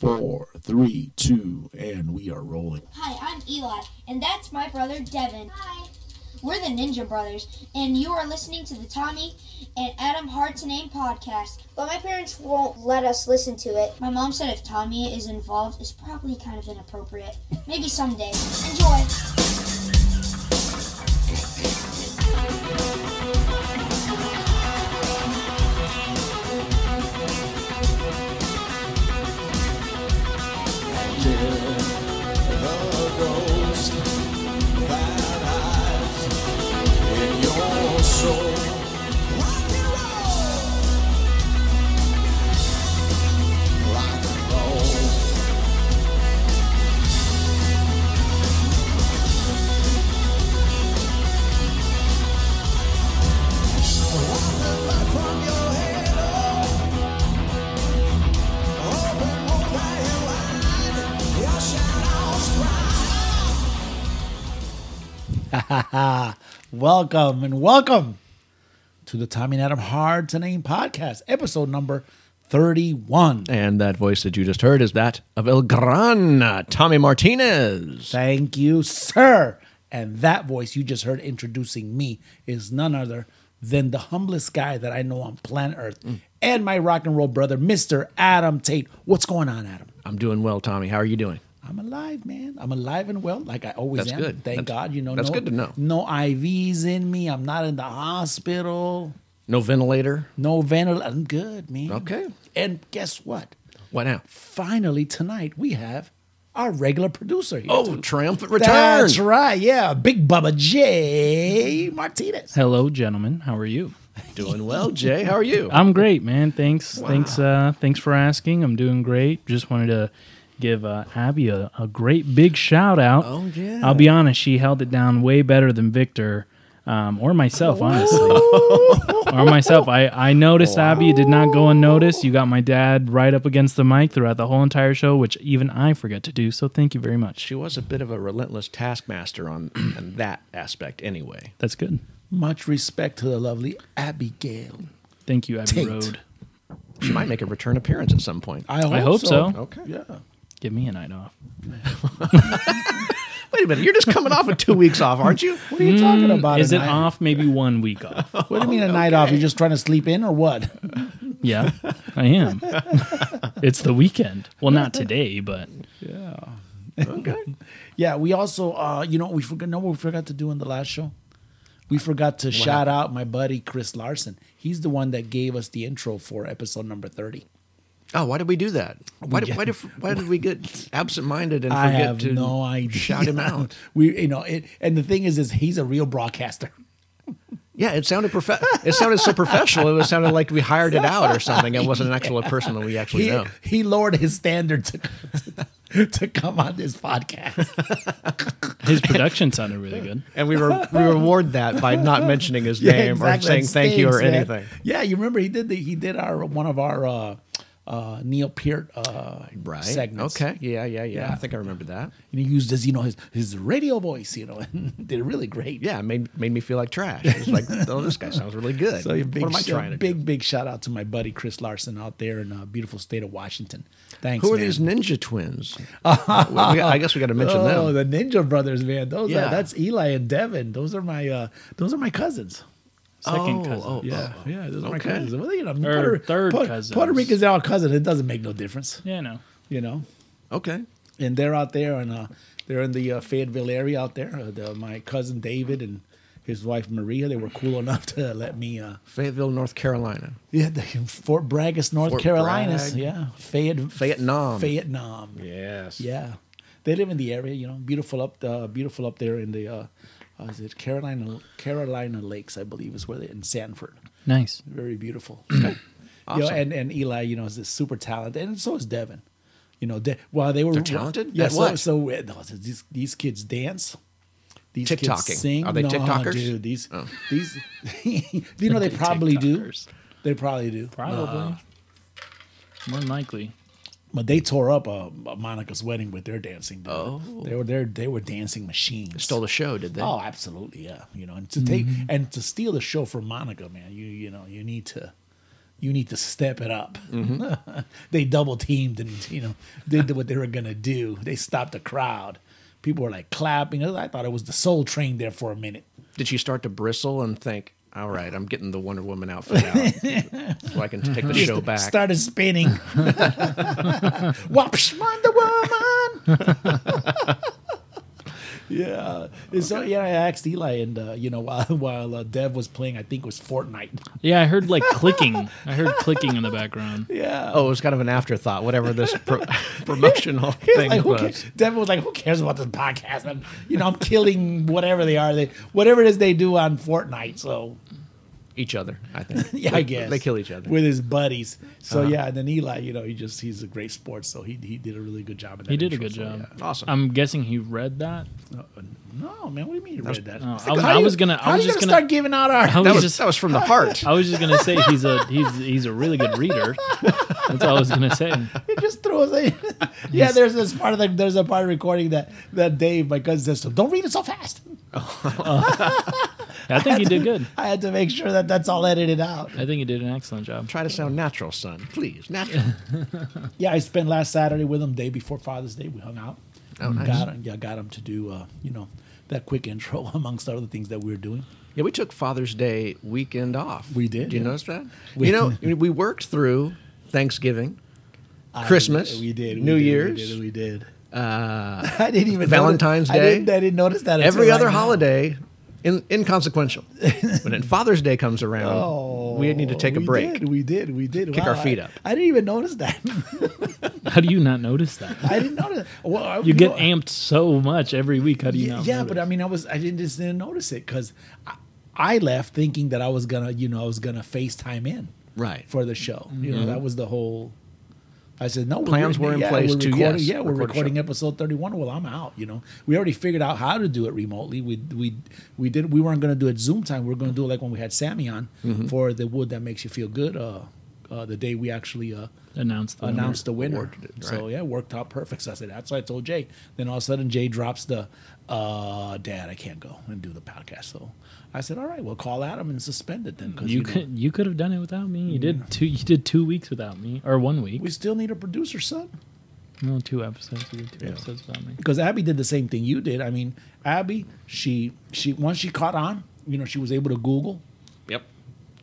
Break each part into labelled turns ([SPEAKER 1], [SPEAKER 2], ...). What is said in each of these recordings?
[SPEAKER 1] four, three, two, and we are rolling.
[SPEAKER 2] Hi, I'm Eli, and that's my brother Devin.
[SPEAKER 3] Hi.
[SPEAKER 2] We're the Ninja Brothers, and you are listening to the Tommy and Adam Hard to Name podcast.
[SPEAKER 3] But my parents won't let us listen to it.
[SPEAKER 2] My mom said if Tommy is involved, it's probably kind of inappropriate. Maybe someday. Enjoy.
[SPEAKER 4] welcome and welcome to the Tommy and Adam Hard to Name podcast, episode number 31.
[SPEAKER 5] And that voice that you just heard is that of El Gran, Tommy Martinez.
[SPEAKER 4] Thank you, sir. And that voice you just heard introducing me is none other than the humblest guy that I know on planet Earth and my rock and roll brother, Mr. Adam Tate. What's going on, Adam?
[SPEAKER 5] I'm doing well, Tommy. How are you doing?
[SPEAKER 4] I'm alive, man. I'm alive and well, like I always
[SPEAKER 5] That's
[SPEAKER 4] am.
[SPEAKER 5] good.
[SPEAKER 4] Thank
[SPEAKER 5] That's-
[SPEAKER 4] God. You know,
[SPEAKER 5] that's
[SPEAKER 4] no,
[SPEAKER 5] good to know.
[SPEAKER 4] No IVs in me. I'm not in the hospital.
[SPEAKER 5] No ventilator?
[SPEAKER 4] No ventilator. I'm good, man.
[SPEAKER 5] Okay.
[SPEAKER 4] And guess what?
[SPEAKER 5] What now?
[SPEAKER 4] Finally, tonight we have our regular producer here.
[SPEAKER 5] Oh,
[SPEAKER 4] too.
[SPEAKER 5] triumphant return.
[SPEAKER 4] that's right. Yeah, Big Bubba J Martinez.
[SPEAKER 6] Hello, gentlemen. How are you?
[SPEAKER 5] Doing well, Jay. How are you?
[SPEAKER 6] I'm great, man. Thanks, thanks, uh, thanks for asking. I'm doing great. Just wanted to give uh, Abby a, a great big shout out.
[SPEAKER 5] Oh, yeah.
[SPEAKER 6] I'll be honest, she held it down way better than Victor um, or myself, honestly. or myself. I I noticed Abby. It did not go unnoticed. You got my dad right up against the mic throughout the whole entire show, which even I forgot to do. So thank you very much.
[SPEAKER 5] she was a bit of a relentless taskmaster on, on that aspect, anyway.
[SPEAKER 6] That's good.
[SPEAKER 4] Much respect to the lovely Abigail.
[SPEAKER 6] Thank you, Abby
[SPEAKER 4] Tate.
[SPEAKER 6] Road.
[SPEAKER 5] She might make a return appearance at some point.
[SPEAKER 4] I hope,
[SPEAKER 6] hope so.
[SPEAKER 5] Okay.
[SPEAKER 4] Yeah.
[SPEAKER 6] Give me a night off.
[SPEAKER 5] Wait a minute. You're just coming off of two weeks off, aren't you?
[SPEAKER 4] What are you talking about?
[SPEAKER 6] Hmm, Is
[SPEAKER 4] a
[SPEAKER 6] it
[SPEAKER 4] night-
[SPEAKER 6] off? Maybe one week off.
[SPEAKER 4] What do you mean a night off? You're just trying to sleep in or what?
[SPEAKER 6] Yeah, I am. it's the weekend. Well, not today, but
[SPEAKER 4] Yeah, we also, uh, you know, we forgot. Know what we forgot to do in the last show? We forgot to shout out my buddy Chris Larson. He's the one that gave us the intro for episode number thirty.
[SPEAKER 5] Oh, why did we do that? Why did, why did, why did we get absent-minded and
[SPEAKER 4] I
[SPEAKER 5] forget
[SPEAKER 4] have
[SPEAKER 5] to
[SPEAKER 4] no idea.
[SPEAKER 5] shout him out?
[SPEAKER 4] we, you know, it, and the thing is, is he's a real broadcaster.
[SPEAKER 5] Yeah, it sounded profe- it sounded so professional. It was sounded like we hired it out or something. It wasn't an actual person that we actually
[SPEAKER 4] He,
[SPEAKER 5] know.
[SPEAKER 4] he lowered his standard to, to, come on this podcast.
[SPEAKER 6] his production sounded really good.
[SPEAKER 5] And we were we reward that by not mentioning his name or
[SPEAKER 4] exactly.
[SPEAKER 5] saying
[SPEAKER 4] It
[SPEAKER 5] thank you or
[SPEAKER 4] stinks, man.
[SPEAKER 5] anything.
[SPEAKER 4] Yeah, you remember he did the, he did our one of our uh, uh, Neil Peart uh,
[SPEAKER 5] Right.
[SPEAKER 4] segments.
[SPEAKER 5] Okay. Yeah, yeah, yeah.
[SPEAKER 4] Yeah.
[SPEAKER 5] I think I remember that.
[SPEAKER 4] and he used his you know his his radio voice you know and did really great
[SPEAKER 5] Yeah, it made made me feel like trash. It was like, oh, this guy sounds really good.
[SPEAKER 4] so a big
[SPEAKER 5] what am I
[SPEAKER 4] shout-
[SPEAKER 5] trying to
[SPEAKER 4] big
[SPEAKER 5] do?
[SPEAKER 4] big shout out to my buddy Chris Larson out there in uh, beautiful state of Washington thanks
[SPEAKER 5] Who are
[SPEAKER 4] man.
[SPEAKER 5] these ninja twins? Well, we- I guess we got to mention
[SPEAKER 4] oh
[SPEAKER 5] them.
[SPEAKER 4] the Ninja Brothers man those are,
[SPEAKER 5] Yeah.
[SPEAKER 4] that's Eli and Devin those are my uh, those are my cousins
[SPEAKER 6] Second
[SPEAKER 5] Oh,
[SPEAKER 6] cousin.
[SPEAKER 5] oh,
[SPEAKER 4] yeah yeah those are my
[SPEAKER 5] Okay.
[SPEAKER 4] cousins well you know
[SPEAKER 6] Third- third
[SPEAKER 4] Puerto,
[SPEAKER 6] cousins.
[SPEAKER 4] Puerto Ricans are all cousins it doesn't make no difference
[SPEAKER 6] Yeah, no.
[SPEAKER 4] you know
[SPEAKER 5] Okay.
[SPEAKER 4] and they're out there and uh, they're in the uh, Fayetteville area out there. Uh, the, my cousin David and his wife Maria, they were cool enough to let me. Uh,
[SPEAKER 5] Fayetteville, North Carolina.
[SPEAKER 4] yeah, the, Fort Bragg, North
[SPEAKER 5] Fort
[SPEAKER 4] Carolina.
[SPEAKER 5] Bragg.
[SPEAKER 4] Yeah, Fayette,
[SPEAKER 5] Vietnam.
[SPEAKER 4] Vietnam.
[SPEAKER 5] Yes.
[SPEAKER 4] Yeah, they live in the area. You know, beautiful up, uh, beautiful up there in the. Uh, uh, is it Carolina Carolina Lakes? I believe is where they in Sanford.
[SPEAKER 6] Nice.
[SPEAKER 4] Very beautiful. You know, and, and Eli, you know, is this super talented, and so is Devin. You know, De- well, they were
[SPEAKER 5] They're talented?
[SPEAKER 4] Yeah,
[SPEAKER 5] At
[SPEAKER 4] so,
[SPEAKER 5] what?
[SPEAKER 4] so uh, no, so these these kids dance. These
[SPEAKER 5] TikToking.
[SPEAKER 4] kids sing.
[SPEAKER 5] Are they
[SPEAKER 4] no,
[SPEAKER 5] TikTokers?
[SPEAKER 4] Dude, these
[SPEAKER 5] Oh.
[SPEAKER 4] these you know they
[SPEAKER 6] They're
[SPEAKER 4] probably
[SPEAKER 6] TikTokers.
[SPEAKER 4] do. They probably do. Uh,
[SPEAKER 6] Probably. More than likely.
[SPEAKER 4] But they tore up uh, Monica's wedding with their dancing. Dude. Oh, they were they they were dancing machines.
[SPEAKER 5] Stole the show, did they?
[SPEAKER 4] Oh,
[SPEAKER 5] Mm-hmm.
[SPEAKER 4] absolutely, yeah. You know, and to take and to steal the show from Monica, man, you you know, you need to you need to step it up.
[SPEAKER 5] Mm-hmm.
[SPEAKER 4] they double teamed and you know did what they were gonna do. They stopped the crowd. People were like clapping. I thought it was the Soul Train there for a minute.
[SPEAKER 5] Did she start to bristle and think, all right, I'm getting the Wonder Woman outfit out so I can take the show back?
[SPEAKER 4] Started spinning. Whoops, Wonder Woman. yeah. And So yeah, I asked Eli, and uh, you know, while while uh, Dev was playing, I think it was Fortnite.
[SPEAKER 6] Yeah, I heard like clicking. I heard clicking in the background.
[SPEAKER 4] Yeah.
[SPEAKER 5] Oh, it was kind of an afterthought, whatever this pro- promotional
[SPEAKER 4] He was
[SPEAKER 5] thing
[SPEAKER 4] like, who
[SPEAKER 5] was.
[SPEAKER 4] cares? Devin was like, "Who cares about this podcast? I'm, you know, I'm killing whatever they are. They whatever it is they do on Fortnite. So
[SPEAKER 5] Each other, I think.
[SPEAKER 4] yeah,
[SPEAKER 5] they,
[SPEAKER 4] I guess
[SPEAKER 5] They kill each other.
[SPEAKER 4] with his buddies. So
[SPEAKER 6] Uh-huh.
[SPEAKER 4] yeah, and then Eli, you know, he just he's a great sports. So he he did a really good job. In that
[SPEAKER 6] He did a
[SPEAKER 4] intro,
[SPEAKER 6] good
[SPEAKER 4] so,
[SPEAKER 6] job.
[SPEAKER 4] yeah.
[SPEAKER 5] Awesome.
[SPEAKER 6] I'm guessing he read that.
[SPEAKER 4] No man, what do you mean you read that?
[SPEAKER 6] Oh, I
[SPEAKER 4] How
[SPEAKER 6] was-
[SPEAKER 4] you-
[SPEAKER 6] I was gonna- I
[SPEAKER 4] How
[SPEAKER 6] was
[SPEAKER 4] you
[SPEAKER 6] just
[SPEAKER 4] gonna
[SPEAKER 6] gonna-
[SPEAKER 4] start giving out our?
[SPEAKER 6] I
[SPEAKER 5] that,
[SPEAKER 6] was
[SPEAKER 5] was,
[SPEAKER 6] just
[SPEAKER 5] that was from the heart.
[SPEAKER 6] I was just gonna say he's a he's he's a really good reader. That's all I was gonna say.
[SPEAKER 4] It just throws it. yeah, there's this part of the there's a part of recording that that Dave, my cousin, says, "Don't read it so fast."
[SPEAKER 6] I think he did good.
[SPEAKER 4] I had to make sure that that's all edited out.
[SPEAKER 6] I think he did an excellent job.
[SPEAKER 5] Try to sound natural, son. Please, natural.
[SPEAKER 4] Yeah, I spent last Saturday with him, day before Father's Day. We hung out.
[SPEAKER 5] Oh, nice.
[SPEAKER 4] Got him, yeah, got him to do, uh, you know, that quick intro amongst other things that we were doing.
[SPEAKER 5] Yeah, we took Father's Day weekend off.
[SPEAKER 4] We did,
[SPEAKER 5] Did you
[SPEAKER 4] yeah.
[SPEAKER 5] notice that?
[SPEAKER 4] We-
[SPEAKER 5] you know, we worked through Thanksgiving,
[SPEAKER 4] I-
[SPEAKER 5] Christmas,
[SPEAKER 4] we did. we
[SPEAKER 5] New
[SPEAKER 4] did,
[SPEAKER 5] Year's,
[SPEAKER 4] We did. We did. Uh, I didn't even
[SPEAKER 5] Valentine's
[SPEAKER 4] notice, I
[SPEAKER 5] Day.
[SPEAKER 4] didn't, I didn't notice that.
[SPEAKER 5] every
[SPEAKER 4] until
[SPEAKER 5] other
[SPEAKER 4] right now.
[SPEAKER 5] holiday, in, inconsequential. but then Father's Day comes around, we need to take a
[SPEAKER 4] Oh, We
[SPEAKER 5] break.
[SPEAKER 4] did, we did. We did.
[SPEAKER 5] Kick
[SPEAKER 4] Wow,
[SPEAKER 5] our feet
[SPEAKER 4] I-
[SPEAKER 5] up.
[SPEAKER 4] I, didn't even notice that.
[SPEAKER 6] How do you not notice that?
[SPEAKER 4] I didn't notice. Well, I-
[SPEAKER 6] You get
[SPEAKER 4] know-
[SPEAKER 6] amped so much every week. How do you
[SPEAKER 4] yeah,
[SPEAKER 6] not?
[SPEAKER 4] yeah
[SPEAKER 6] notice?
[SPEAKER 4] but I mean, I was I didn't just didn't notice it because I, I left thinking that I was gonna, you know, I was gonna FaceTime in
[SPEAKER 5] Right. Mm-hmm.
[SPEAKER 4] for the show. You know, that was the whole. I said no.
[SPEAKER 5] Plans were in
[SPEAKER 4] yeah,
[SPEAKER 5] place
[SPEAKER 4] we're
[SPEAKER 5] to,
[SPEAKER 4] recording-
[SPEAKER 5] yes,
[SPEAKER 4] yeah, we're
[SPEAKER 5] record a
[SPEAKER 4] recording
[SPEAKER 5] show.
[SPEAKER 4] episode thirty-one. Well, I'm out. You know, we already figured out how to do it remotely. We we we did. We weren't gonna do it Zoom time. We were gonna do it like when we had Sammy on
[SPEAKER 5] Mm-hmm.
[SPEAKER 4] for the wood that makes you feel good. Uh, uh, the day we actually uh,
[SPEAKER 6] announced the
[SPEAKER 4] announced the winner.
[SPEAKER 5] Awarded it,
[SPEAKER 4] So
[SPEAKER 5] right.
[SPEAKER 4] yeah, it worked out perfect. So I said that's what I told Jay. Then all of a sudden Jay drops the, uh, Dad, I can't go and do the podcast. So I said, all right, well call Adam and suspend it then because
[SPEAKER 6] You could you could have done it without me. You did two. You did two weeks without me, or one week.
[SPEAKER 4] we still need a producer, son.
[SPEAKER 6] No, two episodes. You did two episodes without me.
[SPEAKER 4] Because Abby did the same thing you did. I mean, Abby, she she once she caught on, you know, she was able to Google.
[SPEAKER 5] Yep.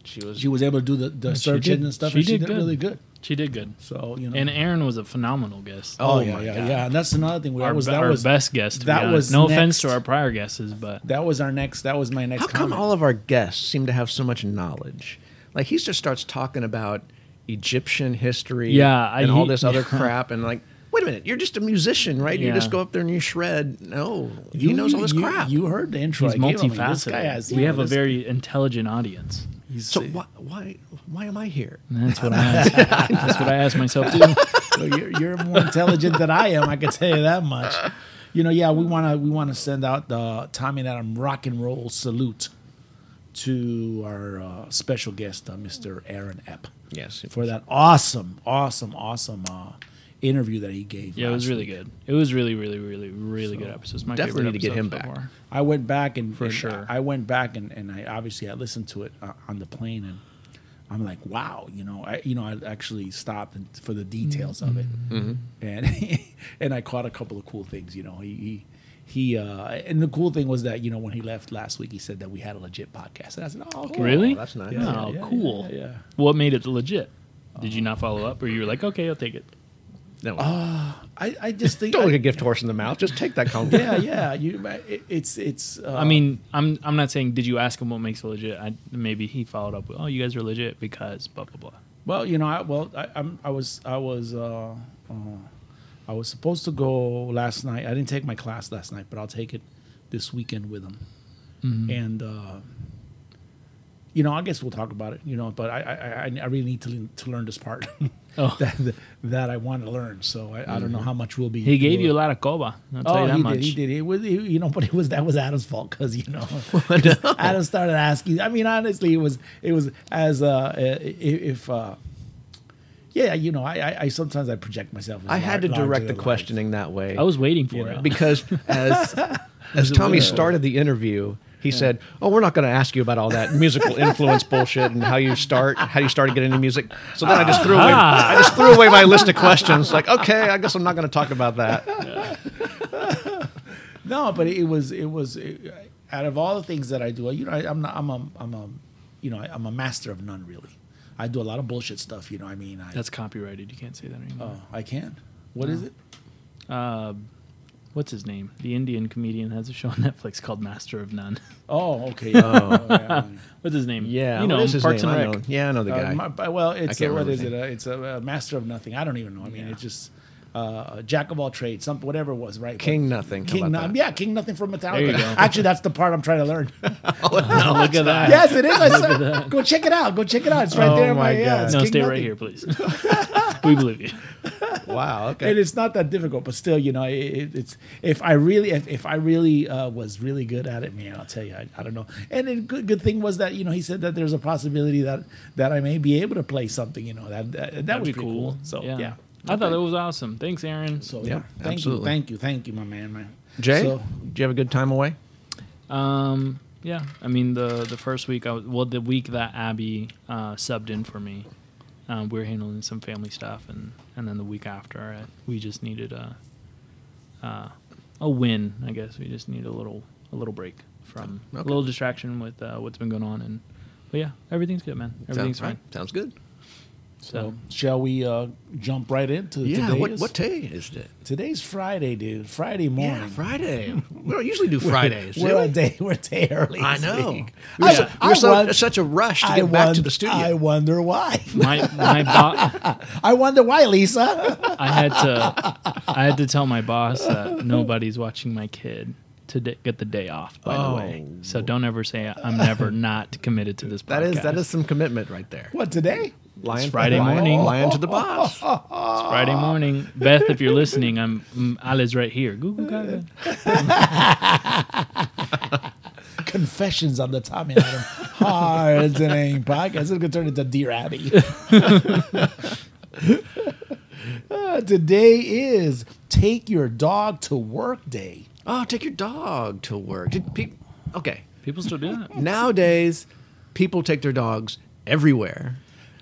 [SPEAKER 5] She was.
[SPEAKER 4] She was able to do the, the
[SPEAKER 6] she
[SPEAKER 4] search
[SPEAKER 6] did-
[SPEAKER 4] engine stuff.
[SPEAKER 6] she
[SPEAKER 4] and she
[SPEAKER 6] did
[SPEAKER 4] did
[SPEAKER 6] good.
[SPEAKER 4] really good.
[SPEAKER 6] She did good.
[SPEAKER 4] So you know,
[SPEAKER 6] And Aaron was a phenomenal guest.
[SPEAKER 4] oh,
[SPEAKER 5] Oh
[SPEAKER 4] yeah,
[SPEAKER 5] my
[SPEAKER 4] yeah,
[SPEAKER 5] God.
[SPEAKER 4] yeah. And that's another thing. That
[SPEAKER 6] our,
[SPEAKER 4] was
[SPEAKER 6] be-
[SPEAKER 4] that
[SPEAKER 6] our
[SPEAKER 4] was
[SPEAKER 6] best guest. to be
[SPEAKER 4] that
[SPEAKER 6] honest.
[SPEAKER 4] was
[SPEAKER 6] no offense to
[SPEAKER 4] next.
[SPEAKER 6] our prior guesses, but
[SPEAKER 4] That was our next. That was my next.
[SPEAKER 5] How come
[SPEAKER 4] comment.
[SPEAKER 5] all of our guests seem to have so much knowledge? Like he just starts talking about Egyptian history,
[SPEAKER 6] Yeah, I-
[SPEAKER 5] and all
[SPEAKER 6] he-
[SPEAKER 5] this other crap, and like, wait a minute, you're just a musician, right? You
[SPEAKER 6] Yeah.
[SPEAKER 5] just go up there and you shred. No, he knows all this
[SPEAKER 4] you,
[SPEAKER 5] crap.
[SPEAKER 4] You heard the intro.
[SPEAKER 6] he's
[SPEAKER 4] I gave him. I mean, this
[SPEAKER 6] multifaceted.
[SPEAKER 4] guy has-
[SPEAKER 6] we
[SPEAKER 4] you
[SPEAKER 6] have
[SPEAKER 4] know,
[SPEAKER 6] a
[SPEAKER 4] this-
[SPEAKER 6] very intelligent audience.
[SPEAKER 5] so why, why, why am I here?
[SPEAKER 6] And that's what I asked. that's what I asked myself too.
[SPEAKER 4] Well, you're, you're more intelligent than I am. I can tell you that much. You know, yeah, we wanna we wanna send out the Tommy and Adam rock and roll salute to our uh, special guest, uh, Mr. Aaron Epp,
[SPEAKER 5] Yes,
[SPEAKER 4] for that awesome, awesome, awesome uh, interview that he gave.
[SPEAKER 6] Yeah, it was
[SPEAKER 4] last
[SPEAKER 6] really
[SPEAKER 4] week.
[SPEAKER 6] good. It was really, really, really, really good episodes. My
[SPEAKER 5] definitely
[SPEAKER 6] favorite
[SPEAKER 5] need to get
[SPEAKER 6] episode
[SPEAKER 5] him
[SPEAKER 6] so
[SPEAKER 5] back.
[SPEAKER 6] far.
[SPEAKER 4] I went back and for
[SPEAKER 6] sure.
[SPEAKER 4] I went back and, and I obviously I listened to it uh, on the plane and I'm like, wow, you know, I you know I actually stopped and, for the details of it, and and I caught a couple of cool things. You know, he he, he uh, and the cool thing was that you know when he left last week, he said that we had a legit podcast, and I said, oh, okay,
[SPEAKER 6] Really?
[SPEAKER 5] that's nice.
[SPEAKER 4] Yeah,
[SPEAKER 6] Oh,
[SPEAKER 4] yeah, yeah,
[SPEAKER 6] cool.
[SPEAKER 4] yeah, yeah.
[SPEAKER 6] What made it legit? Did you not follow up, or you were like, okay, I'll take it?
[SPEAKER 5] No,
[SPEAKER 4] I, Oh, I just think,
[SPEAKER 5] don't look a gift horse in the mouth. Just take that compliment.
[SPEAKER 4] yeah, yeah, you, it, it's it's. Uh,
[SPEAKER 6] I mean, I'm I'm not saying did you ask him what makes it legit. I, maybe he followed up with, oh, you guys are legit because blah blah blah.
[SPEAKER 4] Well, you know, I, well, I, I'm, I was, I was, uh, uh, I was supposed to go last night. I didn't take my class last night, but I'll take it this weekend with him.
[SPEAKER 6] Mm-hmm.
[SPEAKER 4] And, uh, you know, I guess we'll talk about it. You know, but I, I, I, I really need to, learn- to learn this part
[SPEAKER 6] Oh.
[SPEAKER 4] that, that I want to learn. So I, I don't know how much will be.
[SPEAKER 6] Mm-hmm. He gave
[SPEAKER 4] will-
[SPEAKER 6] you a lot of coba. I'll tell
[SPEAKER 4] Oh,
[SPEAKER 6] you that
[SPEAKER 4] he
[SPEAKER 6] much.
[SPEAKER 4] did. He did. It was, he- you know, but it was that was Adam's fault because you know Adam started asking. I mean, honestly, it was it was as uh, i- if uh, yeah, you know, I, I I sometimes I project myself. as
[SPEAKER 5] I had to
[SPEAKER 4] lar- larger
[SPEAKER 5] direct the
[SPEAKER 4] than life.
[SPEAKER 5] questioning that way.
[SPEAKER 6] I was waiting for
[SPEAKER 5] you know,
[SPEAKER 6] it.
[SPEAKER 5] because as as Tommy started the interview, He said, "Oh, we're not going to ask you about all that musical influence bullshit and how you start, how you started getting into music." So then I just threw away, I just threw away my list of questions. Like, okay, I guess I'm not going to talk about that.
[SPEAKER 4] No, but it was it was it, out of all the things that I do, you know, I, I'm not I'm a I'm a you know I, I'm a master of none really. I do a lot of bullshit stuff. You know, I mean, I
[SPEAKER 6] That's copyrighted. You can't say that anymore.
[SPEAKER 4] oh, I can. What is it?
[SPEAKER 6] What's his name? The Indian comedian has a show on Netflix called Master of None.
[SPEAKER 4] Oh, okay. Oh,
[SPEAKER 6] What's his name?
[SPEAKER 5] Yeah,
[SPEAKER 6] you know
[SPEAKER 5] what is
[SPEAKER 6] him,
[SPEAKER 5] his
[SPEAKER 6] Parks
[SPEAKER 5] name?
[SPEAKER 6] and
[SPEAKER 5] I
[SPEAKER 6] Rec.
[SPEAKER 5] know- Yeah, I know the guy.
[SPEAKER 4] Uh, my- but- well, it's
[SPEAKER 5] can't
[SPEAKER 4] a, what
[SPEAKER 5] remember
[SPEAKER 4] is
[SPEAKER 5] his
[SPEAKER 4] it? Uh, it's a, uh master of nothing. I don't even know. I mean,
[SPEAKER 6] Yeah.
[SPEAKER 4] it's just uh, a jack of all trades, something whatever it was, right?
[SPEAKER 5] King
[SPEAKER 4] But-
[SPEAKER 5] Nothing. How
[SPEAKER 4] King
[SPEAKER 5] about
[SPEAKER 4] Nothing.
[SPEAKER 5] that?
[SPEAKER 4] Yeah, King Nothing from Metallica.
[SPEAKER 6] you go.
[SPEAKER 4] Actually, that's the part I'm trying to learn.
[SPEAKER 6] Look at that.
[SPEAKER 4] yes, it is. I saw, go check it out. Go check it out. It's right
[SPEAKER 5] Oh
[SPEAKER 4] there. in
[SPEAKER 5] my
[SPEAKER 4] my, yeah,
[SPEAKER 5] God.
[SPEAKER 4] it's
[SPEAKER 6] No,
[SPEAKER 4] King
[SPEAKER 6] stay right
[SPEAKER 4] Nothing.
[SPEAKER 6] here, please. we believe you.
[SPEAKER 5] wow. Okay.
[SPEAKER 4] And it's not that difficult, but still, you know, it, it, it's if I really, if, if I really uh, was really good at it, man, I'll tell you, I, I don't know. And the good, good thing was that you know he said that there's a possibility that that I may be able to play something, you know, that that, that
[SPEAKER 6] That'd
[SPEAKER 4] was
[SPEAKER 6] be
[SPEAKER 4] pretty
[SPEAKER 6] cool.
[SPEAKER 4] So yeah,
[SPEAKER 6] I thought that was awesome. Thanks, Aaron.
[SPEAKER 4] so
[SPEAKER 5] Yeah,
[SPEAKER 4] yeah, thank
[SPEAKER 5] absolutely.
[SPEAKER 4] you, thank you, thank you, my man, man.
[SPEAKER 5] Jay,
[SPEAKER 4] So-
[SPEAKER 5] did you have a good time away?
[SPEAKER 6] Um, yeah, I mean the the first week I was well the week that Abby uh, subbed in for me, um, we were handling some family stuff, and and then the week after I, we just needed a uh, a win, I guess. We just need a little a little break from a
[SPEAKER 5] Okay.
[SPEAKER 6] little distraction with uh, what's been going on, and but yeah, everything's good, man. Everything's
[SPEAKER 5] Sounds-
[SPEAKER 6] fine.
[SPEAKER 5] right, Sounds good.
[SPEAKER 6] So
[SPEAKER 4] Shall we uh, jump right into
[SPEAKER 5] Yeah.
[SPEAKER 4] today's?
[SPEAKER 5] What, what day is it?
[SPEAKER 4] today's Friday, dude. Friday morning.
[SPEAKER 5] Yeah, Friday. we don't usually do Fridays. do
[SPEAKER 4] We're a
[SPEAKER 5] we?
[SPEAKER 4] day. We're a day early.
[SPEAKER 5] I
[SPEAKER 4] this
[SPEAKER 5] know.
[SPEAKER 4] week.
[SPEAKER 5] We're,
[SPEAKER 4] I-
[SPEAKER 5] so-
[SPEAKER 4] I
[SPEAKER 5] we're so-
[SPEAKER 4] won-
[SPEAKER 5] such a rush to
[SPEAKER 4] I
[SPEAKER 5] get back to
[SPEAKER 4] won-
[SPEAKER 5] the
[SPEAKER 4] I
[SPEAKER 5] studio.
[SPEAKER 4] wonder why.
[SPEAKER 6] my my boss.
[SPEAKER 4] I wonder why, Lisa.
[SPEAKER 6] I had to I had to tell my boss that nobody's watching my kid to d- get the day off. By the way, so don't ever say I'm never not committed to this. Podcast.
[SPEAKER 5] Oh. That is that is some commitment right there.
[SPEAKER 4] What today?
[SPEAKER 5] Lion
[SPEAKER 6] Friday morning.
[SPEAKER 5] Lion to the boss.
[SPEAKER 6] It's Friday morning. Beth, if you're listening, I'm mm, Ali's right here. Goo goo gaga.
[SPEAKER 4] Confessions on the Tommy and Adam Hard and Ain't podcast. It's gonna turn into Dear Abby. Uh, today is Take Your Dog to Work Day.
[SPEAKER 5] Oh, take your dog to work. Did pe- okay.
[SPEAKER 6] People still do that.
[SPEAKER 5] Nowadays, people take their dogs everywhere.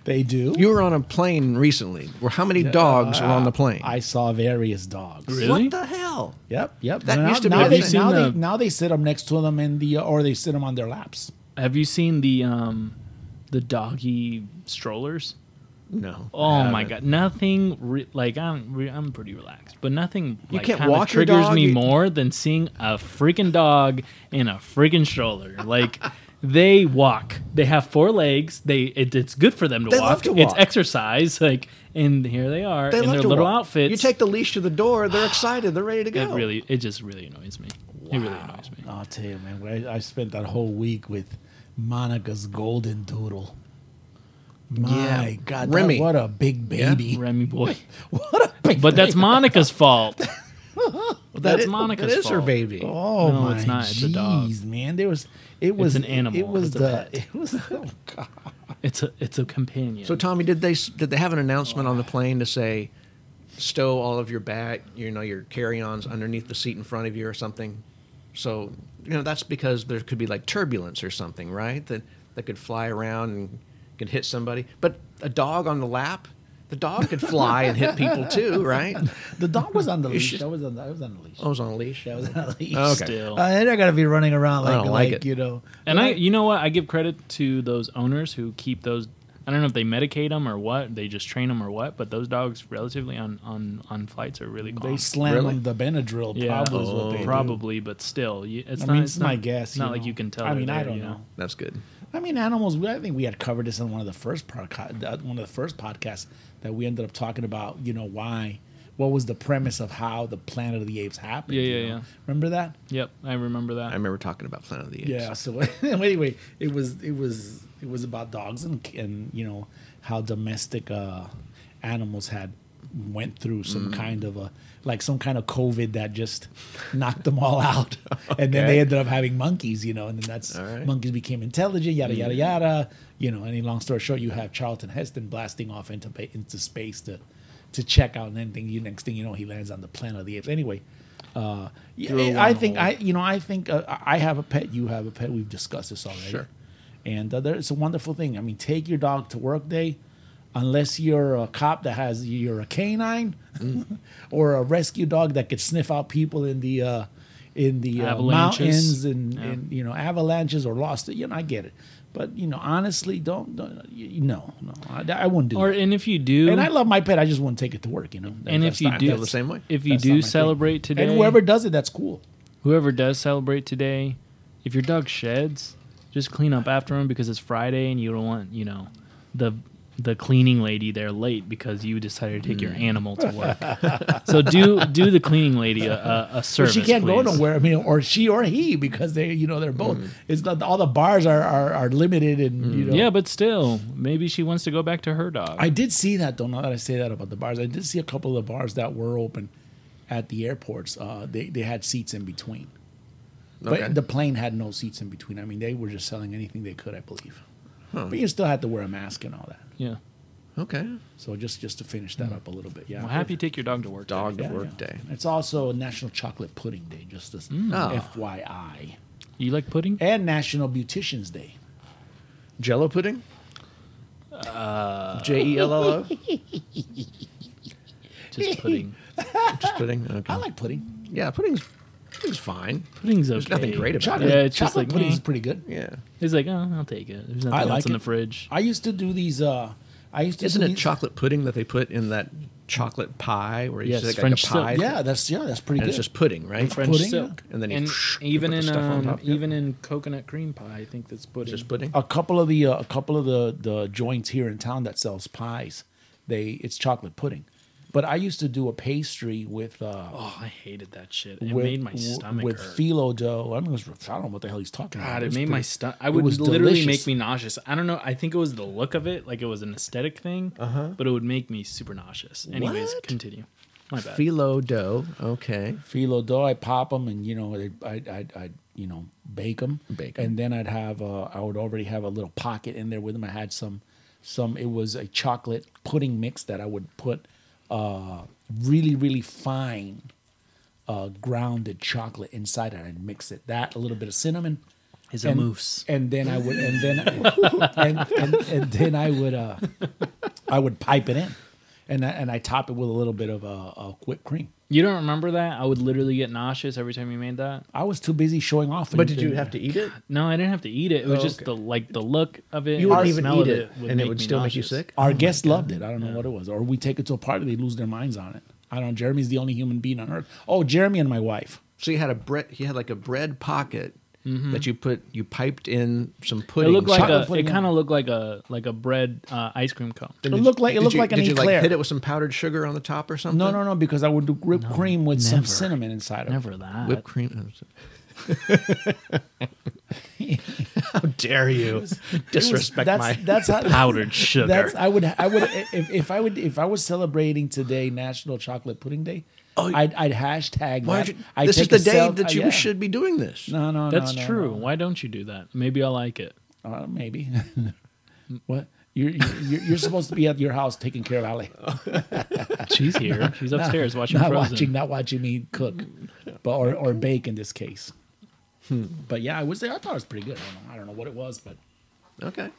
[SPEAKER 4] They do.
[SPEAKER 5] You were on a plane recently. Where how many dogs were on the plane?
[SPEAKER 4] I saw various dogs.
[SPEAKER 6] uh, Really?
[SPEAKER 5] What the hell?
[SPEAKER 4] Yep, yep.
[SPEAKER 5] That
[SPEAKER 4] now,
[SPEAKER 5] used to be
[SPEAKER 4] now
[SPEAKER 5] a
[SPEAKER 4] they,
[SPEAKER 6] thing.
[SPEAKER 4] now,
[SPEAKER 6] Have you
[SPEAKER 4] they,
[SPEAKER 6] seen the-
[SPEAKER 4] now they sit them next to them in the or they sit them on their laps.
[SPEAKER 6] Have you seen the um the doggy strollers?
[SPEAKER 5] No.
[SPEAKER 6] Oh
[SPEAKER 5] I
[SPEAKER 6] my
[SPEAKER 5] haven't.
[SPEAKER 6] god, nothing re- like I'm re- I'm pretty relaxed, but nothing
[SPEAKER 5] You
[SPEAKER 6] like
[SPEAKER 5] can't
[SPEAKER 6] kinda
[SPEAKER 5] walk your
[SPEAKER 6] triggers
[SPEAKER 5] dog,
[SPEAKER 6] me
[SPEAKER 5] you-
[SPEAKER 6] more than seeing a freaking dog in a freaking stroller. Like they walk, they have four legs. They it, it's good for them to,
[SPEAKER 5] They
[SPEAKER 6] walk.
[SPEAKER 5] love to
[SPEAKER 6] It's
[SPEAKER 5] walk.
[SPEAKER 6] exercise. Like and here they are
[SPEAKER 5] They
[SPEAKER 6] in
[SPEAKER 5] love
[SPEAKER 6] their
[SPEAKER 5] to
[SPEAKER 6] little
[SPEAKER 5] walk.
[SPEAKER 6] outfits.
[SPEAKER 5] You take the leash to the door. They're excited. They're ready to
[SPEAKER 6] it
[SPEAKER 5] go.
[SPEAKER 6] really it just really annoys me. It really annoys me.
[SPEAKER 4] I'll tell you, man. when I, I spent that whole week with Monica's golden doodle. My
[SPEAKER 5] Yeah,
[SPEAKER 4] God, that-
[SPEAKER 5] Remy.
[SPEAKER 4] what a big baby!
[SPEAKER 6] Remy boy,
[SPEAKER 4] What a big
[SPEAKER 6] but that's Monica's fault.
[SPEAKER 5] That
[SPEAKER 6] that's
[SPEAKER 5] is-
[SPEAKER 6] Monica's
[SPEAKER 5] That is her
[SPEAKER 6] fault.
[SPEAKER 5] baby.
[SPEAKER 4] Oh
[SPEAKER 6] No,
[SPEAKER 4] my
[SPEAKER 6] it's not. It's a dog.
[SPEAKER 4] jeez, man! There was it was
[SPEAKER 6] an animal.
[SPEAKER 4] It was
[SPEAKER 6] It's a
[SPEAKER 4] the
[SPEAKER 6] pet.
[SPEAKER 4] it was oh God.
[SPEAKER 6] It's a it's a companion.
[SPEAKER 5] So Tommy, did they did they have an announcement on the plane to say stow all of your bag, you know, your carry-ons underneath the seat in front of you or something? So, you know, that's because there could be like turbulence or something, right? That that could fly around and could hit somebody. But a dog on the lap, the dog could fly and hit people too, right?
[SPEAKER 4] the dog was on the leash.
[SPEAKER 5] should-
[SPEAKER 4] That was on the, I was on the leash.
[SPEAKER 5] I was on a leash.
[SPEAKER 4] That was on the leash.
[SPEAKER 5] Okay.
[SPEAKER 6] Still.
[SPEAKER 4] Uh, and I gotta be running around
[SPEAKER 5] I
[SPEAKER 4] like
[SPEAKER 5] don't like
[SPEAKER 4] like,
[SPEAKER 5] it.
[SPEAKER 4] you know.
[SPEAKER 6] And I, you know what? I give credit to those owners who keep those. I don't know if they medicate them or what. They just train them or what. But those dogs, relatively on on on flights, are really calm.
[SPEAKER 4] They slam
[SPEAKER 5] Really?
[SPEAKER 4] on the Benadryl.
[SPEAKER 6] yeah, Oh,
[SPEAKER 4] Probably is what they do.
[SPEAKER 6] probably, but still, you, it's
[SPEAKER 4] I
[SPEAKER 6] not.
[SPEAKER 4] mean,
[SPEAKER 6] it's
[SPEAKER 4] it's my
[SPEAKER 6] not,
[SPEAKER 4] guess.
[SPEAKER 6] It's not like
[SPEAKER 4] know.
[SPEAKER 6] you can tell.
[SPEAKER 4] I
[SPEAKER 6] they're
[SPEAKER 4] mean, I
[SPEAKER 6] there,
[SPEAKER 4] don't
[SPEAKER 6] you
[SPEAKER 4] know.
[SPEAKER 5] That's good.
[SPEAKER 4] I mean, animals. we- I think we had covered this on one of the first podca- uh, one of the first podcasts that we ended up talking about. You know why? What was the premise of how the Planet of the Apes happened?
[SPEAKER 6] Yeah,
[SPEAKER 4] you
[SPEAKER 6] yeah,
[SPEAKER 4] know?
[SPEAKER 6] yeah.
[SPEAKER 4] Remember that?
[SPEAKER 6] Yep, I remember that.
[SPEAKER 5] I remember talking about Planet of the Apes.
[SPEAKER 4] Yeah. So anyway, it was it was it was about dogs and and you know how domestic uh, animals had went through
[SPEAKER 5] Mm.
[SPEAKER 4] some kind of a like some kind of COVID that just knocked them all out, and then
[SPEAKER 5] Okay.
[SPEAKER 4] they ended up having monkeys. You know, and then that's
[SPEAKER 5] All right. Mm.
[SPEAKER 4] monkeys became intelligent. Yada yada yada. You know, any long story short, you have Charlton Heston blasting off into pa- into space to to check out and then thing you next thing you know he lands on the planet of the apes. Anyway. Uh,
[SPEAKER 5] Through a
[SPEAKER 4] I think
[SPEAKER 5] wormhole.
[SPEAKER 4] I, you know, I think uh, I have a pet. You have a pet. We've discussed this already.
[SPEAKER 5] Sure.
[SPEAKER 4] And uh, there, it's a wonderful thing. I mean, take your dog to work day, unless you're a cop that has you're a canine,
[SPEAKER 6] Mm.
[SPEAKER 4] or a rescue dog that could sniff out people in the uh, in the uh,
[SPEAKER 6] Avalanches.
[SPEAKER 4] mountains and,
[SPEAKER 6] Yeah.
[SPEAKER 4] and you know avalanches or lost. You know, I get it. But you know, honestly, don't, don't you, you- no, no, I, I wouldn't do
[SPEAKER 6] Or
[SPEAKER 4] it.
[SPEAKER 6] and if you do,
[SPEAKER 4] And I love my pet. I just wouldn't take it to work. You know. That-
[SPEAKER 6] And
[SPEAKER 4] that's
[SPEAKER 6] if you
[SPEAKER 4] not-
[SPEAKER 6] do-
[SPEAKER 5] feel the
[SPEAKER 4] that's-
[SPEAKER 5] same way.
[SPEAKER 6] if you
[SPEAKER 4] that's not my
[SPEAKER 6] do
[SPEAKER 4] thing.
[SPEAKER 6] celebrate today,
[SPEAKER 4] and whoever does it, that's cool.
[SPEAKER 6] whoever does celebrate today, if your dog sheds, just clean up after him because it's Friday and you don't want you know the the cleaning lady there late because you decided to take
[SPEAKER 4] Mm.
[SPEAKER 6] your animal to work. so do do the cleaning lady a, a, a service.
[SPEAKER 4] But she can't go
[SPEAKER 6] please. Mm.
[SPEAKER 4] nowhere. I mean, or she or he, because they, you know, they're both. It's not, all the bars are are, are limited, and you know.
[SPEAKER 6] Yeah, but still, maybe she wants to go back to her dog.
[SPEAKER 4] I did see that though. Now that I say that about the bars, I did see a couple of the bars that were open at the airports. Uh, they they had seats in between,
[SPEAKER 5] Okay.
[SPEAKER 4] but the plane had no seats in between. I mean, they were just selling anything they could, I believe. But you still had to wear a mask and all that.
[SPEAKER 6] yeah.
[SPEAKER 5] Okay.
[SPEAKER 4] So just just to finish that up a little bit, yeah.
[SPEAKER 6] Mm. Well, happy to take your dog to work.
[SPEAKER 5] Dog
[SPEAKER 4] Yeah,
[SPEAKER 5] to work
[SPEAKER 4] yeah.
[SPEAKER 5] day.
[SPEAKER 4] It's also National Chocolate Pudding Day, just as
[SPEAKER 6] Mm.
[SPEAKER 5] Ah.
[SPEAKER 4] FYI,
[SPEAKER 6] You like pudding?
[SPEAKER 4] and National Beauticians Day.
[SPEAKER 5] Jello pudding? J E L L O?
[SPEAKER 6] Just pudding.
[SPEAKER 5] Just pudding. Okay.
[SPEAKER 4] I like pudding.
[SPEAKER 5] yeah, pudding's, pudding's fine.
[SPEAKER 6] Pudding's okay.
[SPEAKER 5] There's nothing great about
[SPEAKER 4] Chocolate,
[SPEAKER 5] it.
[SPEAKER 6] Yeah, it's just
[SPEAKER 4] chocolate
[SPEAKER 6] like,
[SPEAKER 4] pudding is
[SPEAKER 6] eh.
[SPEAKER 4] pretty good.
[SPEAKER 5] Yeah.
[SPEAKER 6] It's like, oh, I'll take it. There's nothing
[SPEAKER 4] I
[SPEAKER 6] else
[SPEAKER 4] like
[SPEAKER 6] in
[SPEAKER 4] it.
[SPEAKER 6] the fridge.
[SPEAKER 4] I used to do these. uh I used to.
[SPEAKER 5] Isn't
[SPEAKER 4] do
[SPEAKER 5] it
[SPEAKER 4] these-
[SPEAKER 5] chocolate pudding that they put in that chocolate pie where you
[SPEAKER 6] Yes,
[SPEAKER 5] stick like
[SPEAKER 6] French
[SPEAKER 5] a
[SPEAKER 6] silk.
[SPEAKER 5] pie?
[SPEAKER 4] Yeah, that's yeah, that's pretty
[SPEAKER 5] And it's
[SPEAKER 4] good.
[SPEAKER 5] just pudding, right?
[SPEAKER 6] French
[SPEAKER 4] Pudding,
[SPEAKER 6] silk,
[SPEAKER 5] yeah. And then you- you put
[SPEAKER 6] even
[SPEAKER 5] the
[SPEAKER 6] in
[SPEAKER 5] stuff on
[SPEAKER 6] um,
[SPEAKER 5] top, yeah.
[SPEAKER 6] even in coconut cream pie, I think that's pudding.
[SPEAKER 5] Just pudding.
[SPEAKER 4] a couple of the uh, a couple of the the joints here in town that sells pies, they it's chocolate pudding. But I used to do a pastry with uh,
[SPEAKER 6] Oh, I hated that shit. It
[SPEAKER 4] with,
[SPEAKER 6] made my
[SPEAKER 4] w-
[SPEAKER 6] stomach
[SPEAKER 4] with
[SPEAKER 6] hurt.
[SPEAKER 4] phyllo dough. I mean, it was, I don't know what the hell he's talking about.
[SPEAKER 6] God, it
[SPEAKER 4] was
[SPEAKER 6] made my
[SPEAKER 4] pretty-
[SPEAKER 6] stomach. I would
[SPEAKER 4] was
[SPEAKER 6] literally
[SPEAKER 4] delicious.
[SPEAKER 6] make me nauseous. I don't know. I think it was the look of it, like it was an aesthetic thing, uh-huh. but it would make me super nauseous. Anyways,
[SPEAKER 5] What?
[SPEAKER 6] continue. My bad.
[SPEAKER 5] Phyllo dough. Okay.
[SPEAKER 4] phyllo dough. I pop them, and you know, I I I you know bake them,
[SPEAKER 5] Bake 'em.
[SPEAKER 4] and then I'd have uh, I would already have a little pocket in there with them. I had some some. It was a chocolate pudding mix that I would put uh, really really fine uh, grounded chocolate inside, and I'd mix it that a little bit of cinnamon.
[SPEAKER 6] Is
[SPEAKER 4] and, and then I would, and then, and, and, and then I would, uh, I would pipe it in, and I, and I top it with a little bit of uh, uh, whipped cream.
[SPEAKER 6] You don't remember that? I would literally get nauseous every time you made that.
[SPEAKER 4] I was too busy showing off.
[SPEAKER 5] But did you have to eat it?
[SPEAKER 6] No, I didn't have to eat it. It was
[SPEAKER 5] Oh,
[SPEAKER 6] just
[SPEAKER 5] okay.
[SPEAKER 6] the like the look of it.
[SPEAKER 5] You
[SPEAKER 6] and
[SPEAKER 5] wouldn't
[SPEAKER 6] the
[SPEAKER 5] even
[SPEAKER 6] smell
[SPEAKER 5] eat
[SPEAKER 6] of
[SPEAKER 5] it, and it would
[SPEAKER 6] me
[SPEAKER 5] still make you
[SPEAKER 6] nauseous.
[SPEAKER 5] sick.
[SPEAKER 4] Our guests loved it. I don't know what it was. Or we take it to a party, they lose their minds on it. I don't know. Jeremy's the only human being on earth. Oh, Jeremy and my wife.
[SPEAKER 5] So you had a bread. He had like a bread pocket that you put. You piped in some
[SPEAKER 6] Mm-hmm. It
[SPEAKER 5] pudding.
[SPEAKER 6] looked like
[SPEAKER 4] Chocolate
[SPEAKER 6] a.
[SPEAKER 4] pudding,
[SPEAKER 6] It
[SPEAKER 4] yeah.
[SPEAKER 6] kind of looked like a like a bread uh, ice cream cone.
[SPEAKER 4] It looked like it
[SPEAKER 5] Did
[SPEAKER 4] looked
[SPEAKER 5] you-
[SPEAKER 4] like an
[SPEAKER 5] Did you
[SPEAKER 4] eclair.
[SPEAKER 5] like hit it with some powdered sugar on the top or something?
[SPEAKER 4] no, no, no, because I would do whipped cream with some
[SPEAKER 6] never.
[SPEAKER 4] cinnamon inside of it.
[SPEAKER 6] Never that.
[SPEAKER 5] Whipped cream. How dare you
[SPEAKER 4] It was-
[SPEAKER 5] disrespect
[SPEAKER 4] that's,
[SPEAKER 5] my?
[SPEAKER 4] That's how
[SPEAKER 6] powdered sugar.
[SPEAKER 4] That's I would I would if, if I would if I was celebrating today National Chocolate Pudding Day,
[SPEAKER 5] Oh,
[SPEAKER 4] I'd, I'd hashtag
[SPEAKER 5] Why
[SPEAKER 4] that.
[SPEAKER 5] did you-
[SPEAKER 4] I'd
[SPEAKER 5] this is
[SPEAKER 4] take
[SPEAKER 5] the
[SPEAKER 4] a
[SPEAKER 5] day
[SPEAKER 4] self-
[SPEAKER 5] that
[SPEAKER 4] uh,
[SPEAKER 5] you
[SPEAKER 4] yeah.
[SPEAKER 5] should be doing this.
[SPEAKER 4] No, no, no,
[SPEAKER 6] That's
[SPEAKER 4] no,
[SPEAKER 6] true.
[SPEAKER 4] no.
[SPEAKER 6] Why don't you do that? Maybe I like it.
[SPEAKER 4] Uh, maybe. what? You're, you're, you're supposed to be at your house taking care of Ali.
[SPEAKER 6] She's here. She's upstairs watching
[SPEAKER 4] Not
[SPEAKER 6] Frozen.
[SPEAKER 4] watching, not watching me cook, but or, or bake in this case.
[SPEAKER 5] Hmm.
[SPEAKER 4] But yeah, I was there. I thought it was pretty good. I don't, know, I don't know what it was, but
[SPEAKER 5] Okay.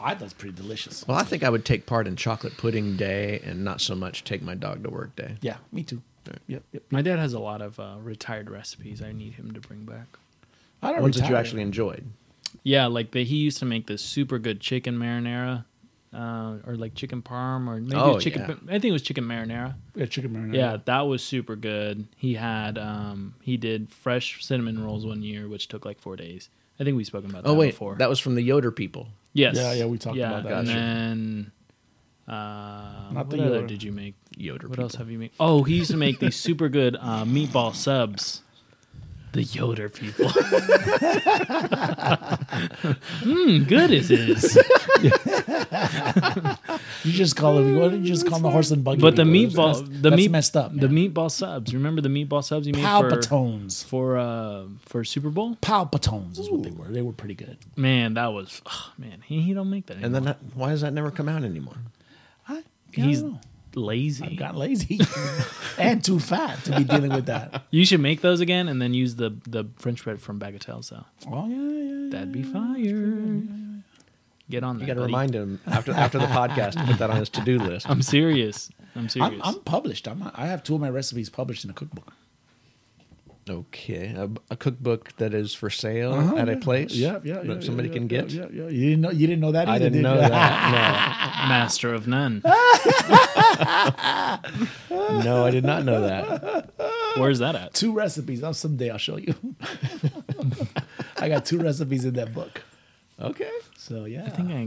[SPEAKER 4] I thought it was pretty delicious.
[SPEAKER 5] Well, I think I would take part in chocolate pudding day and not so much take my dog to work day.
[SPEAKER 4] Yeah, me too. Yep, yep.
[SPEAKER 6] My dad has a lot of uh, retired recipes. I need him to bring back.
[SPEAKER 4] I don't
[SPEAKER 5] Ones that you
[SPEAKER 4] retire.
[SPEAKER 5] actually enjoyed.
[SPEAKER 6] Yeah, like the, he used to make this super good chicken marinara, uh, or like chicken parm, or maybe
[SPEAKER 5] Oh,
[SPEAKER 6] a chicken.
[SPEAKER 5] yeah.
[SPEAKER 6] I think it was chicken marinara.
[SPEAKER 4] Yeah, chicken marinara.
[SPEAKER 6] Yeah, that was super good. He had um, he did fresh cinnamon rolls one year, which took like four days. I think we've spoken about
[SPEAKER 5] Oh
[SPEAKER 6] that
[SPEAKER 5] wait,
[SPEAKER 6] before.
[SPEAKER 5] that was from the Yoder people.
[SPEAKER 6] yes,
[SPEAKER 4] Yeah, yeah, we talked about that.
[SPEAKER 6] And
[SPEAKER 4] Gotcha.
[SPEAKER 6] then, uh,
[SPEAKER 4] Not
[SPEAKER 6] what
[SPEAKER 4] the
[SPEAKER 6] other
[SPEAKER 4] Yoder.
[SPEAKER 6] did you make?
[SPEAKER 5] Yoder.
[SPEAKER 6] What
[SPEAKER 5] people.
[SPEAKER 6] else have you made? Oh, he used to make these super good uh, meatball subs. The Yoder people. Hmm, good it is.
[SPEAKER 4] You just call him. What did you just call him the horse and buggy?
[SPEAKER 6] But the
[SPEAKER 4] people?
[SPEAKER 6] meatball,
[SPEAKER 4] That's-
[SPEAKER 6] the
[SPEAKER 4] that's
[SPEAKER 6] meat,
[SPEAKER 4] messed up.
[SPEAKER 6] The meatball subs. Remember the meatball subs you made
[SPEAKER 4] Palpatones.
[SPEAKER 6] for for uh, for Super Bowl?
[SPEAKER 4] Palpatones is what they were. They were pretty good.
[SPEAKER 6] Man, that was ugh, man. He, he don't make that. Anymore.
[SPEAKER 5] And then that, why does that never come out anymore?
[SPEAKER 4] I,
[SPEAKER 6] he's
[SPEAKER 4] I don't know.
[SPEAKER 6] lazy.
[SPEAKER 4] Got lazy and too fat to be dealing with that.
[SPEAKER 6] You should make those again and then use the the French bread from Bagatelle. So
[SPEAKER 4] Oh yeah, yeah.
[SPEAKER 6] that'd be fire. Get on that.
[SPEAKER 5] You got to
[SPEAKER 6] buddy.
[SPEAKER 5] remind him after after the podcast to put that on his to do list.
[SPEAKER 6] I'm serious. I'm serious.
[SPEAKER 4] I'm, I'm published. I'm, I have two of my recipes published in a cookbook.
[SPEAKER 5] Okay, a, a cookbook that is for sale at a place.
[SPEAKER 4] Uh-huh. Yeah, yeah, yeah,
[SPEAKER 5] that somebody
[SPEAKER 4] yeah,
[SPEAKER 5] can
[SPEAKER 4] yeah,
[SPEAKER 5] get.
[SPEAKER 4] Yeah, yeah, You didn't know. You didn't know that. Either,
[SPEAKER 5] I didn't
[SPEAKER 4] did
[SPEAKER 5] know
[SPEAKER 4] you?
[SPEAKER 5] that.
[SPEAKER 4] ah.
[SPEAKER 6] Master of none.
[SPEAKER 5] No, no, I did not know that.
[SPEAKER 6] Where's that at?
[SPEAKER 4] Two recipes. I'll, someday I'll show you. I got two recipes in that book.
[SPEAKER 5] Okay,
[SPEAKER 4] So yeah.
[SPEAKER 6] I think I,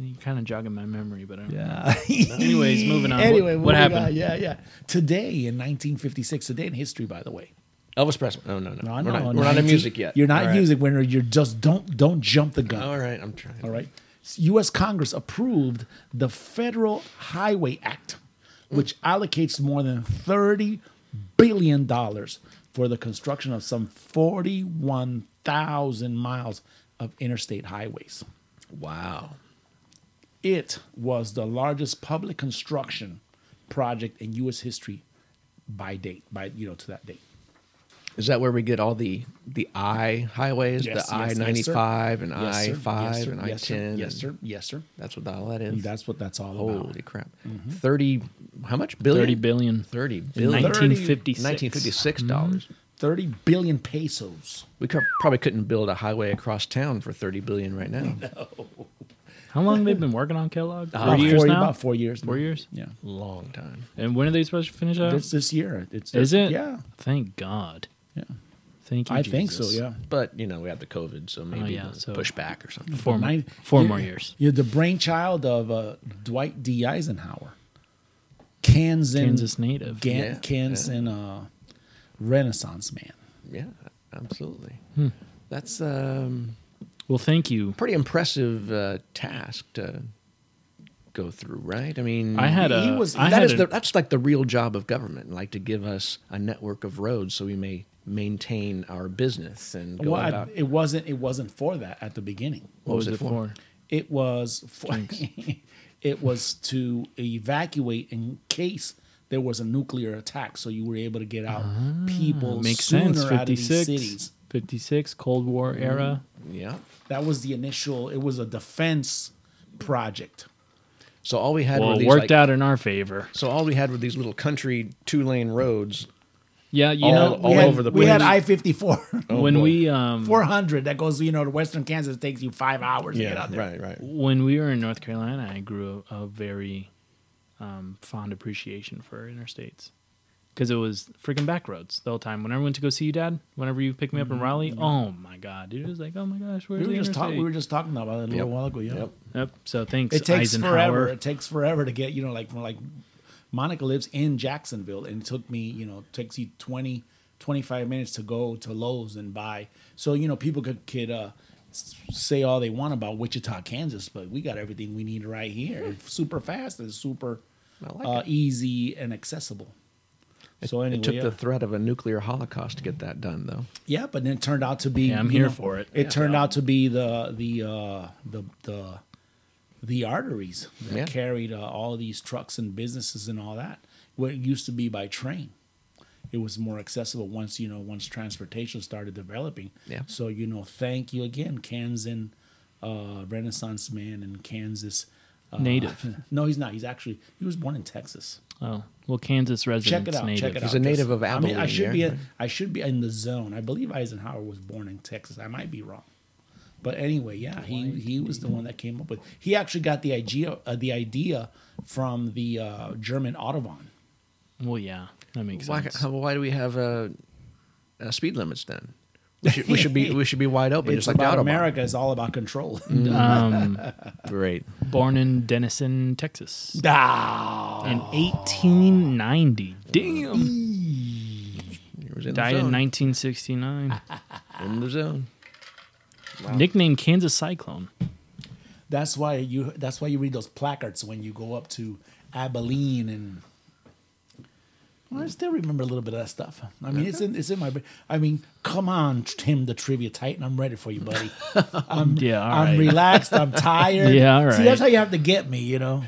[SPEAKER 6] you kind of jogging my memory, but I don't remember.
[SPEAKER 4] Yeah.
[SPEAKER 6] Anyways, moving on.
[SPEAKER 4] Anyway,
[SPEAKER 6] What- what
[SPEAKER 4] moving
[SPEAKER 6] happened?
[SPEAKER 4] on. Yeah, yeah. Today in 1956, today in history, by the way.
[SPEAKER 5] Elvis Presley. No, no, no.
[SPEAKER 4] No,
[SPEAKER 5] we're
[SPEAKER 4] no,
[SPEAKER 5] not, we're not
[SPEAKER 4] 19
[SPEAKER 5] in music yet.
[SPEAKER 4] You're not
[SPEAKER 5] All right.
[SPEAKER 4] music when you're just don't don't jump the gun.
[SPEAKER 5] All right, I'm trying.
[SPEAKER 4] All right. U.S. Congress approved the Federal Highway Act, which allocates more than $30 billion for the construction of some 41,000 miles of interstate highways.
[SPEAKER 5] Wow.
[SPEAKER 4] It was the largest public construction project in U.S. history by date, by, you know, to that date.
[SPEAKER 5] Is that where we get all the the I highways,
[SPEAKER 4] Yes,
[SPEAKER 5] the I
[SPEAKER 4] yes, yes, sir.
[SPEAKER 5] ninety five and
[SPEAKER 4] Yes, sir.
[SPEAKER 5] I
[SPEAKER 4] Yes,
[SPEAKER 5] five
[SPEAKER 4] sir.
[SPEAKER 5] and I
[SPEAKER 4] Yes, sir.
[SPEAKER 5] ten?
[SPEAKER 4] Yes, sir. Yes, sir.
[SPEAKER 5] That's what all that is.
[SPEAKER 4] That's what that's all about. Mm-hmm.
[SPEAKER 5] Holy crap! Thirty. How much? Billion.
[SPEAKER 6] 30 billion.
[SPEAKER 5] Thirty billion.
[SPEAKER 6] 1956.
[SPEAKER 5] 1956
[SPEAKER 4] Mm-hmm.
[SPEAKER 5] dollars.
[SPEAKER 4] 30 billion pesos.
[SPEAKER 5] We could, probably couldn't build a highway across town for 30 billion right now.
[SPEAKER 6] How long they've been working on Kellogg? Four
[SPEAKER 4] About
[SPEAKER 6] years
[SPEAKER 4] Uh, four-
[SPEAKER 6] now.
[SPEAKER 4] About four years.
[SPEAKER 6] Four years?
[SPEAKER 4] Yeah.
[SPEAKER 5] Long time.
[SPEAKER 6] And when are they supposed to finish up?
[SPEAKER 4] It's this year. It's
[SPEAKER 6] Is it?
[SPEAKER 4] Yeah. Oh,
[SPEAKER 6] Thank God.
[SPEAKER 4] Yeah.
[SPEAKER 6] Thank you.
[SPEAKER 4] I think so.
[SPEAKER 6] Jesus.
[SPEAKER 4] Yeah.
[SPEAKER 5] But, you know, we had the COVID,
[SPEAKER 4] Oh,
[SPEAKER 5] so maybe
[SPEAKER 6] yeah,
[SPEAKER 5] they'll
[SPEAKER 6] so-
[SPEAKER 5] push back or something.
[SPEAKER 6] Four, more
[SPEAKER 4] Nine-
[SPEAKER 6] four
[SPEAKER 4] you-
[SPEAKER 6] more years.
[SPEAKER 4] You're the brainchild of uh, Dwight D. Eisenhower, Kansas,
[SPEAKER 6] Kansas native.
[SPEAKER 4] Gan-
[SPEAKER 5] Yeah,
[SPEAKER 4] Kansas uh, Renaissance man.
[SPEAKER 5] Yeah, absolutely.
[SPEAKER 4] Hmm.
[SPEAKER 5] That's um,
[SPEAKER 6] Well, thank you.
[SPEAKER 5] pretty impressive uh, task to go through, right? I mean,
[SPEAKER 6] I had a-
[SPEAKER 5] he was,
[SPEAKER 6] I
[SPEAKER 5] that
[SPEAKER 6] had
[SPEAKER 5] is
[SPEAKER 6] a-
[SPEAKER 5] the, that's like the real job of government, like to give us a network of roads so we may maintain our business and go
[SPEAKER 4] Well, I-
[SPEAKER 5] about.
[SPEAKER 4] it wasn't. It wasn't for that at the beginning.
[SPEAKER 6] What was it for?
[SPEAKER 4] It was for. it was to evacuate in case there was a nuclear attack, so you were able to get out
[SPEAKER 5] Ah,
[SPEAKER 4] people
[SPEAKER 6] Makes
[SPEAKER 4] sooner
[SPEAKER 6] sense.
[SPEAKER 4] out of these
[SPEAKER 6] 56.
[SPEAKER 4] cities. Mm-hmm.
[SPEAKER 6] 56, Cold War era.
[SPEAKER 5] yeah.
[SPEAKER 4] That was the initial. It was a defense project.
[SPEAKER 5] So all we had
[SPEAKER 6] Well,
[SPEAKER 5] were
[SPEAKER 6] it
[SPEAKER 5] these
[SPEAKER 6] worked
[SPEAKER 5] like-
[SPEAKER 6] out in our favor.
[SPEAKER 5] So all we had were these little country two lane roads
[SPEAKER 6] Yeah, you
[SPEAKER 5] All-
[SPEAKER 6] know,
[SPEAKER 5] all
[SPEAKER 6] when-
[SPEAKER 5] over the
[SPEAKER 4] We had
[SPEAKER 5] place.
[SPEAKER 4] I fifty four.
[SPEAKER 6] when
[SPEAKER 5] boy.
[SPEAKER 6] we um
[SPEAKER 4] 400 that goes you know to western kansas takes you five hours to get out there
[SPEAKER 5] right, right.
[SPEAKER 6] when we were in North Carolina, I grew a, a very um, fond appreciation for interstates because it was freaking back roads the whole time. Whenever I went to go see you, Dad, whenever you picked me up in Raleigh, oh my god, dude, it was like, oh my gosh, where's
[SPEAKER 4] Mm, we were
[SPEAKER 6] the
[SPEAKER 4] just
[SPEAKER 6] interstate?
[SPEAKER 4] talking we were just talking about it a little
[SPEAKER 5] Yep.
[SPEAKER 4] while ago yeah
[SPEAKER 5] Yep.
[SPEAKER 6] yep. So thanks,
[SPEAKER 4] it takes
[SPEAKER 6] Eisenhower.
[SPEAKER 4] forever it takes forever to get you know like from like monica lives in jacksonville and it took me you know takes you 20 25 minutes to go to lowes and buy so you know people could could uh s- say all they want about wichita kansas but we got everything we need right here It's super fast and super
[SPEAKER 5] Hmm. I like
[SPEAKER 4] uh,
[SPEAKER 5] it.
[SPEAKER 4] easy and accessible so anyway,
[SPEAKER 5] It took
[SPEAKER 4] yeah.
[SPEAKER 5] the threat of a nuclear holocaust to get that done, though.
[SPEAKER 4] Yeah, but then it turned out to be.
[SPEAKER 6] Yeah, I'm
[SPEAKER 4] you
[SPEAKER 6] here for it.
[SPEAKER 4] It
[SPEAKER 6] Yeah.
[SPEAKER 4] turned out to be the the uh, the the the arteries that
[SPEAKER 5] Yeah.
[SPEAKER 4] carried uh, all these trucks and businesses and all that. What it used to be by train, it was more accessible once you know once transportation started developing.
[SPEAKER 5] Yeah.
[SPEAKER 4] So you know, thank you again, Kansan uh, Renaissance man and Kansas uh,
[SPEAKER 6] Native.
[SPEAKER 4] No, he's not. He's actually he was born in Texas.
[SPEAKER 6] Oh well, Kansas residents.
[SPEAKER 4] Uh, Check it out.
[SPEAKER 6] Native.
[SPEAKER 4] Check it out.
[SPEAKER 5] He's a native of
[SPEAKER 4] I mean, I
[SPEAKER 5] Abilene,
[SPEAKER 4] should be.
[SPEAKER 5] yeah.
[SPEAKER 4] A, I should be in the zone. I believe Eisenhower was born in Texas. I might be wrong, but anyway, yeah, he he was the one that came up with. He actually got the idea uh, the idea from the uh, German Autobahn.
[SPEAKER 6] Well, yeah, that makes
[SPEAKER 5] Why,
[SPEAKER 6] sense.
[SPEAKER 5] how, why do we have uh, uh, speed limits then? We should, we should be we should be wide open,
[SPEAKER 4] It's
[SPEAKER 5] just like the
[SPEAKER 4] about
[SPEAKER 5] Autobahn. Mm.
[SPEAKER 4] America. It's all about control.
[SPEAKER 5] Great.
[SPEAKER 6] Born in Denison, Texas,
[SPEAKER 4] Ah.
[SPEAKER 6] in 1890. Damn.
[SPEAKER 5] He was in
[SPEAKER 6] Died
[SPEAKER 5] the zone.
[SPEAKER 6] in 1969.
[SPEAKER 5] in the zone.
[SPEAKER 6] Nicknamed Kansas Cyclone.
[SPEAKER 4] That's why you. That's why you read those placards when you go up to Abilene and Well, I still remember a little bit of that stuff. I mean, it's in it's in my. brain. I mean, come on, Tim, the trivia titan. I'm ready for you, buddy. I'm,
[SPEAKER 6] Yeah, all
[SPEAKER 4] I'm
[SPEAKER 6] right.
[SPEAKER 4] relaxed. I'm tired.
[SPEAKER 6] Yeah, all
[SPEAKER 4] See, that's
[SPEAKER 6] right.
[SPEAKER 4] how you have to get me. You know,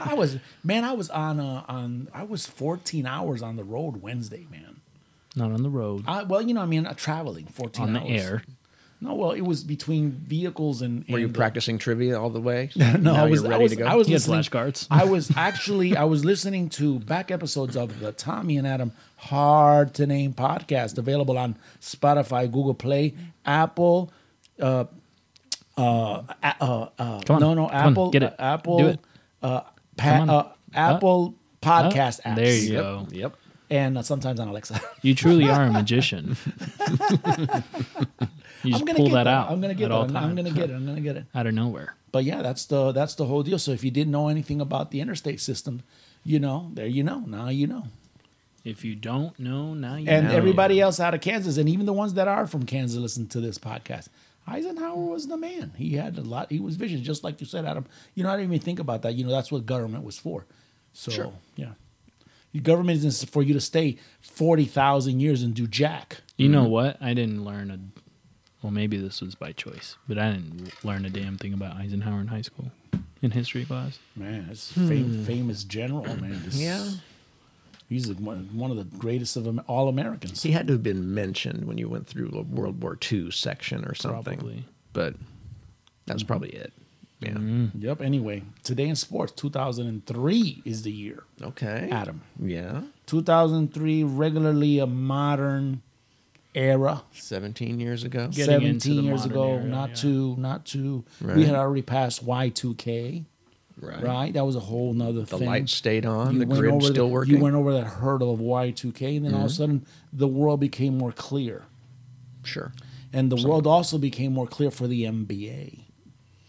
[SPEAKER 4] I was man. I was on uh, on. I was 14 hours on the road Wednesday, man.
[SPEAKER 6] Not on the road.
[SPEAKER 4] I, well, you know, I mean, uh, traveling 14
[SPEAKER 6] on the
[SPEAKER 4] hours.
[SPEAKER 6] air.
[SPEAKER 4] No, well, it was between vehicles and.
[SPEAKER 5] Were you
[SPEAKER 4] and, uh,
[SPEAKER 5] practicing trivia all the way?
[SPEAKER 4] no,
[SPEAKER 5] Now
[SPEAKER 4] I was
[SPEAKER 5] you're
[SPEAKER 4] I
[SPEAKER 5] ready
[SPEAKER 4] was,
[SPEAKER 5] to go.
[SPEAKER 4] I was
[SPEAKER 6] He had
[SPEAKER 4] listening-
[SPEAKER 6] flashcards.
[SPEAKER 4] I was actually I was listening to back episodes of the Tommy and Adam Hard to Name podcast available on Spotify, Google Play, Apple. Uh, uh, uh, uh,
[SPEAKER 6] Come on,
[SPEAKER 4] no, no,
[SPEAKER 6] come on,
[SPEAKER 4] Apple,
[SPEAKER 6] get it.
[SPEAKER 4] uh, Apple,
[SPEAKER 6] Do it.
[SPEAKER 4] Uh,
[SPEAKER 6] Come on.
[SPEAKER 4] pa- uh, Apple podcast
[SPEAKER 6] Oh,
[SPEAKER 4] apps,
[SPEAKER 6] There you
[SPEAKER 5] Yep,
[SPEAKER 6] go.
[SPEAKER 5] Yep.
[SPEAKER 4] and uh, sometimes on Alexa.
[SPEAKER 6] You truly are a magician. you just
[SPEAKER 4] I'm gonna
[SPEAKER 6] pull
[SPEAKER 4] get
[SPEAKER 6] that
[SPEAKER 4] that.
[SPEAKER 6] out.
[SPEAKER 4] I'm gonna
[SPEAKER 6] at
[SPEAKER 4] get it.
[SPEAKER 6] all
[SPEAKER 4] I'm, I'm
[SPEAKER 6] times.
[SPEAKER 4] gonna get it. I'm gonna get it.
[SPEAKER 6] out of nowhere.
[SPEAKER 4] But yeah, that's the that's the whole deal. So if you didn't know anything about the interstate system, you know, there you know. Now you know.
[SPEAKER 6] If you don't know, now you
[SPEAKER 4] and
[SPEAKER 6] know.
[SPEAKER 4] everybody else out of Kansas, and even the ones that are from Kansas, listen to this podcast. Eisenhower was the man. He had a lot. He was visionary, just like you said, Adam. You know, I didn't even think about that. You know, that's what government was for. So yeah, Your government isn't for you to stay forty thousand years and do jack.
[SPEAKER 6] You know what? I didn't learn a. Well, maybe this was by choice, but I didn't learn a damn thing about Eisenhower in high school, in history class.
[SPEAKER 4] Man, it's
[SPEAKER 6] Hmm.
[SPEAKER 4] fam- famous general. Man, This-
[SPEAKER 5] Yeah.
[SPEAKER 4] he's the- one one of the greatest of Am- all Americans.
[SPEAKER 5] He had to have been mentioned when you went through the World War II section or something.
[SPEAKER 6] Probably.
[SPEAKER 5] But that was probably it. Yeah.
[SPEAKER 6] Mm-hmm.
[SPEAKER 4] Yep. Anyway, today in sports, two thousand and three is the year.
[SPEAKER 5] Okay.
[SPEAKER 4] Adam.
[SPEAKER 5] Yeah.
[SPEAKER 4] 2003, regularly a modern era.
[SPEAKER 5] 17 years ago.
[SPEAKER 6] Yeah. Getting into
[SPEAKER 4] 17
[SPEAKER 6] the
[SPEAKER 4] years
[SPEAKER 6] modern
[SPEAKER 4] ago,
[SPEAKER 6] era,
[SPEAKER 4] not
[SPEAKER 6] yeah.
[SPEAKER 4] too, not too.
[SPEAKER 5] Right.
[SPEAKER 4] We had already passed Y2K, right? That was a whole nother
[SPEAKER 5] The
[SPEAKER 4] thing.
[SPEAKER 5] lights stayed on,
[SPEAKER 4] You
[SPEAKER 5] the
[SPEAKER 4] went
[SPEAKER 5] grid
[SPEAKER 4] over
[SPEAKER 5] still
[SPEAKER 4] the-
[SPEAKER 5] working. Mm-hmm.
[SPEAKER 4] You went over that hurdle of Y2K, and then all of a sudden, the world became more clear,
[SPEAKER 5] sure.
[SPEAKER 4] and the world also became more clear for the NBA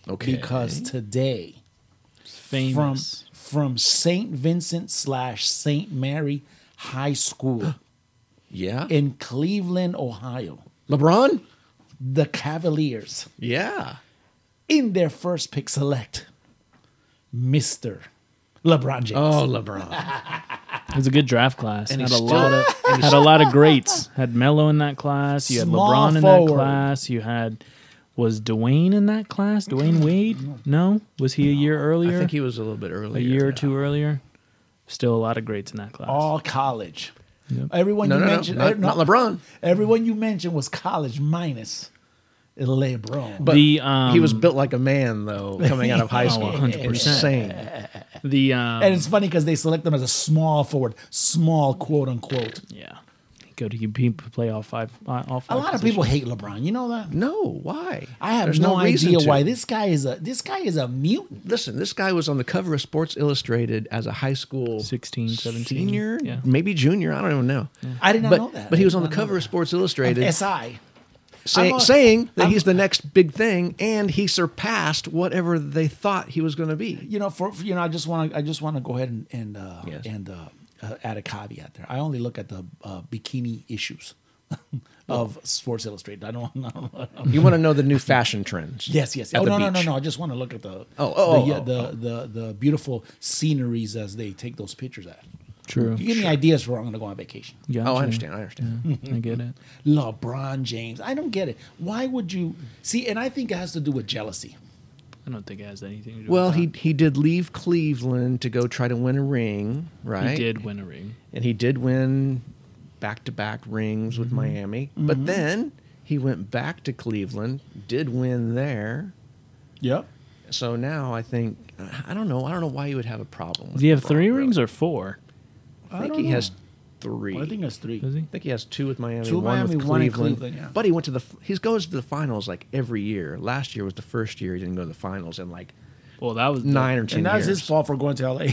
[SPEAKER 5] Okay.
[SPEAKER 4] because today,
[SPEAKER 6] Famous.
[SPEAKER 4] from from Saint Vincent slash Saint Mary High School
[SPEAKER 5] yeah.
[SPEAKER 4] in Cleveland, Ohio.
[SPEAKER 5] LeBron?
[SPEAKER 4] the Cavaliers
[SPEAKER 5] Yeah.
[SPEAKER 4] in their first pick select Mr. LeBron James.
[SPEAKER 5] Oh, LeBron.
[SPEAKER 6] it was a good draft class.
[SPEAKER 5] And
[SPEAKER 6] had a
[SPEAKER 5] he's still-
[SPEAKER 6] lot of had a lot of greats. Had Melo in that class. You had
[SPEAKER 4] Small
[SPEAKER 6] LeBron in that
[SPEAKER 4] forward.
[SPEAKER 6] class. You had was Dwayne in that class? Dwayne Wade? No, was he a year
[SPEAKER 5] I
[SPEAKER 6] earlier?
[SPEAKER 5] think he was a little bit earlier.
[SPEAKER 6] a year or
[SPEAKER 5] yeah.
[SPEAKER 6] two earlier. Still a lot of greats in that class.
[SPEAKER 4] All college. Everyone
[SPEAKER 5] No,
[SPEAKER 4] you
[SPEAKER 5] no, no.
[SPEAKER 4] mentioned, er,
[SPEAKER 5] Not,
[SPEAKER 4] no,
[SPEAKER 5] not LeBron.
[SPEAKER 4] Everyone you mentioned was college minus LeBron.
[SPEAKER 5] But
[SPEAKER 6] The, um,
[SPEAKER 5] he was built like a man, though, coming out of high
[SPEAKER 6] Oh,
[SPEAKER 5] school.
[SPEAKER 6] 100%.
[SPEAKER 5] Insane.
[SPEAKER 6] the um,
[SPEAKER 4] and it's funny because they select them as a small forward, small quote unquote.
[SPEAKER 6] yeah, go to UP play all five. All five
[SPEAKER 4] A lot of people hate LeBron. You know that.
[SPEAKER 5] No, why?
[SPEAKER 4] I have
[SPEAKER 5] There's
[SPEAKER 4] no,
[SPEAKER 5] reason
[SPEAKER 4] idea
[SPEAKER 5] to.
[SPEAKER 4] why this guy is a this guy is a mutant.
[SPEAKER 5] Listen, this guy was on the cover of Sports Illustrated as a high school
[SPEAKER 6] 16, 17.
[SPEAKER 5] senior,
[SPEAKER 6] Yeah.
[SPEAKER 5] maybe junior. I don't even know.
[SPEAKER 4] I did not
[SPEAKER 5] But,
[SPEAKER 4] know that.
[SPEAKER 5] but he
[SPEAKER 4] I
[SPEAKER 5] was
[SPEAKER 4] did
[SPEAKER 5] on the
[SPEAKER 4] not know
[SPEAKER 5] cover of
[SPEAKER 4] that.
[SPEAKER 5] Sports Illustrated
[SPEAKER 4] SI.
[SPEAKER 5] say,
[SPEAKER 4] I'm a-
[SPEAKER 5] saying that
[SPEAKER 4] I'm-
[SPEAKER 5] he's the next big thing, and he surpassed whatever they thought he was going to be.
[SPEAKER 4] you know, for, for- you know, I just want to, I just want to go ahead and and uh,
[SPEAKER 5] Yes.
[SPEAKER 4] and uh, uh, add a caveat there. I only look at the uh, bikini issues
[SPEAKER 5] Oh.
[SPEAKER 4] of Sports Illustrated. I don't, I don't know.
[SPEAKER 5] You want to know the new fashion trends?
[SPEAKER 4] Yes, yes.
[SPEAKER 5] At
[SPEAKER 4] Oh
[SPEAKER 5] the
[SPEAKER 4] no, no, no,
[SPEAKER 5] beach.
[SPEAKER 4] no. I just want to look at the
[SPEAKER 5] Oh, oh,
[SPEAKER 4] the,
[SPEAKER 5] oh,
[SPEAKER 4] the, the the the beautiful sceneries as they take those pictures at.
[SPEAKER 6] True.
[SPEAKER 4] You give me ideas for where I'm going to go on vacation.
[SPEAKER 6] Gotcha.
[SPEAKER 5] Oh, I understand. I understand.
[SPEAKER 6] I get it.
[SPEAKER 4] LeBron James. I don't get it. Why would you see? And I think it has to do with jealousy.
[SPEAKER 6] I don't think it has anything to do.
[SPEAKER 5] Well,
[SPEAKER 6] with
[SPEAKER 5] he
[SPEAKER 6] that.
[SPEAKER 5] he did leave Cleveland to go try to win a ring, right?
[SPEAKER 6] he did win a ring.
[SPEAKER 5] and he did win back to back rings with Miami. But then he went back to Cleveland, did win there.
[SPEAKER 4] Yep.
[SPEAKER 5] So now I think I don't know. I don't know why you would have a problem. With
[SPEAKER 6] Does he have
[SPEAKER 5] LeBron,
[SPEAKER 6] three
[SPEAKER 5] really.
[SPEAKER 6] rings or four?
[SPEAKER 5] I think he has three.
[SPEAKER 4] I think that's three.
[SPEAKER 6] Does he?
[SPEAKER 5] I think he has two with Miami,
[SPEAKER 4] Two
[SPEAKER 5] one
[SPEAKER 4] Miami,
[SPEAKER 5] with
[SPEAKER 4] one in
[SPEAKER 5] Cleveland.
[SPEAKER 4] Cleveland, yeah.
[SPEAKER 5] But he went to the he goes to the finals like every year. Last year was the first year he didn't go to the finals in like
[SPEAKER 6] Well, that was the-
[SPEAKER 5] nine or ten
[SPEAKER 4] And that's
[SPEAKER 5] years.
[SPEAKER 4] his fault for going to LA.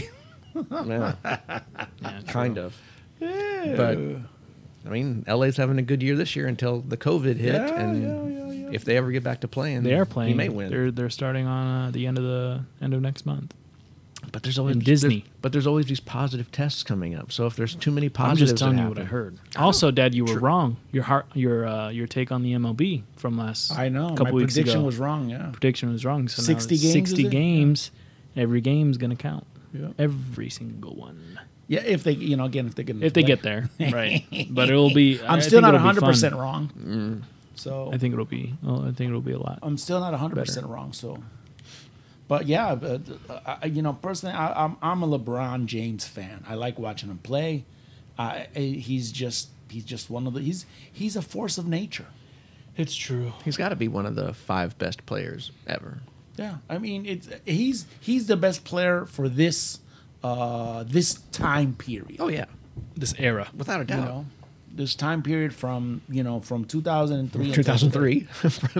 [SPEAKER 5] Yeah,
[SPEAKER 6] yeah, true.
[SPEAKER 5] kind of. But I mean, LA's having a good year this year until the COVID hit,
[SPEAKER 4] Yeah,
[SPEAKER 5] and if they ever get back to playing,
[SPEAKER 6] They are playing.
[SPEAKER 5] He may win.
[SPEAKER 6] They're they're starting on uh, the end of the end of next month.
[SPEAKER 5] but there's always
[SPEAKER 6] in Disney.
[SPEAKER 5] there- but there's always these positive tests coming up. So if there's too many
[SPEAKER 6] I'm
[SPEAKER 5] positives,
[SPEAKER 6] just
[SPEAKER 5] that
[SPEAKER 6] telling you what I
[SPEAKER 5] happen-
[SPEAKER 6] heard. Also, Dad, you were wrong. Your heart, your uh, your take on the MLB from last
[SPEAKER 4] I know.
[SPEAKER 6] couple
[SPEAKER 4] My
[SPEAKER 6] weeks
[SPEAKER 4] prediction
[SPEAKER 6] ago.
[SPEAKER 4] was wrong. Yeah.
[SPEAKER 6] prediction was wrong. So
[SPEAKER 4] 60
[SPEAKER 6] now it's
[SPEAKER 4] games, is
[SPEAKER 6] 60
[SPEAKER 4] it?
[SPEAKER 6] games, every game's going to count.
[SPEAKER 4] Yeah.
[SPEAKER 6] Every single one.
[SPEAKER 4] Yeah, if they, you know, again, if they get
[SPEAKER 6] if they get there, right? But it will be. I- I
[SPEAKER 4] I'm still
[SPEAKER 6] think
[SPEAKER 4] not
[SPEAKER 6] it'll be
[SPEAKER 4] 100 percent
[SPEAKER 6] fun. Mm.
[SPEAKER 4] wrong. So
[SPEAKER 6] I think it'll be. Well, I think it'll be a lot.
[SPEAKER 4] I'm still not 100 percent wrong. So, but yeah, but, uh, I, you know, personally, I, I'm I'm a LeBron James fan. I like watching him play. I, I- he's just he's just one of the he's he's a force of nature.
[SPEAKER 6] It's true.
[SPEAKER 5] He's got to be one of the five best players ever.
[SPEAKER 4] Yeah, I mean, it's he's he's the best player for this uh this time period.
[SPEAKER 5] Oh yeah,
[SPEAKER 6] This era.
[SPEAKER 5] without a
[SPEAKER 4] you
[SPEAKER 5] doubt.
[SPEAKER 4] know, this time period from you know from 2003 until-
[SPEAKER 5] 2003,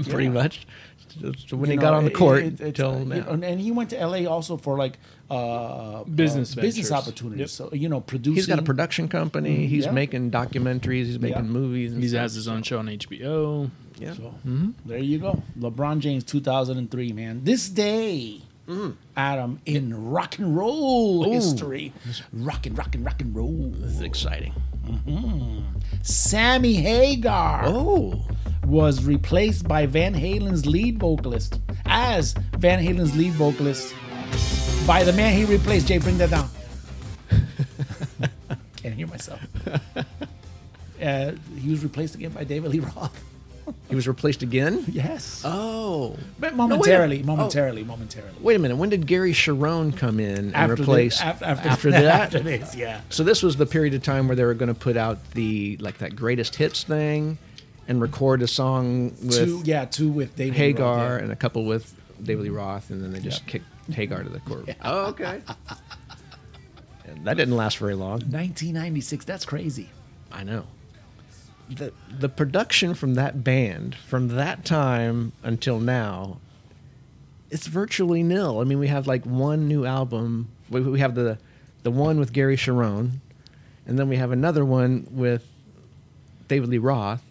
[SPEAKER 5] pretty
[SPEAKER 4] Yeah.
[SPEAKER 5] much. So- so when
[SPEAKER 4] you
[SPEAKER 5] he
[SPEAKER 4] know,
[SPEAKER 5] got on the
[SPEAKER 4] it-
[SPEAKER 5] court
[SPEAKER 4] it- it's,
[SPEAKER 5] till
[SPEAKER 4] uh, you
[SPEAKER 5] now.
[SPEAKER 4] know, and, and he went to LA also for like uh
[SPEAKER 6] Business
[SPEAKER 4] uh, business
[SPEAKER 6] ventures.
[SPEAKER 4] opportunities.
[SPEAKER 6] Yep.
[SPEAKER 4] So you know, producing.
[SPEAKER 5] he's got a production company. He's
[SPEAKER 4] mm-hmm. Yeah.
[SPEAKER 5] making documentaries. He's making
[SPEAKER 4] Yeah.
[SPEAKER 5] movies. And
[SPEAKER 6] He
[SPEAKER 5] stuff.
[SPEAKER 6] has his own show on HBO.
[SPEAKER 5] Yeah.
[SPEAKER 4] So
[SPEAKER 5] Mm-hmm.
[SPEAKER 4] there you go, LeBron James, 2003, man. This day.
[SPEAKER 5] Mm-hmm.
[SPEAKER 4] Adam in rock and roll history, rock and rock and rock and roll.
[SPEAKER 5] It's exciting.
[SPEAKER 4] Sammy Hagar.
[SPEAKER 5] Oh,
[SPEAKER 4] was replaced by Van Halen's lead vocalist as Van Halen's lead vocalist by the man he replaced. Jay, bring that down. Can't hear myself. Uh, he was replaced again by David Lee Roth.
[SPEAKER 5] he was replaced again.
[SPEAKER 4] Yes,
[SPEAKER 5] Oh,
[SPEAKER 4] but
[SPEAKER 5] No, wait a-
[SPEAKER 4] momentarily,
[SPEAKER 5] oh,
[SPEAKER 4] momentarily, momentarily.
[SPEAKER 5] wait a minute. When did Gary Sharon come in and
[SPEAKER 4] the-
[SPEAKER 5] replace?
[SPEAKER 4] af- after,
[SPEAKER 5] after that.
[SPEAKER 4] after this, yeah.
[SPEAKER 5] So this was the period of time where they were going to put out the like that greatest hits thing, and record a song with
[SPEAKER 4] two, yeah, two with David Lee Roth,
[SPEAKER 5] Hagar
[SPEAKER 4] yeah.
[SPEAKER 5] and a couple with David Lee Roth, and then they just kicked Hagar to the court. Oh, okay. And that didn't last very long.
[SPEAKER 4] 1996. That's crazy.
[SPEAKER 5] I know. The the production from that band from that time until now, it's virtually nil. I mean, we have like one new album. We, we have the the one with Gary Sharon, and then we have another one with David Lee Roth,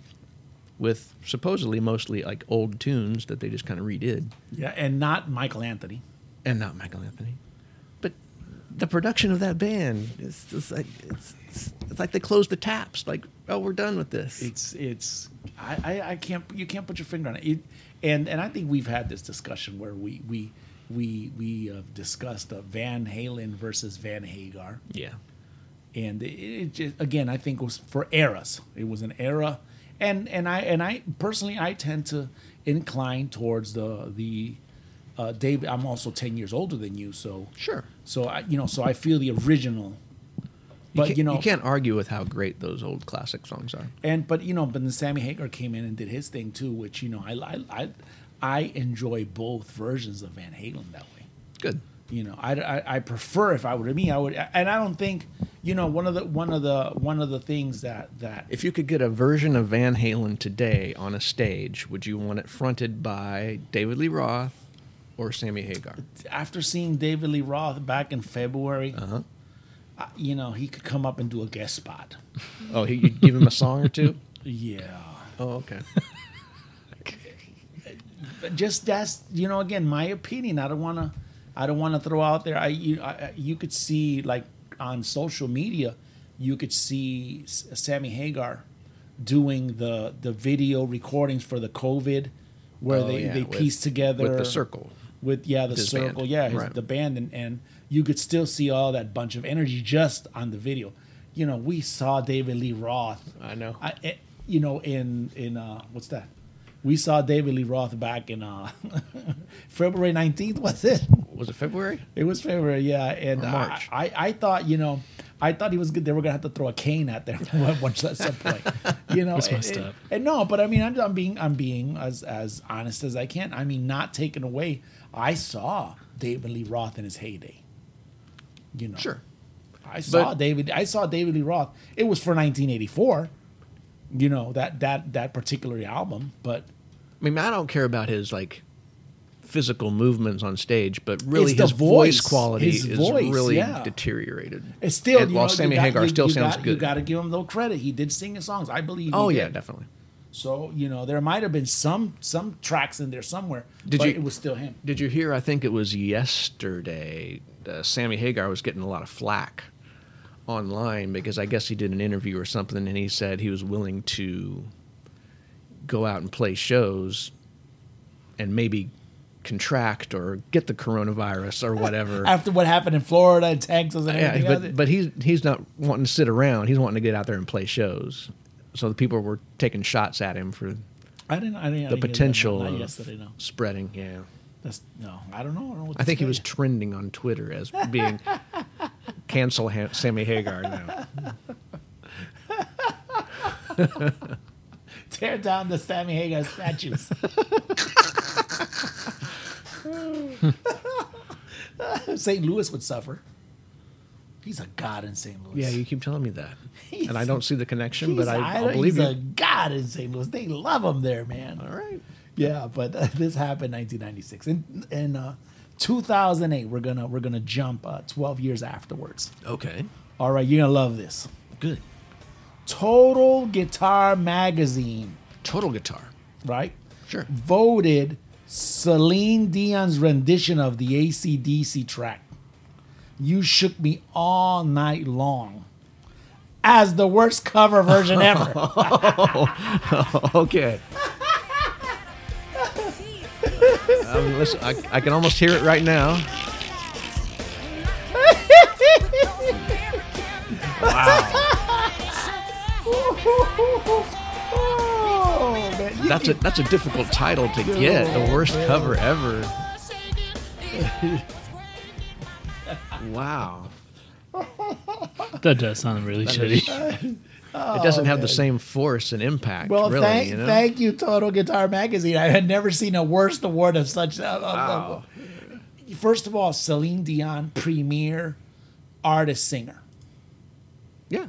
[SPEAKER 5] with supposedly mostly like old tunes that they just kind of redid.
[SPEAKER 4] Yeah, and not Michael Anthony.
[SPEAKER 5] and not Michael Anthony. But the production of that band is just like it's, it's, it's like they closed the taps. Like, oh, we're done with this.
[SPEAKER 4] it's it's I, I, I can't you can't put your finger on it. it and and I think we've had this discussion where we we we we have discussed uh, Van Halen versus Van Hagar
[SPEAKER 5] yeah,
[SPEAKER 4] and it, it just, again I think was for eras it was an era and and I and I personally I tend to incline towards the the uh, David I'm also 10 years older than you so
[SPEAKER 5] sure.
[SPEAKER 4] so I you know so I feel the original but you,
[SPEAKER 5] can't-
[SPEAKER 4] know
[SPEAKER 5] you can't argue with how great those old classic songs are.
[SPEAKER 4] and but you know, but then Sammy Hagar came in and did his thing too, which you know I I I, I enjoy both versions of Van Halen that way.
[SPEAKER 5] Good.
[SPEAKER 4] You know, I, I, I prefer if I were to me, I would, and I don't think you know one of the one of the one of the things that that
[SPEAKER 5] If you could get a version of Van Halen today on a stage, would you want it fronted by David Lee Roth or Sammy Hagar?
[SPEAKER 4] after seeing David Lee Roth back in February,
[SPEAKER 5] Uh huh.
[SPEAKER 4] I- you know he could come up and do a guest spot.
[SPEAKER 5] Oh, he, you'd give him a song or two.
[SPEAKER 4] Yeah,
[SPEAKER 5] Oh, okay.
[SPEAKER 4] but just that's you know again my opinion. I don't want to I don't want to throw out there. I you I, I- you could see like on social media, you could see S- Sammy Hagar doing the the video recordings for the COVID, where
[SPEAKER 5] Oh,
[SPEAKER 4] they
[SPEAKER 5] yeah,
[SPEAKER 4] they
[SPEAKER 5] with-
[SPEAKER 4] pieced together
[SPEAKER 5] with the circle.
[SPEAKER 4] with yeah the
[SPEAKER 5] His band.
[SPEAKER 4] circle yeah his,
[SPEAKER 5] Right.
[SPEAKER 4] the band and and you could still see all that bunch of energy just on the video. You know we saw David Lee Roth.
[SPEAKER 5] I know.
[SPEAKER 4] I, eh, you know, in in uh, what's that? We saw David Lee Roth back in uh, February nineteenth. Was it?
[SPEAKER 5] Was it February?
[SPEAKER 4] It was February, yeah. And
[SPEAKER 5] Or March.
[SPEAKER 4] I, I, I thought, you know, I thought he was good. They were gonna have to throw a cane at there at one- at some point, you know.
[SPEAKER 6] That's
[SPEAKER 4] and-
[SPEAKER 6] messed
[SPEAKER 4] and-
[SPEAKER 6] up.
[SPEAKER 4] And no, but I mean, I'm, I'm being I'm being as as honest as I can. I mean, not taken away. I saw David Lee Roth in his heyday. You know,
[SPEAKER 5] Sure.
[SPEAKER 4] I saw
[SPEAKER 5] But-
[SPEAKER 4] David. I saw David Lee Roth. It was for 1984. You know that that that particular album, but
[SPEAKER 5] I mean, I don't care about his like physical movements on stage, but really
[SPEAKER 4] It's the
[SPEAKER 5] his voice,
[SPEAKER 4] voice.
[SPEAKER 5] quality
[SPEAKER 4] His
[SPEAKER 5] is
[SPEAKER 4] voice,
[SPEAKER 5] really
[SPEAKER 4] yeah.
[SPEAKER 5] deteriorated.
[SPEAKER 4] it's still.
[SPEAKER 5] And
[SPEAKER 4] you
[SPEAKER 5] while
[SPEAKER 4] know, you
[SPEAKER 5] Sammy
[SPEAKER 4] got-
[SPEAKER 5] Hagar
[SPEAKER 4] you-
[SPEAKER 5] still
[SPEAKER 4] you
[SPEAKER 5] sounds
[SPEAKER 4] got-
[SPEAKER 5] good.
[SPEAKER 4] You got to give him a little credit. He did sing his songs. I believe. he
[SPEAKER 5] oh
[SPEAKER 4] did.
[SPEAKER 5] yeah, definitely.
[SPEAKER 4] So you know there might have been some some tracks in there somewhere.
[SPEAKER 5] Did
[SPEAKER 4] but
[SPEAKER 5] you-
[SPEAKER 4] It was still him.
[SPEAKER 5] Did you hear? I think it was yesterday. Uh, Sammy Hagar was getting a lot of flack online because I guess he did an interview or something, and he said he was willing to go out and play shows and maybe contract or get the coronavirus or whatever.
[SPEAKER 4] After what happened in Florida and Texas and
[SPEAKER 5] yeah,
[SPEAKER 4] everything else.
[SPEAKER 5] but, but he's he's not wanting to sit around. He's wanting to get out there and play shows. So the people were taking shots at him for
[SPEAKER 4] I didn't. I didn't. I
[SPEAKER 5] the
[SPEAKER 4] didn't get that.
[SPEAKER 5] potential
[SPEAKER 4] Not
[SPEAKER 5] of
[SPEAKER 4] yesterday, no.
[SPEAKER 5] spreading. Yeah,
[SPEAKER 4] That's no. I don't know. I, don't know what
[SPEAKER 5] I
[SPEAKER 4] to
[SPEAKER 5] think he
[SPEAKER 4] tell
[SPEAKER 5] was
[SPEAKER 4] you.
[SPEAKER 5] trending on Twitter as being cancel ha- Sammy Hagar now.
[SPEAKER 4] tear down the Sammy Hagar statues. St. Louis would suffer. He's a god in St. Louis.
[SPEAKER 5] Yeah, you keep telling me that,
[SPEAKER 4] He's-
[SPEAKER 5] and I don't see the connection,
[SPEAKER 4] He's,
[SPEAKER 5] but I,
[SPEAKER 4] I
[SPEAKER 5] I'll
[SPEAKER 4] don't-
[SPEAKER 5] believe
[SPEAKER 4] he's
[SPEAKER 5] you.
[SPEAKER 4] a god in St. Louis. They love him there, man.
[SPEAKER 5] All right.
[SPEAKER 4] Yeah, but uh, this happened 1996. In in uh, 2008, we're gonna we're gonna jump uh, 12 years afterwards.
[SPEAKER 5] Okay.
[SPEAKER 4] All right, you're gonna love this.
[SPEAKER 5] Good.
[SPEAKER 4] Total Guitar Magazine,
[SPEAKER 5] Total guitar.
[SPEAKER 4] right?
[SPEAKER 5] Sure.
[SPEAKER 4] Voted Celine Dion's rendition of the ACDC track. You shook me all night long. As the worst cover version ever.
[SPEAKER 5] Okay. um, listen, I, I can almost hear it right now.
[SPEAKER 4] Oh,
[SPEAKER 5] That's a that's a difficult title to get. The worst cover ever. Wow.
[SPEAKER 6] That does sound really shitty.
[SPEAKER 5] It doesn't have the same force and impact.
[SPEAKER 4] Oh, Well,
[SPEAKER 5] really,
[SPEAKER 4] thank,
[SPEAKER 5] you know?
[SPEAKER 4] thank you, Total Guitar Magazine. I had never seen a worse award of such. Uh, wow.
[SPEAKER 5] Wow.
[SPEAKER 4] first of all, Celine Dion, premier artist singer.
[SPEAKER 5] Yeah.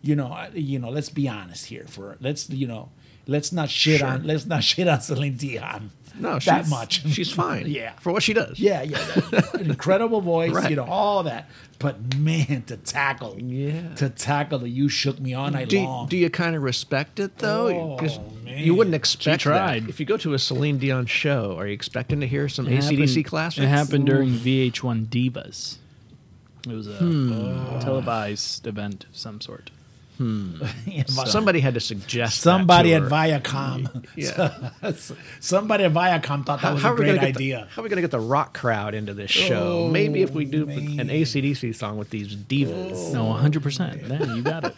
[SPEAKER 4] You know, I- you know. Let's be honest here. For let's, you know, let's not shit
[SPEAKER 5] Sure.
[SPEAKER 4] on. Let's not shit on Celine Dion.
[SPEAKER 5] No, she's,
[SPEAKER 4] that much.
[SPEAKER 5] She's fine.
[SPEAKER 4] Yeah.
[SPEAKER 5] For what she does.
[SPEAKER 4] Yeah, yeah. that- an incredible voice,
[SPEAKER 5] Right.
[SPEAKER 4] you know, all that. But man, to tackle,
[SPEAKER 5] Yeah.
[SPEAKER 4] to tackle the you shook me all night
[SPEAKER 5] Do,
[SPEAKER 4] long.
[SPEAKER 5] do you kind of respect it though? 'Cause
[SPEAKER 4] Oh,
[SPEAKER 5] you wouldn't
[SPEAKER 4] man.
[SPEAKER 5] expect
[SPEAKER 6] She tried.
[SPEAKER 5] that. If you go to a Celine Dion show, are you expecting to hear some
[SPEAKER 6] It happened-
[SPEAKER 5] ACDC classics?
[SPEAKER 6] It happened during VH1 Divas. It was a
[SPEAKER 5] Hmm.
[SPEAKER 6] uh, televised event of some sort.
[SPEAKER 5] Somebody had to suggest. that
[SPEAKER 4] Somebody
[SPEAKER 5] to
[SPEAKER 4] at
[SPEAKER 5] her.
[SPEAKER 4] Viacom.
[SPEAKER 5] Yeah.
[SPEAKER 4] Somebody at Viacom thought that was a
[SPEAKER 5] we gonna
[SPEAKER 4] great
[SPEAKER 5] get the-
[SPEAKER 4] idea. Oh,
[SPEAKER 5] how are we going to get the rock crowd into this show? Maybe if we do an ACDC song with these divas.
[SPEAKER 6] No, 100%. There, you got it.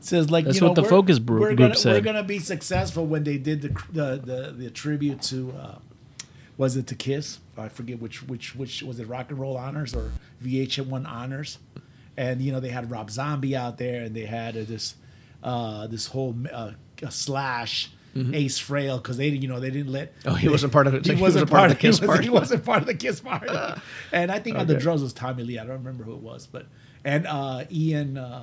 [SPEAKER 4] Says like
[SPEAKER 6] That's
[SPEAKER 4] you know,
[SPEAKER 6] what the
[SPEAKER 4] we're-
[SPEAKER 6] focus bro-
[SPEAKER 4] we're
[SPEAKER 6] group
[SPEAKER 4] gonna, We're
[SPEAKER 6] said.
[SPEAKER 4] gonna be successful when they did the the the, the tribute to uh, was it to Kiss? I forget which which which was it Rock and Roll Honors or VH1 Honors, and you know they had Rob Zombie out there and they had uh, this uh, this whole uh, slash. Ace Frail because they didn't- you know they didn't let
[SPEAKER 5] Oh, he wasn't part of it.
[SPEAKER 4] Mm-hmm. he
[SPEAKER 5] He
[SPEAKER 4] wasn't part of the kiss party.
[SPEAKER 5] part.
[SPEAKER 4] He wasn't part of the kiss party. And I think on the drums was Tommy Lee. I don't remember who it was, but and uh, Ian. Uh,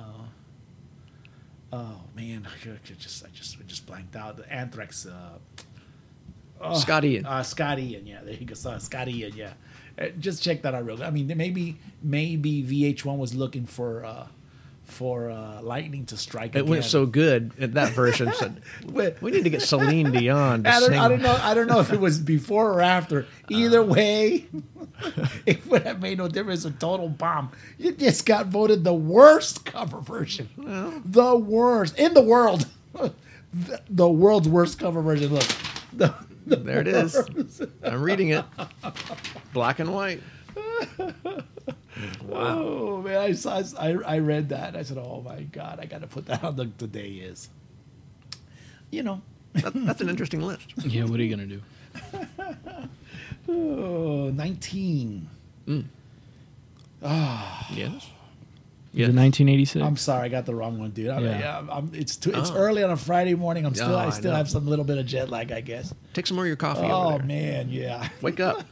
[SPEAKER 4] oh man, I could- could just I just I just blanked out. The Anthrax. Uh,
[SPEAKER 5] Scotty.
[SPEAKER 4] uh, Scott Ian, yeah, there you go. So, Scott Ian, yeah. Uh, just check that out real quick. I mean, maybe maybe VH1 was looking for uh, for uh, lightning to strike.
[SPEAKER 5] it went
[SPEAKER 4] again.
[SPEAKER 5] so good in that version. said, we need to get Celine Dion to
[SPEAKER 4] I don't,
[SPEAKER 5] sing.
[SPEAKER 4] I don't know. I don't know if it was before or after.
[SPEAKER 5] Uh.
[SPEAKER 4] Either way, it would have made no difference. A total bomb. You just got voted the worst cover version, the worst in the world. the, the world's worst cover version. Look, the, the
[SPEAKER 5] There it is. I'm reading it. Black and white.
[SPEAKER 4] oh man, I saw. I, I read that. I said, oh my god, I got to put that on the, the day is. You know.
[SPEAKER 5] That, that's an interesting list.
[SPEAKER 6] Yeah, what are you going to do?
[SPEAKER 4] Oh, 19.
[SPEAKER 5] Yes.
[SPEAKER 6] The 1986?
[SPEAKER 4] I'm sorry, I got the wrong one, dude. I'm,
[SPEAKER 6] Yeah.
[SPEAKER 4] yeah, I'm- I'm- it's too, it's
[SPEAKER 5] Oh.
[SPEAKER 4] early on a Friday morning. I'm still
[SPEAKER 5] Oh,
[SPEAKER 4] I
[SPEAKER 5] I
[SPEAKER 4] still
[SPEAKER 5] know.
[SPEAKER 4] have some little bit of jet lag, I guess.
[SPEAKER 5] Take some more of your coffee.
[SPEAKER 4] Oh
[SPEAKER 5] over there.
[SPEAKER 4] man, yeah.
[SPEAKER 5] Wake up.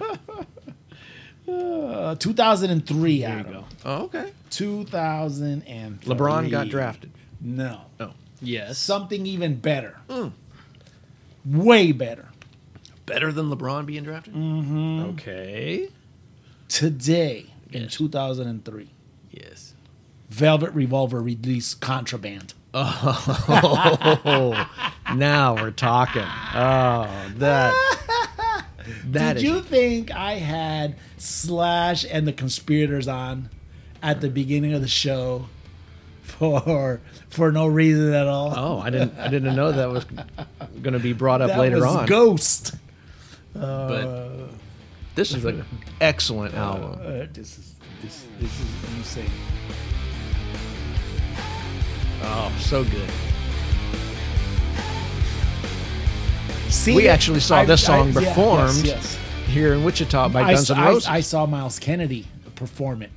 [SPEAKER 4] Uh, 2003.
[SPEAKER 6] there you
[SPEAKER 4] Adam.
[SPEAKER 6] go.
[SPEAKER 5] Oh, okay.
[SPEAKER 4] 2003.
[SPEAKER 5] LeBron got drafted.
[SPEAKER 4] No,
[SPEAKER 5] Oh,
[SPEAKER 6] Yes.
[SPEAKER 4] something even better. Way better.
[SPEAKER 5] better than LeBron being drafted? Mm-hmm. Okay.
[SPEAKER 4] Today in
[SPEAKER 5] Yes.
[SPEAKER 4] 2003,
[SPEAKER 5] Yes.
[SPEAKER 4] Velvet Revolver released Contraband.
[SPEAKER 5] Now we're talking. Oh, that. That
[SPEAKER 4] Did
[SPEAKER 5] is
[SPEAKER 4] you think I had Slash and the Conspirators on at the beginning of the show for for no reason at all?
[SPEAKER 5] Oh, I didn't. I didn't know that was going to be brought up
[SPEAKER 4] that
[SPEAKER 5] later
[SPEAKER 4] was
[SPEAKER 5] on.
[SPEAKER 4] Ghost.
[SPEAKER 5] but This is an excellent album.
[SPEAKER 4] Uh, this is this this is insane.
[SPEAKER 5] Oh, so good.
[SPEAKER 4] See,
[SPEAKER 5] We actually saw this song
[SPEAKER 4] yeah, yes,
[SPEAKER 5] performed
[SPEAKER 4] yes.
[SPEAKER 5] Here in Wichita by
[SPEAKER 4] I,
[SPEAKER 5] Guns
[SPEAKER 4] saw,
[SPEAKER 5] N'
[SPEAKER 4] I,
[SPEAKER 5] Roses.
[SPEAKER 4] I saw Miles Kennedy perform it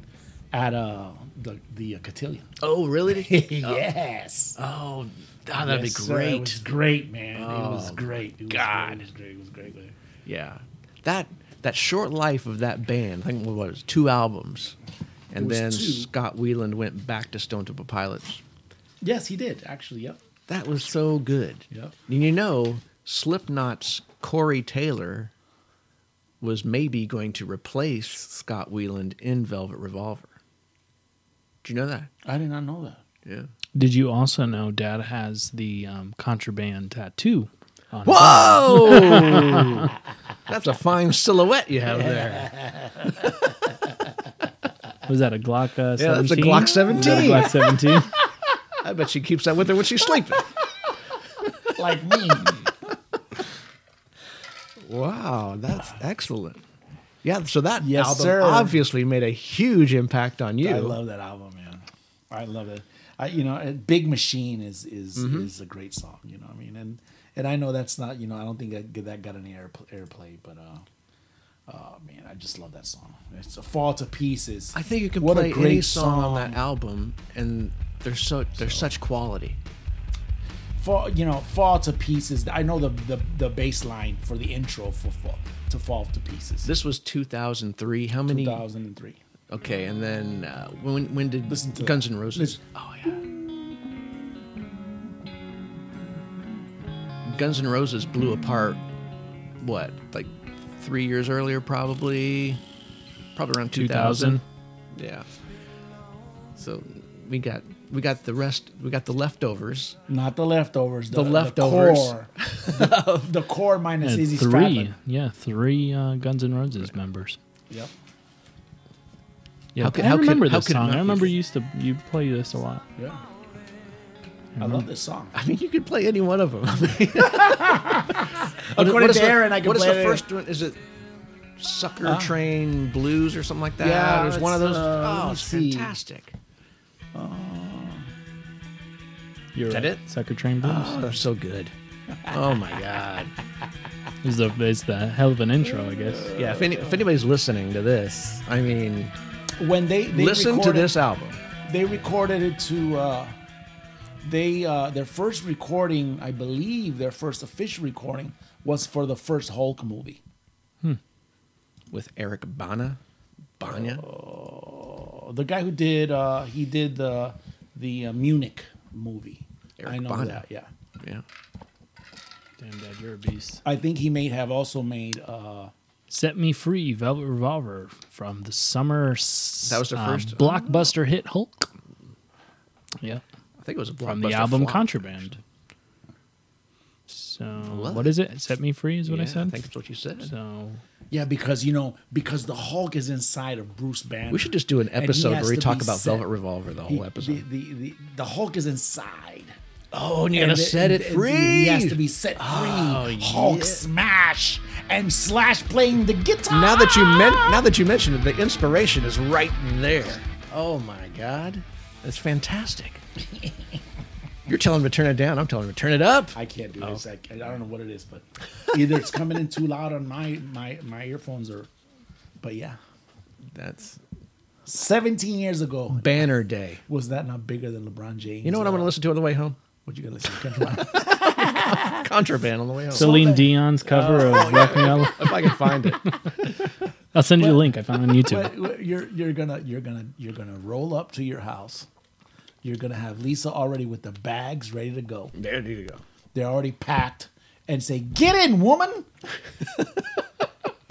[SPEAKER 4] at uh, the the uh, Cotillion.
[SPEAKER 5] oh, really?
[SPEAKER 4] yes.
[SPEAKER 5] oh, ah,
[SPEAKER 4] Yes,
[SPEAKER 5] that'd be
[SPEAKER 4] sir,
[SPEAKER 5] great. Oh,
[SPEAKER 4] It was great, man. it was great. It was
[SPEAKER 5] God.
[SPEAKER 4] Great. It was great. It was great. man.
[SPEAKER 5] Yeah, that that short life of that band. I think what was it, two albums, and
[SPEAKER 4] was
[SPEAKER 5] then
[SPEAKER 4] two.
[SPEAKER 5] Scott Weiland went back to Stone Temple Pilots.
[SPEAKER 4] Yes, he did actually. Yep.
[SPEAKER 5] That was so good.
[SPEAKER 4] Yep.
[SPEAKER 5] And you know, Slipknot's Corey Taylor was maybe going to replace Scott Weiland in Velvet Revolver. Do you know that?
[SPEAKER 4] I did not know that.
[SPEAKER 5] Yeah.
[SPEAKER 6] Did you also know Dad has the um, contraband tattoo? On his arm?
[SPEAKER 5] Whoa! That's a fine silhouette you have there.
[SPEAKER 6] Was that a Glock? Uh, 17?
[SPEAKER 5] Yeah, that's a Glock
[SPEAKER 6] Was that a
[SPEAKER 5] 17.
[SPEAKER 6] Glock 17.
[SPEAKER 5] I bet she keeps that with her when she's sleeping.
[SPEAKER 4] Like me.
[SPEAKER 5] Wow, that's excellent. Yeah, so that
[SPEAKER 4] Yes,
[SPEAKER 5] album
[SPEAKER 4] sir.
[SPEAKER 5] obviously made a huge impact on you.
[SPEAKER 4] I love that album, man. I love it. I, you know, uh, Big Machine is is
[SPEAKER 5] Mm-hmm.
[SPEAKER 4] is a great song. You know, what I mean, and and I know that's not. You know, I don't think that, that got any air, airplay, but uh, oh man, I just love that song. It's a fall to pieces.
[SPEAKER 5] I think you can
[SPEAKER 4] What a
[SPEAKER 5] play
[SPEAKER 4] great
[SPEAKER 5] any song, on
[SPEAKER 4] song.
[SPEAKER 5] that album, and there's so there's such quality.
[SPEAKER 4] fall, you know, fall to pieces. I know the the the bass line for the intro for fall to fall to pieces.
[SPEAKER 5] This was 2003. How many?
[SPEAKER 4] 2003.
[SPEAKER 5] Okay, and then uh, when when did
[SPEAKER 4] Listen to
[SPEAKER 5] Guns
[SPEAKER 4] that.
[SPEAKER 5] N' Roses?
[SPEAKER 4] Listen.
[SPEAKER 5] Oh yeah. Guns N' Roses blew apart. What like three years earlier, probably, probably around 2000.
[SPEAKER 6] 2000.
[SPEAKER 5] Yeah. So we got we got the rest. We got the leftovers.
[SPEAKER 4] Not the leftovers. The,
[SPEAKER 5] leftovers.
[SPEAKER 4] The core, the, the core minus
[SPEAKER 6] And
[SPEAKER 4] Izzy
[SPEAKER 6] three,
[SPEAKER 4] Stradlin.
[SPEAKER 6] yeah, three uh, Guns N' Roses members.
[SPEAKER 4] Yep.
[SPEAKER 6] Yeah,
[SPEAKER 5] How could-
[SPEAKER 6] I
[SPEAKER 5] how could-
[SPEAKER 6] remember
[SPEAKER 5] how
[SPEAKER 6] this
[SPEAKER 5] could it
[SPEAKER 6] song.
[SPEAKER 5] not
[SPEAKER 6] I
[SPEAKER 5] be
[SPEAKER 6] remember
[SPEAKER 5] three?
[SPEAKER 6] you used to you play this a lot.
[SPEAKER 4] Yeah. I love this song.
[SPEAKER 5] I mean, you could play any one of them.
[SPEAKER 4] According to Aaron, I can
[SPEAKER 5] What is
[SPEAKER 4] play
[SPEAKER 5] the
[SPEAKER 4] it.
[SPEAKER 5] first one? Is it Sucker Train Blues or something like that?
[SPEAKER 4] Yeah,
[SPEAKER 5] There's one of
[SPEAKER 4] it's,
[SPEAKER 5] those.
[SPEAKER 4] uh, let
[SPEAKER 5] oh,
[SPEAKER 4] me
[SPEAKER 5] it's
[SPEAKER 4] see.
[SPEAKER 5] fantastic.
[SPEAKER 6] You're
[SPEAKER 5] that
[SPEAKER 6] right.
[SPEAKER 5] it?
[SPEAKER 6] Sucker Train Blues.
[SPEAKER 5] Oh, that's so good. Oh my god.
[SPEAKER 6] It's the it's the hell of an intro, I guess.
[SPEAKER 5] Yeah. If, any, if anybody's listening to this, I mean,
[SPEAKER 4] When they, they
[SPEAKER 5] listen to
[SPEAKER 4] recorded-
[SPEAKER 5] this album.
[SPEAKER 4] they recorded it to uh, they uh, their first recording, I believe, their first official recording was for the first Hulk movie.
[SPEAKER 5] with Eric Bana. Banya.
[SPEAKER 4] Oh, The guy who did uh, he did the the uh, Munich movie.
[SPEAKER 5] Eric
[SPEAKER 4] I know
[SPEAKER 5] Bana.
[SPEAKER 4] that. Yeah,
[SPEAKER 5] Yeah.
[SPEAKER 6] Damn, Dad, you're a beast.
[SPEAKER 4] I think he may have also made. Uh,
[SPEAKER 6] Set Me Free, Velvet Revolver from the summer. s-
[SPEAKER 5] That was their
[SPEAKER 6] uh,
[SPEAKER 5] first-
[SPEAKER 6] blockbuster hit Hulk. Yeah,
[SPEAKER 5] I think it was a
[SPEAKER 6] from the
[SPEAKER 5] blockbuster
[SPEAKER 6] album
[SPEAKER 5] flop,
[SPEAKER 6] Contraband.
[SPEAKER 5] actually.
[SPEAKER 6] So
[SPEAKER 5] love
[SPEAKER 6] what
[SPEAKER 5] it.
[SPEAKER 6] is it? Set Me Free is what
[SPEAKER 5] Yeah,
[SPEAKER 6] I said.
[SPEAKER 5] think that's what you said.
[SPEAKER 6] so
[SPEAKER 4] yeah, because you know, because the Hulk is inside of Bruce Banner.
[SPEAKER 5] We should just do an
[SPEAKER 4] and he
[SPEAKER 5] episode
[SPEAKER 4] has
[SPEAKER 5] where we
[SPEAKER 4] to
[SPEAKER 5] talk
[SPEAKER 4] be
[SPEAKER 5] about
[SPEAKER 4] set.
[SPEAKER 5] Velvet Revolver the
[SPEAKER 4] He-
[SPEAKER 5] whole episode.
[SPEAKER 4] The, the, the, the Hulk is inside.
[SPEAKER 5] oh, and
[SPEAKER 4] And the- and He has to be set free.
[SPEAKER 5] Oh,
[SPEAKER 4] Hulk smash and Slash playing the guitar.
[SPEAKER 5] Now that you men- now that you mentioned it, the inspiration is right there. Oh my god, that's fantastic. You're telling him to turn it down. I'm telling him to turn it up.
[SPEAKER 4] I can't
[SPEAKER 5] Oh.
[SPEAKER 4] do this. I, I don't know what it is, but either it's coming in too loud on my my my earphones or. But yeah,
[SPEAKER 5] That's
[SPEAKER 4] 17 years ago
[SPEAKER 5] Banner Day.
[SPEAKER 4] was that not bigger than LeBron James?
[SPEAKER 5] You know what I'm going to listen to on the way home?
[SPEAKER 4] What you gonna listen to? Country Rock?
[SPEAKER 5] Contraband on the way home.
[SPEAKER 6] Celine Dion's cover
[SPEAKER 5] Oh,
[SPEAKER 6] of Walking Out.
[SPEAKER 5] if I can find it.
[SPEAKER 6] I'll send you a link I found on YouTube.
[SPEAKER 4] But w- you're you're gonna you're gonna you're gonna roll up to your house. You're gonna have Lisa already with the bags ready to go.
[SPEAKER 5] There you go.
[SPEAKER 4] They're already packed, and say, "Get in, woman."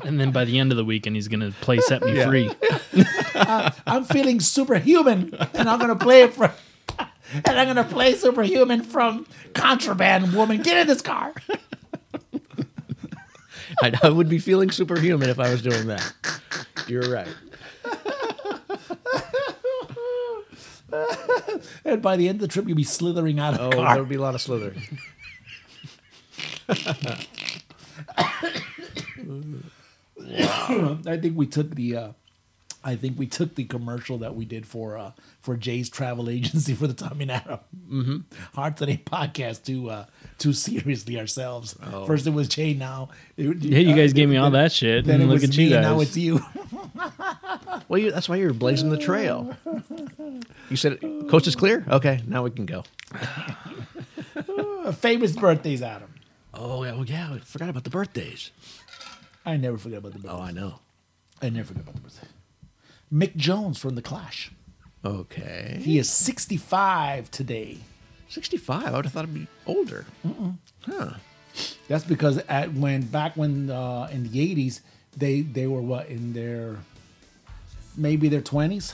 [SPEAKER 6] And then by the end of the weekend, he's gonna play Set Me Free.
[SPEAKER 4] I'm feeling superhuman, and I'm gonna play it for. And I'm gonna play superhuman from Contraband Woman. Get in this car.
[SPEAKER 5] I, I would be feeling superhuman if I was doing that. You're right.
[SPEAKER 4] And by the end of the trip, you'll be slithering out of
[SPEAKER 5] Oh,
[SPEAKER 4] the
[SPEAKER 5] there
[SPEAKER 4] car.
[SPEAKER 5] would be a lot of slithering.
[SPEAKER 4] I think we took the. Uh, I think we took the commercial that we did for uh, for Jay's travel agency for the Tommy and Adam
[SPEAKER 6] Mm-hmm.
[SPEAKER 4] Hard Today podcast too uh, too seriously ourselves. First it was Jay, now it,
[SPEAKER 6] Oh.
[SPEAKER 4] uh,
[SPEAKER 6] Yeah, you guys gave me all that shit.
[SPEAKER 4] Then it
[SPEAKER 6] and look
[SPEAKER 4] was
[SPEAKER 6] at you
[SPEAKER 4] me, and
[SPEAKER 6] guys.
[SPEAKER 4] now it's you.
[SPEAKER 5] Well, you, that's why you're blazing the trail. You said coast is clear. Okay, now we can go.
[SPEAKER 4] Famous birthdays, Adam.
[SPEAKER 5] Oh yeah, well, yeah. I forgot about the birthdays.
[SPEAKER 4] I never forget about the birthdays.
[SPEAKER 5] Oh, I know.
[SPEAKER 4] I never forget about the birthdays. Mick Jones from The Clash.
[SPEAKER 5] Okay,
[SPEAKER 4] He is 65 today.
[SPEAKER 5] sixty-five. I would have thought it'd be older. Huh?
[SPEAKER 4] That's because at when back when uh, in the 80s they they were what in their maybe their 20s,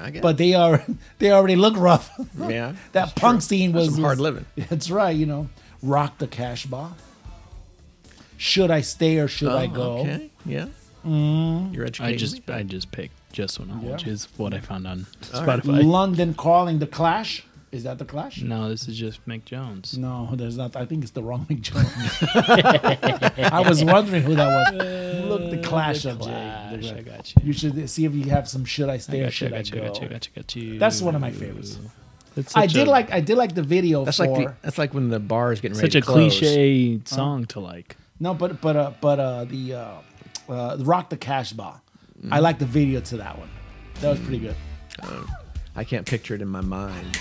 [SPEAKER 5] I guess.
[SPEAKER 4] but they are they already look rough.
[SPEAKER 5] yeah, that's
[SPEAKER 4] that punk
[SPEAKER 5] true.
[SPEAKER 4] scene
[SPEAKER 5] That's
[SPEAKER 4] was
[SPEAKER 5] some hard living.
[SPEAKER 4] That's right, you know. Rock the cash bar. Should I stay or should I
[SPEAKER 5] Oh,
[SPEAKER 4] go?
[SPEAKER 5] Okay. Yeah. You're educating.
[SPEAKER 6] I just
[SPEAKER 5] me.
[SPEAKER 6] I just picked just one knowledge
[SPEAKER 4] Yeah.
[SPEAKER 6] is what I found on
[SPEAKER 5] right.
[SPEAKER 6] Spotify.
[SPEAKER 4] London calling the Clash. Is that the Clash?
[SPEAKER 6] No, this is just Mick Jones.
[SPEAKER 4] No, there's not. I think it's the wrong Mick Jones. I was wondering who that was. Look, the Clash of Jay. The
[SPEAKER 6] Clash, I
[SPEAKER 4] Clash.
[SPEAKER 6] got you.
[SPEAKER 4] You should see if you have some. Should I
[SPEAKER 6] I
[SPEAKER 4] stay or
[SPEAKER 6] got you, I
[SPEAKER 4] should I
[SPEAKER 6] got you, I
[SPEAKER 4] go?
[SPEAKER 6] got you, I got you, I got you.
[SPEAKER 4] That's one of my favorites.
[SPEAKER 6] That's
[SPEAKER 4] I
[SPEAKER 6] such
[SPEAKER 4] did
[SPEAKER 6] a-
[SPEAKER 4] like. I did like the video
[SPEAKER 5] That's
[SPEAKER 4] for.
[SPEAKER 5] like the, that's like when the bar is getting
[SPEAKER 6] such
[SPEAKER 5] ready
[SPEAKER 6] a
[SPEAKER 5] to close.
[SPEAKER 6] cliche song to like.
[SPEAKER 4] no, but but uh, but uh, the uh, uh, Rock the Cash Bar. I like the video to that one. That was pretty good.
[SPEAKER 5] Oh, I can't picture it in my mind.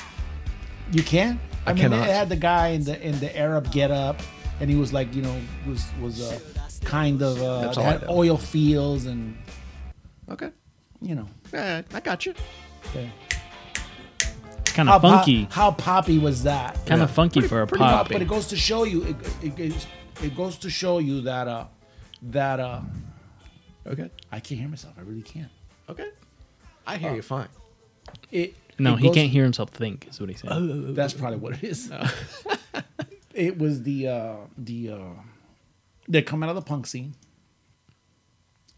[SPEAKER 4] You can. I,
[SPEAKER 5] I
[SPEAKER 4] mean,
[SPEAKER 5] cannot.
[SPEAKER 4] they had the guy in the in the Arab getup, and he was like, you know, was was uh, kind of uh,
[SPEAKER 5] That's
[SPEAKER 4] they
[SPEAKER 5] all I
[SPEAKER 4] had
[SPEAKER 5] know.
[SPEAKER 4] oil fields and
[SPEAKER 5] Okay.
[SPEAKER 4] you know.
[SPEAKER 5] Yeah, I got you.
[SPEAKER 4] they-
[SPEAKER 6] It's kind
[SPEAKER 4] How
[SPEAKER 6] of
[SPEAKER 4] po-
[SPEAKER 6] Hmm, funky,
[SPEAKER 4] how poppy was that?
[SPEAKER 6] kind
[SPEAKER 5] yeah.
[SPEAKER 6] of funky for a
[SPEAKER 5] pretty
[SPEAKER 6] pop.
[SPEAKER 4] But it goes to show you. It, it, it, it goes to show you that uh, that uh,
[SPEAKER 5] Okay.
[SPEAKER 4] I can't hear myself. I really can't.
[SPEAKER 5] Okay. I hear you fine.
[SPEAKER 4] It.
[SPEAKER 6] No,
[SPEAKER 4] it
[SPEAKER 6] he
[SPEAKER 4] goes- Oh.
[SPEAKER 6] can't hear himself think. Is what he's saying.
[SPEAKER 4] That's probably what it is.
[SPEAKER 6] Oh.
[SPEAKER 4] it was the uh, the uh, they're coming out of the punk scene,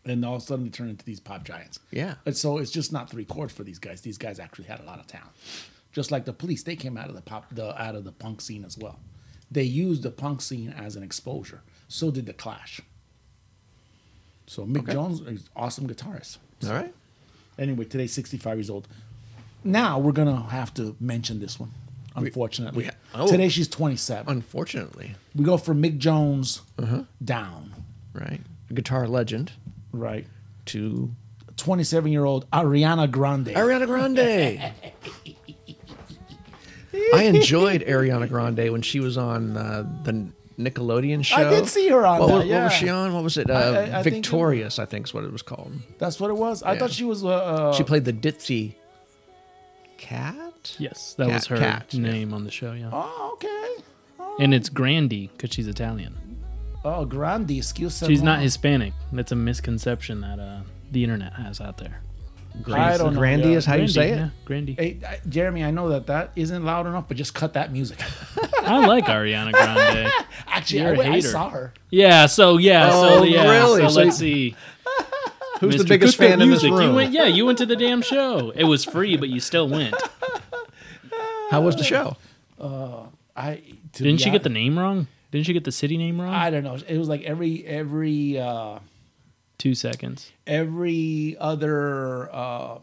[SPEAKER 4] and all of a sudden they turn into these pop giants.
[SPEAKER 5] Yeah.
[SPEAKER 4] And so it's just not three chords for these guys. These guys actually had a lot of talent. Just like the police, they came out of the pop the out of the punk scene as well. They used the punk scene as an exposure. So did the Clash. So Mick Jones is an awesome guitarist.
[SPEAKER 5] All right.
[SPEAKER 4] Anyway, today's 65 years old. Now we're gonna have to mention this one. Unfortunately,
[SPEAKER 5] we ha- oh.
[SPEAKER 4] today she's 27.
[SPEAKER 5] Unfortunately,
[SPEAKER 4] we go from Mick Jones
[SPEAKER 5] Uh-huh.
[SPEAKER 4] down,
[SPEAKER 5] right? A guitar legend
[SPEAKER 4] right?
[SPEAKER 5] to
[SPEAKER 4] 27 year old Ariana Grande.
[SPEAKER 5] Ariana Grande. I enjoyed Ariana Grande when she was on uh, the Nickelodeon show.
[SPEAKER 4] I did see her on
[SPEAKER 5] What,
[SPEAKER 4] that,
[SPEAKER 5] was, what
[SPEAKER 4] yeah.
[SPEAKER 5] was she on? What was it? Uh,
[SPEAKER 4] I- I think it-
[SPEAKER 5] Victorious, I think is what it was called.
[SPEAKER 4] That's what it was. I
[SPEAKER 5] Yeah.
[SPEAKER 4] thought she was. Uh, uh,
[SPEAKER 5] She played the ditzy cat.
[SPEAKER 6] Yes, that
[SPEAKER 5] Cat-
[SPEAKER 6] was her
[SPEAKER 5] cat, yeah.
[SPEAKER 6] name on the show. Yeah,
[SPEAKER 4] oh, okay.
[SPEAKER 6] and it's Grandy because she's Italian.
[SPEAKER 4] Oh, Grande. Excuse me.
[SPEAKER 6] She's not Hispanic. That's a misconception that uh, the internet has out there.
[SPEAKER 4] I don't know.
[SPEAKER 5] Grandy
[SPEAKER 4] yeah.
[SPEAKER 5] is how you
[SPEAKER 6] Grandy,
[SPEAKER 5] say it.
[SPEAKER 6] yeah, Grandy.
[SPEAKER 4] Hey, I- Jeremy, I know that that isn't loud enough, but just cut that music.
[SPEAKER 6] I like Ariana Grande.
[SPEAKER 4] Actually,
[SPEAKER 6] You're
[SPEAKER 4] I,
[SPEAKER 6] a
[SPEAKER 4] went- I
[SPEAKER 6] hater.
[SPEAKER 4] saw her.
[SPEAKER 6] Yeah. So yeah.
[SPEAKER 5] Oh,
[SPEAKER 6] so yeah.
[SPEAKER 5] really?
[SPEAKER 6] So
[SPEAKER 5] So-
[SPEAKER 6] let's see.
[SPEAKER 5] Who's
[SPEAKER 6] Mr.
[SPEAKER 5] the biggest
[SPEAKER 6] Good for
[SPEAKER 5] fan in this
[SPEAKER 6] Music, You
[SPEAKER 5] room?
[SPEAKER 6] went, yeah, you went to the damn show. It was free, but you still went.
[SPEAKER 5] How was the show?
[SPEAKER 4] I to
[SPEAKER 6] Didn't
[SPEAKER 4] be
[SPEAKER 6] she get the
[SPEAKER 4] honest,
[SPEAKER 6] name wrong? Didn't she get the city name wrong?
[SPEAKER 4] I don't know. It was like every every. uh
[SPEAKER 6] Two seconds.
[SPEAKER 4] every other uh,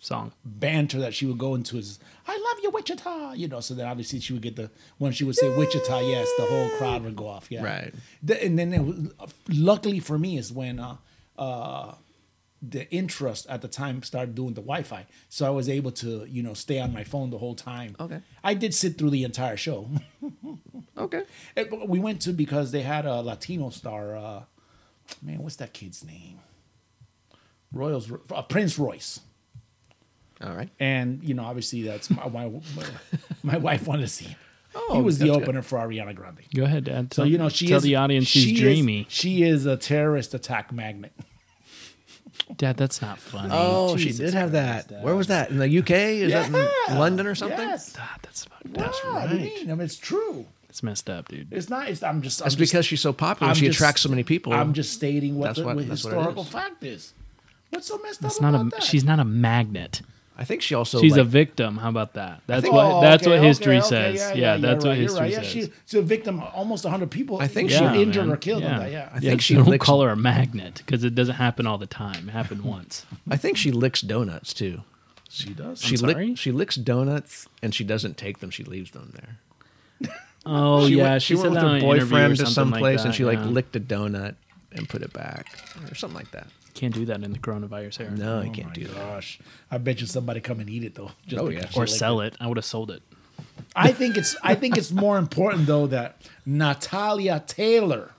[SPEAKER 6] Song.
[SPEAKER 4] banter that she would go into is "I love you, Wichita," you know. So then obviously she would get the when she would say "Wichita," yes, the whole crowd would go off. Yeah,
[SPEAKER 5] Right.
[SPEAKER 4] The- and then it was, luckily for me is when uh, uh, the interest at the time started doing the Wi-Fi, so I was able to you know stay on my phone the whole time.
[SPEAKER 5] Okay.
[SPEAKER 4] I did sit through the entire show.
[SPEAKER 5] Okay.
[SPEAKER 4] It- but we went to because they had a Latino star. Uh, man, what's that kid's name? Royals uh, Prince Royce.
[SPEAKER 5] All right.
[SPEAKER 4] And you know, obviously, that's my my, my, my wife wanted to see him.
[SPEAKER 5] Oh,
[SPEAKER 4] he was the
[SPEAKER 5] that's good.
[SPEAKER 4] opener for Ariana Grande.
[SPEAKER 6] Go ahead, Dad.
[SPEAKER 4] So you know, she
[SPEAKER 6] tell
[SPEAKER 4] is
[SPEAKER 6] the audience she's
[SPEAKER 4] she is-
[SPEAKER 6] dreamy.
[SPEAKER 4] she is a terrorist attack magnet.
[SPEAKER 6] Dad, that's not funny.
[SPEAKER 5] Oh,
[SPEAKER 6] Jesus
[SPEAKER 5] she did have
[SPEAKER 6] Christ,
[SPEAKER 5] that.
[SPEAKER 6] Dad.
[SPEAKER 5] Where was that? In the UK? Is that in
[SPEAKER 4] Yeah.
[SPEAKER 5] London or something?
[SPEAKER 4] Yes,
[SPEAKER 6] God, that's fucked up.
[SPEAKER 4] that's right. I mean, I mean, it's true.
[SPEAKER 6] It's messed up, dude.
[SPEAKER 4] It's not. It's, I'm just. I'm
[SPEAKER 5] That's
[SPEAKER 4] just-
[SPEAKER 5] because she's so popular.
[SPEAKER 4] I'm
[SPEAKER 5] she
[SPEAKER 4] just-
[SPEAKER 5] attracts so many people.
[SPEAKER 4] I'm just stating what
[SPEAKER 5] That's
[SPEAKER 4] the
[SPEAKER 5] what-
[SPEAKER 4] what
[SPEAKER 5] that's what it
[SPEAKER 4] historical
[SPEAKER 5] is.
[SPEAKER 4] fact is. What's so messed
[SPEAKER 6] That's
[SPEAKER 4] up
[SPEAKER 6] not
[SPEAKER 4] about
[SPEAKER 6] a.
[SPEAKER 4] that?
[SPEAKER 6] She's not a magnet.
[SPEAKER 5] I think she also
[SPEAKER 6] She's a
[SPEAKER 5] like,
[SPEAKER 6] victim. How about that? That's
[SPEAKER 5] think-
[SPEAKER 6] what
[SPEAKER 4] Oh,
[SPEAKER 6] that's
[SPEAKER 4] okay,
[SPEAKER 6] what history
[SPEAKER 4] okay, okay,
[SPEAKER 6] says. yeah,
[SPEAKER 4] you're
[SPEAKER 6] that's
[SPEAKER 4] right,
[SPEAKER 6] what
[SPEAKER 4] you're
[SPEAKER 6] history
[SPEAKER 4] right.
[SPEAKER 6] says.
[SPEAKER 4] Yeah, she, she's a victim of almost 100 people.
[SPEAKER 5] I think
[SPEAKER 4] she
[SPEAKER 5] Yeah,
[SPEAKER 4] injured
[SPEAKER 6] man.
[SPEAKER 4] or killed
[SPEAKER 6] Yeah.
[SPEAKER 4] them. Yeah.
[SPEAKER 5] I
[SPEAKER 6] Yeah,
[SPEAKER 5] think she
[SPEAKER 6] don't
[SPEAKER 5] licks
[SPEAKER 6] call her a magnet because it doesn't happen all the time. It happened once.
[SPEAKER 5] I think she licks donuts too.
[SPEAKER 4] she does.
[SPEAKER 5] She
[SPEAKER 6] sorry?
[SPEAKER 5] lick, she licks donuts and she doesn't take them. She leaves them there.
[SPEAKER 6] Oh yeah,
[SPEAKER 5] went, she
[SPEAKER 6] she,
[SPEAKER 5] went
[SPEAKER 6] said
[SPEAKER 5] with
[SPEAKER 6] that
[SPEAKER 5] her
[SPEAKER 6] on an interview or
[SPEAKER 5] boyfriend to
[SPEAKER 6] something
[SPEAKER 5] some place
[SPEAKER 6] like
[SPEAKER 5] and
[SPEAKER 6] that,
[SPEAKER 5] she like
[SPEAKER 6] yeah.
[SPEAKER 5] licked a donut and put it back or something like that.
[SPEAKER 6] Can't do that in the coronavirus era.
[SPEAKER 5] No, I
[SPEAKER 4] Oh
[SPEAKER 5] can't
[SPEAKER 4] my
[SPEAKER 5] do that.
[SPEAKER 4] gosh. I bet you somebody come and eat it though. Just
[SPEAKER 5] Oh,
[SPEAKER 4] because
[SPEAKER 5] yeah.
[SPEAKER 4] she
[SPEAKER 6] Or
[SPEAKER 4] liked
[SPEAKER 6] sell it. I would have sold it.
[SPEAKER 4] I think it's I think it's more important though that Natalia Taylor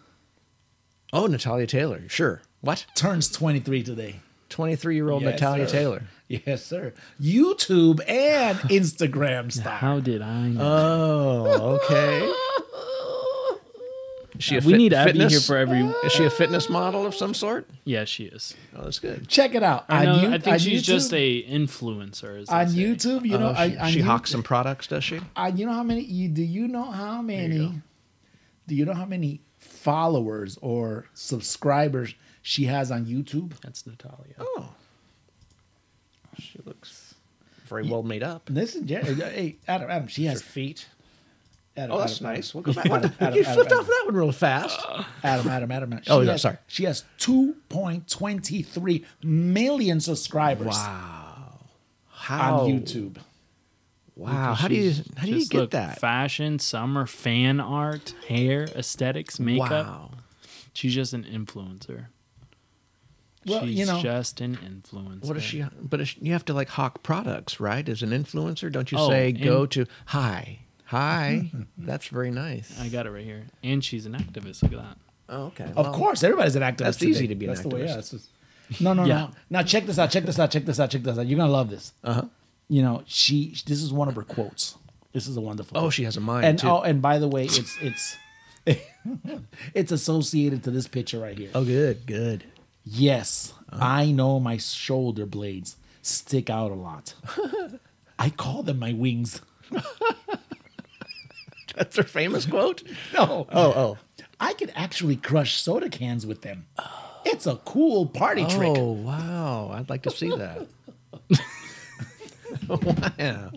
[SPEAKER 5] Oh, Natalia Taylor. Sure. What?
[SPEAKER 4] turns 23 today.
[SPEAKER 5] 23 year old
[SPEAKER 4] Yes,
[SPEAKER 5] Oh, Natalia
[SPEAKER 4] sir.
[SPEAKER 5] Taylor.
[SPEAKER 4] Yes, sir. YouTube and Instagram
[SPEAKER 6] How
[SPEAKER 4] style.
[SPEAKER 6] did I? Know?
[SPEAKER 5] Oh, okay. Is she a
[SPEAKER 6] we
[SPEAKER 5] fit-
[SPEAKER 6] need Abby
[SPEAKER 5] fitness?
[SPEAKER 6] here for every.
[SPEAKER 5] Is she a fitness model of some sort?
[SPEAKER 6] Yeah, she is.
[SPEAKER 5] Oh, that's good.
[SPEAKER 4] Check it out. On
[SPEAKER 6] I, know,
[SPEAKER 4] you-
[SPEAKER 6] I think
[SPEAKER 4] on
[SPEAKER 6] she's
[SPEAKER 4] YouTube-
[SPEAKER 6] just a influencer. As they
[SPEAKER 4] on
[SPEAKER 6] say.
[SPEAKER 4] YouTube. You know,
[SPEAKER 5] Oh,
[SPEAKER 4] I,
[SPEAKER 5] she,
[SPEAKER 4] on
[SPEAKER 5] she
[SPEAKER 4] you-
[SPEAKER 5] hawks some products, does she?
[SPEAKER 4] I, you know how many? You, do you know how many?
[SPEAKER 5] go.
[SPEAKER 4] do you know how many followers or subscribers she has on YouTube?
[SPEAKER 6] That's Natalia.
[SPEAKER 5] Oh. She looks very well made up.
[SPEAKER 4] Listen, Jer- hey Adam, Adam, she
[SPEAKER 5] Her
[SPEAKER 4] has.
[SPEAKER 5] feet.
[SPEAKER 4] Adam,
[SPEAKER 5] Oh, that's
[SPEAKER 4] Adam,
[SPEAKER 5] nice. We'll go back. What the-
[SPEAKER 4] Adam,
[SPEAKER 5] you
[SPEAKER 4] Adam,
[SPEAKER 5] flipped
[SPEAKER 4] Adam.
[SPEAKER 5] off that one real fast.
[SPEAKER 4] Adam, Adam, Adam. Adam.
[SPEAKER 5] Oh,
[SPEAKER 4] She
[SPEAKER 5] no,
[SPEAKER 4] has-
[SPEAKER 5] sorry.
[SPEAKER 4] She has 2.23 million subscribers on
[SPEAKER 5] How?
[SPEAKER 4] YouTube.
[SPEAKER 5] Wow. How do you
[SPEAKER 6] She's
[SPEAKER 5] how do you
[SPEAKER 6] just,
[SPEAKER 5] get
[SPEAKER 6] look,
[SPEAKER 5] that?
[SPEAKER 6] Fashion, summer, fan art, hair, aesthetics, makeup.
[SPEAKER 5] Wow.
[SPEAKER 6] She's just an influencer.
[SPEAKER 4] Well,
[SPEAKER 6] She's
[SPEAKER 4] you know,
[SPEAKER 6] just an influencer.
[SPEAKER 5] What is she? But is, you have to like hawk products, right? As an influencer, don't you
[SPEAKER 6] Oh,
[SPEAKER 5] say
[SPEAKER 6] and-
[SPEAKER 5] go to hi hi? That's very nice.
[SPEAKER 6] I got it right here. And she's an activist. Look at that.
[SPEAKER 5] Oh, okay.
[SPEAKER 4] of
[SPEAKER 5] Well,
[SPEAKER 4] course, everybody's an activist.
[SPEAKER 5] that's
[SPEAKER 4] today.
[SPEAKER 5] easy to be an
[SPEAKER 4] That's the way.
[SPEAKER 5] activist.
[SPEAKER 4] Yeah, that's just- no, no,
[SPEAKER 6] Yeah.
[SPEAKER 4] no. Now check this out. Check this out. Check this out. Check this out. You're gonna love this. Uh
[SPEAKER 5] Uh-huh.
[SPEAKER 4] huh. You know, she. This is one of her quotes. This is a wonderful.
[SPEAKER 5] Oh,
[SPEAKER 4] quote.
[SPEAKER 5] she has a mind
[SPEAKER 4] And
[SPEAKER 5] too.
[SPEAKER 4] oh, and by the way, it's it's it's associated to this picture right here.
[SPEAKER 5] Oh, good, good.
[SPEAKER 4] Yes,
[SPEAKER 5] Uh-huh.
[SPEAKER 4] I know my shoulder blades stick out a lot. I call them my wings.
[SPEAKER 5] That's her famous quote.
[SPEAKER 4] No,
[SPEAKER 5] Oh, oh,
[SPEAKER 4] I could actually crush soda cans with them. It's a cool party trick.
[SPEAKER 5] oh, wow! I'd like to see that. wow.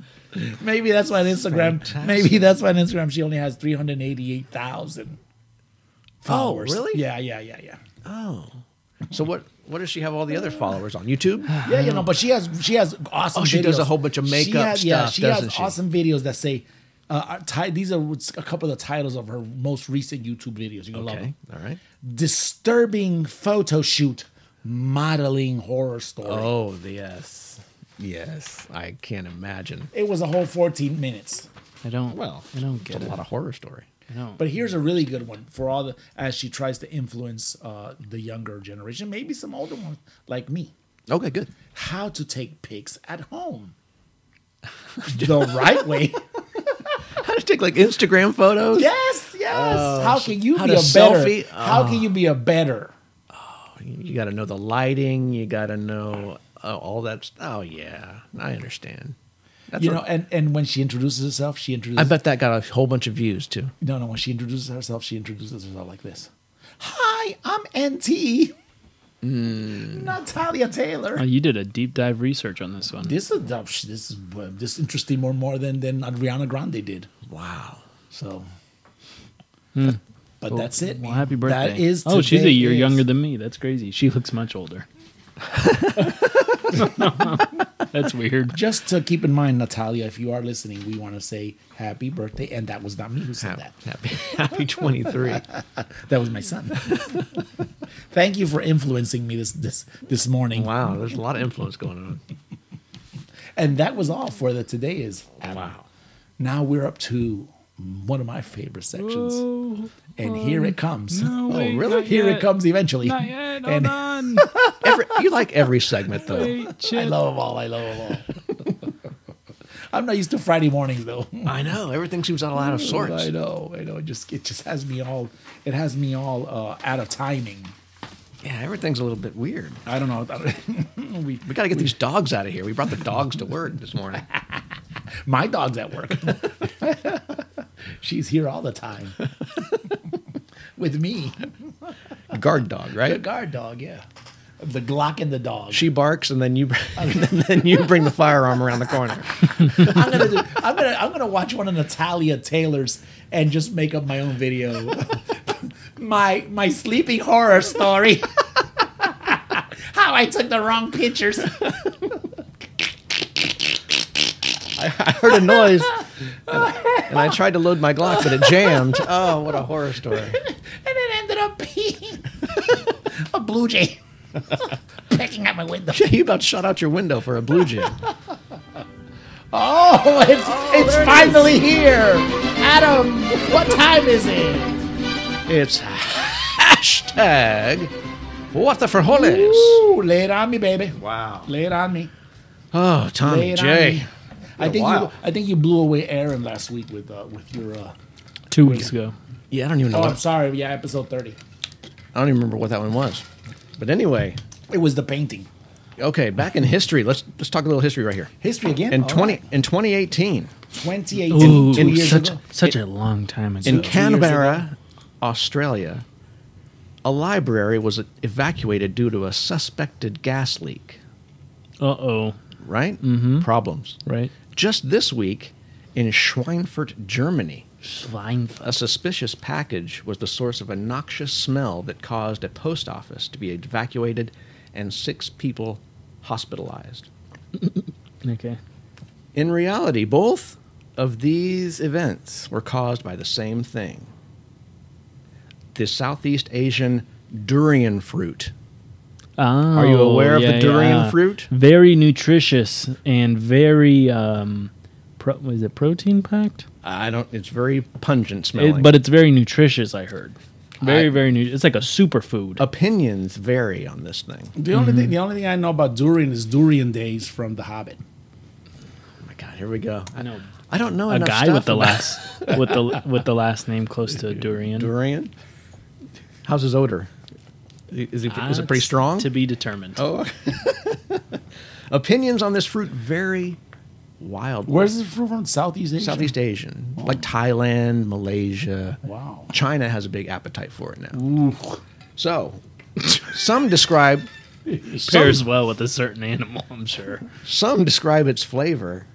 [SPEAKER 4] Maybe that's why on Instagram.
[SPEAKER 5] Fantastic.
[SPEAKER 4] Maybe that's why on Instagram she only has three hundred eighty-eight thousand followers.
[SPEAKER 5] Oh, really?
[SPEAKER 4] Yeah, yeah, yeah, yeah.
[SPEAKER 5] Oh, so what? What does she have all the other followers on YouTube?
[SPEAKER 4] Yeah, you know, but she has she has awesome.
[SPEAKER 5] Oh, she does
[SPEAKER 4] videos.
[SPEAKER 5] a whole bunch of
[SPEAKER 4] She
[SPEAKER 5] makeup
[SPEAKER 4] has- Yeah,
[SPEAKER 5] stuff,
[SPEAKER 4] she
[SPEAKER 5] doesn't
[SPEAKER 4] has
[SPEAKER 5] she?
[SPEAKER 4] awesome videos that say. Uh, uh, ti- these are a couple of the titles of her most recent YouTube videos. You're gonna love
[SPEAKER 5] Okay,
[SPEAKER 4] them.
[SPEAKER 5] all right.
[SPEAKER 4] Disturbing photo shoot, modeling horror story.
[SPEAKER 5] Oh, the- yes, yes. I can't imagine.
[SPEAKER 4] It was a whole 14 minutes.
[SPEAKER 6] I don't.
[SPEAKER 5] Well,
[SPEAKER 6] I don't
[SPEAKER 5] it's
[SPEAKER 6] get
[SPEAKER 5] a
[SPEAKER 6] it.
[SPEAKER 5] lot of horror story.
[SPEAKER 6] I don't.
[SPEAKER 4] But here's a really good one for all the as she tries to influence uh, the younger generation, maybe some older ones like me.
[SPEAKER 5] Okay, good.
[SPEAKER 4] How to take pics at home the right way.
[SPEAKER 5] How to take like Instagram photos?
[SPEAKER 4] Yes, yes. how can you
[SPEAKER 5] Oh, how
[SPEAKER 4] be a
[SPEAKER 5] to
[SPEAKER 4] better?
[SPEAKER 5] selfie? Ah.
[SPEAKER 4] How can you be a better?
[SPEAKER 5] You got to know the lighting. You got to know uh, all that. Oh yeah, I understand. That's
[SPEAKER 4] you
[SPEAKER 5] what-
[SPEAKER 4] know, and and when she introduces herself, she introduces.
[SPEAKER 5] I bet that got a whole bunch of views too.
[SPEAKER 4] No, no. When she introduces herself, she introduces herself like this. Hi, I'm NT.
[SPEAKER 6] Hmm.
[SPEAKER 4] Natalia Taylor.
[SPEAKER 6] Oh, you did a deep dive research on this one.
[SPEAKER 4] this is oh, this is this interesting more more than than Adriana Grande did.
[SPEAKER 5] Wow.
[SPEAKER 4] So, but, but that's it.
[SPEAKER 6] Hmm. Well,
[SPEAKER 4] man.
[SPEAKER 6] happy birthday.
[SPEAKER 4] That is.
[SPEAKER 6] oh, she's a
[SPEAKER 4] today
[SPEAKER 6] year
[SPEAKER 4] is-
[SPEAKER 6] younger than me. That's crazy. She looks much older. That's weird.
[SPEAKER 4] Just to keep in mind, Natalia, if you are listening, we want to say happy birthday. And that was not me who said that.
[SPEAKER 5] Happy, happy 23.
[SPEAKER 4] That was my son. Thank you for influencing me this this this morning.
[SPEAKER 5] wow, there's a lot of influence going on.
[SPEAKER 4] And that was all for the today is. Wow. Now we're up to one of my favorite sections, and here it comes. Oh,
[SPEAKER 6] No, wait, not
[SPEAKER 4] Here it
[SPEAKER 6] yet.
[SPEAKER 4] comes eventually.
[SPEAKER 6] Not yet. Hold
[SPEAKER 4] and
[SPEAKER 6] on.
[SPEAKER 5] Every, you like every segment though.
[SPEAKER 6] Wait,
[SPEAKER 4] I
[SPEAKER 6] shit.
[SPEAKER 4] love them all. I love them all. I'm not used to Friday mornings though.
[SPEAKER 5] I know everything seems all out of sorts.
[SPEAKER 4] I know. I know. It just it just has me all. It has me all uh, out of timing.
[SPEAKER 5] Yeah, everything's a little bit weird.
[SPEAKER 4] I don't know. we,
[SPEAKER 5] We got to get these dogs out of here. We brought the dogs to work this morning.
[SPEAKER 4] my dog's at work. She's here all the time with me.
[SPEAKER 5] Guard dog, right?
[SPEAKER 4] guard dog, yeah. the Glock and the dog.
[SPEAKER 5] She barks, and then you, and then you bring the firearm around the corner.
[SPEAKER 4] I'm gonna do, I'm gonna I'm gonna watch one of Natalia Taylor's and just make up my own video. my my sleepy horror story. How I took the wrong pictures.
[SPEAKER 5] I heard a noise, and, and I tried to load my Glock, but it jammed. Oh, what a horror story!
[SPEAKER 4] and it ended up being a blue jay pecking at my window.
[SPEAKER 5] you about shot out your window for a blue jay.
[SPEAKER 4] Oh, it's, it's finally here. Adam, what time is it?
[SPEAKER 5] It's hashtag what the frijoles.
[SPEAKER 4] Ooh, lay it on me, baby.
[SPEAKER 5] Wow.
[SPEAKER 4] Lay it on me.
[SPEAKER 5] Oh, Tommy
[SPEAKER 4] Lay it on
[SPEAKER 5] J.
[SPEAKER 4] me. I think you,
[SPEAKER 5] while.
[SPEAKER 4] I think you blew away Aaron last week with uh, with your. Uh,
[SPEAKER 6] Two weeks ago.
[SPEAKER 5] Yeah, I don't even know.
[SPEAKER 4] oh, I'm
[SPEAKER 5] What,
[SPEAKER 4] sorry. Yeah, episode thirty.
[SPEAKER 5] I don't even remember what that one was. But anyway,
[SPEAKER 4] It was the painting.
[SPEAKER 5] okay, back in history. Let's let's talk a little history right here.
[SPEAKER 4] History again. Oh,
[SPEAKER 5] In
[SPEAKER 4] All
[SPEAKER 5] twenty
[SPEAKER 4] right.
[SPEAKER 5] in 2018,
[SPEAKER 4] 2018,
[SPEAKER 6] Ooh,
[SPEAKER 4] two years
[SPEAKER 6] such
[SPEAKER 4] ago.
[SPEAKER 6] such a long time ago.
[SPEAKER 4] two
[SPEAKER 5] in
[SPEAKER 4] years
[SPEAKER 5] Canberra, Australia, a library was evacuated due to a suspected gas leak.
[SPEAKER 6] uh oh,
[SPEAKER 5] Right? Mm-hmm. Problems.
[SPEAKER 6] right?
[SPEAKER 5] Just this week, in Schweinfurt, Germany,
[SPEAKER 6] Schweinfurt.
[SPEAKER 5] A suspicious package was the source of a noxious smell that caused a post office to be evacuated and six people hospitalized.
[SPEAKER 6] Okay.
[SPEAKER 5] In reality, both of these events were caused by the same thing the Southeast Asian durian fruit.
[SPEAKER 6] Oh,
[SPEAKER 5] Are you aware of the
[SPEAKER 6] yeah,
[SPEAKER 5] durian
[SPEAKER 6] yeah.
[SPEAKER 5] fruit?
[SPEAKER 6] Very nutritious and very um, pro- was it protein packed?
[SPEAKER 5] I don't, it's very pungent smelling.
[SPEAKER 6] It, but it's very nutritious. I heard. Very
[SPEAKER 5] I-
[SPEAKER 6] very nu- It's like a superfood.
[SPEAKER 5] opinions vary on this thing.
[SPEAKER 4] The only
[SPEAKER 6] Mm-hmm.
[SPEAKER 4] thing the only thing I know about durian is durian days from The Hobbit.
[SPEAKER 5] Oh my God, here we go.
[SPEAKER 6] I know
[SPEAKER 5] I don't know
[SPEAKER 6] a
[SPEAKER 5] enough
[SPEAKER 6] guy
[SPEAKER 5] Oh, stuff
[SPEAKER 6] with the
[SPEAKER 5] about-
[SPEAKER 6] last with the with the last name close to durian.
[SPEAKER 5] durian. How's his odor? Is, he, is it pretty
[SPEAKER 6] That's
[SPEAKER 5] strong?
[SPEAKER 6] To be determined.
[SPEAKER 5] Oh. Opinions on this fruit vary wildly.
[SPEAKER 4] Where's it from? Southeast Asia.
[SPEAKER 5] Southeast Asian, like Thailand, Malaysia.
[SPEAKER 4] Wow.
[SPEAKER 5] China has a big appetite for it now. So, some describe
[SPEAKER 6] It pairs well with a certain animal, I'm sure.
[SPEAKER 5] some describe its flavor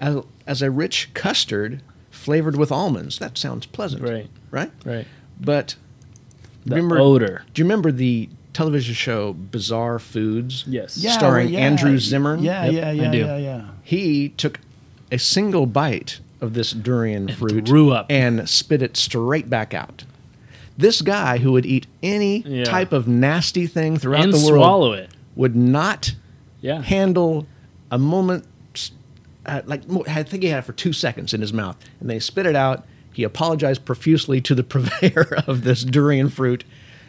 [SPEAKER 5] as, as a rich custard flavored with almonds. That sounds pleasant,
[SPEAKER 6] Right.
[SPEAKER 5] Right.
[SPEAKER 6] Right.
[SPEAKER 5] But
[SPEAKER 6] The
[SPEAKER 5] remember,
[SPEAKER 6] odor.
[SPEAKER 5] do you remember the television show Bizarre Foods?
[SPEAKER 6] Yes.
[SPEAKER 4] Yeah,
[SPEAKER 5] starring
[SPEAKER 4] yeah.
[SPEAKER 5] Andrew Zimmern.
[SPEAKER 4] Yeah,
[SPEAKER 6] Yep,
[SPEAKER 4] yeah,
[SPEAKER 6] I
[SPEAKER 4] yeah,
[SPEAKER 6] do.
[SPEAKER 4] yeah, yeah.
[SPEAKER 5] He took a single bite of this durian fruit
[SPEAKER 6] threw up.
[SPEAKER 5] and spit it straight back out. This guy who would eat any
[SPEAKER 6] Yeah.
[SPEAKER 5] type of nasty thing throughout
[SPEAKER 6] And
[SPEAKER 5] the world
[SPEAKER 6] swallow it.
[SPEAKER 5] would not
[SPEAKER 6] Yeah.
[SPEAKER 5] handle a moment uh, like mo- I think he had it for 2 seconds in his mouth and they spit it out. He apologized profusely to the purveyor of this durian fruit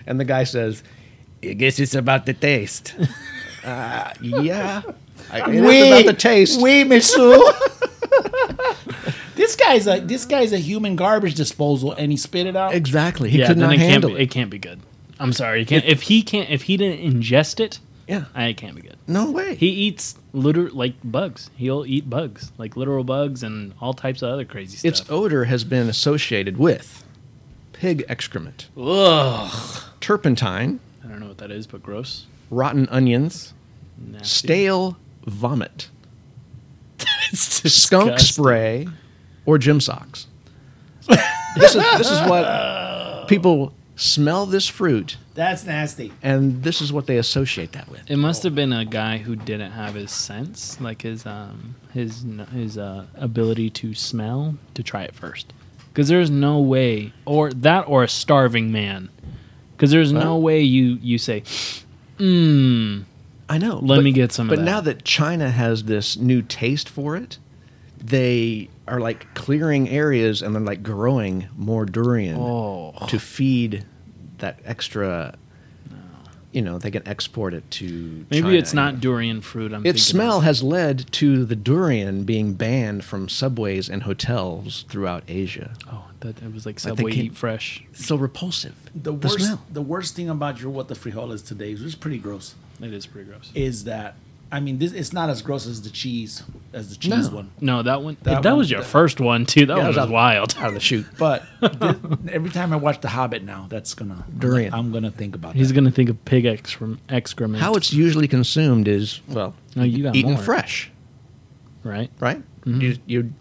[SPEAKER 5] and the guy says, "I guess it's about the taste." uh, yeah. I, it is about the taste.
[SPEAKER 4] We Mitsu. this guy's a this guy's a human garbage disposal, and he spit it out.
[SPEAKER 5] Exactly. He
[SPEAKER 6] yeah,
[SPEAKER 5] could
[SPEAKER 6] then
[SPEAKER 5] not
[SPEAKER 6] it can't
[SPEAKER 5] handle
[SPEAKER 6] be,
[SPEAKER 5] it.
[SPEAKER 6] it can't be good. I'm sorry. It can't, if he can't if he didn't ingest it,
[SPEAKER 5] Yeah.
[SPEAKER 6] I, it can't be good.
[SPEAKER 5] No way.
[SPEAKER 6] He eats liter like bugs. He'll eat bugs, like literal bugs and all types of other crazy
[SPEAKER 5] its
[SPEAKER 6] stuff.
[SPEAKER 5] odor has been associated with pig excrement,
[SPEAKER 6] Ugh.
[SPEAKER 5] turpentine,
[SPEAKER 6] I don't know what that is, but gross.
[SPEAKER 5] rotten onions,
[SPEAKER 6] Nasty.
[SPEAKER 5] stale vomit,
[SPEAKER 6] It's
[SPEAKER 5] skunk
[SPEAKER 6] disgusting.
[SPEAKER 5] spray, or gym socks. this is this is what people smell this fruit
[SPEAKER 4] That's nasty.
[SPEAKER 5] and this is what they associate that with.
[SPEAKER 6] It must have been
[SPEAKER 5] Oh.
[SPEAKER 6] a guy who didn't have his sense, like his um his n- his uh, ability to smell to try it first, because there's no way or that or a starving man, because there's no
[SPEAKER 5] Well-
[SPEAKER 6] way you you say, mmm,
[SPEAKER 5] I know.
[SPEAKER 6] Let
[SPEAKER 5] but-
[SPEAKER 6] me get some of
[SPEAKER 5] But
[SPEAKER 6] that.
[SPEAKER 5] now that China has this new taste for it, they are like clearing areas and then like growing more durian
[SPEAKER 6] Oh.
[SPEAKER 5] to feed that extra. You know, they can export it to.
[SPEAKER 6] maybe
[SPEAKER 5] China.
[SPEAKER 6] it's not durian fruit. I'm
[SPEAKER 5] Its
[SPEAKER 6] thinking of.
[SPEAKER 5] smell has led to the durian being banned from subways and hotels throughout Asia.
[SPEAKER 6] Oh, that it was like
[SPEAKER 5] think
[SPEAKER 6] Subway
[SPEAKER 5] he-
[SPEAKER 6] Eat Fresh.
[SPEAKER 5] So repulsive.
[SPEAKER 4] The worst
[SPEAKER 5] smell.
[SPEAKER 4] the worst thing about your what the frijoles today, which is pretty gross,
[SPEAKER 6] It is pretty gross.
[SPEAKER 4] is that I mean, this it's not as gross as the cheese as the cheese one,
[SPEAKER 6] No, that one.
[SPEAKER 4] That
[SPEAKER 6] That,
[SPEAKER 4] one-
[SPEAKER 6] was your
[SPEAKER 4] that-
[SPEAKER 6] first one too. That
[SPEAKER 5] that
[SPEAKER 6] one
[SPEAKER 5] was
[SPEAKER 6] was
[SPEAKER 5] out-
[SPEAKER 6] wild.
[SPEAKER 5] out of the chute.
[SPEAKER 4] but thi- every time I watch The Hobbit now, that's gonna
[SPEAKER 5] Durian.
[SPEAKER 4] I'm gonna think about
[SPEAKER 6] He's
[SPEAKER 4] that.
[SPEAKER 6] gonna think of pig ex from excrement.
[SPEAKER 5] How it's usually consumed is well,
[SPEAKER 6] No, you got
[SPEAKER 5] eaten
[SPEAKER 6] more.
[SPEAKER 5] fresh,
[SPEAKER 6] right?
[SPEAKER 5] right?
[SPEAKER 6] Mm-hmm.
[SPEAKER 5] You you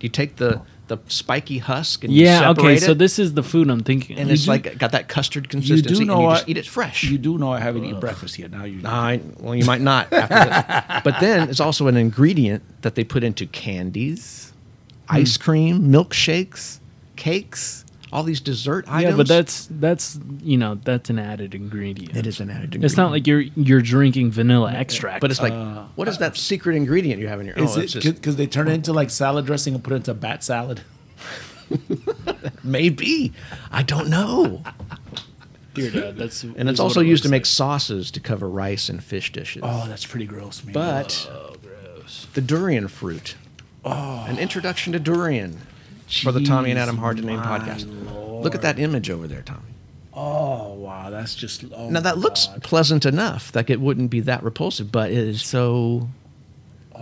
[SPEAKER 5] you take the the spiky husk and you
[SPEAKER 6] Yeah.
[SPEAKER 5] separate
[SPEAKER 6] Okay. So
[SPEAKER 5] it,
[SPEAKER 6] this is the food I'm thinking.
[SPEAKER 5] and
[SPEAKER 6] of.
[SPEAKER 5] it's
[SPEAKER 4] do-
[SPEAKER 5] like got that custard consistency, and you
[SPEAKER 4] I-
[SPEAKER 5] just eat it fresh.
[SPEAKER 4] You do know I haven't eaten breakfast yet. Now you.
[SPEAKER 5] I, well, you might not. After this. But then it's also an ingredient that they put into candies,
[SPEAKER 6] Hmm.
[SPEAKER 5] ice cream, milkshakes, cakes, all these dessert
[SPEAKER 6] yeah,
[SPEAKER 5] items.
[SPEAKER 6] but that's that's you know that's an added ingredient.
[SPEAKER 5] it is an added ingredient.
[SPEAKER 6] It's not uh, like you're you're drinking vanilla extract.
[SPEAKER 5] But it's like, what is that secret ingredient you have in your?
[SPEAKER 4] Is
[SPEAKER 5] oh,
[SPEAKER 4] it
[SPEAKER 5] it's just-
[SPEAKER 4] because they turn it into like salad dressing and put it into bat salad?
[SPEAKER 5] maybe? I don't know.
[SPEAKER 6] dear dad, that's
[SPEAKER 5] And it's also used to make sauces to cover rice and fish dishes.
[SPEAKER 4] Oh, that's pretty gross, man.
[SPEAKER 5] but the durian fruit. Oh. An introduction to durian for the Tommy and Adam Hard to Name podcast. Look at that image over there, Tommy.
[SPEAKER 4] oh wow, that's just. Oh
[SPEAKER 5] Now that
[SPEAKER 4] my
[SPEAKER 5] looks
[SPEAKER 4] God.
[SPEAKER 5] pleasant enough, like it wouldn't be that repulsive, but it is so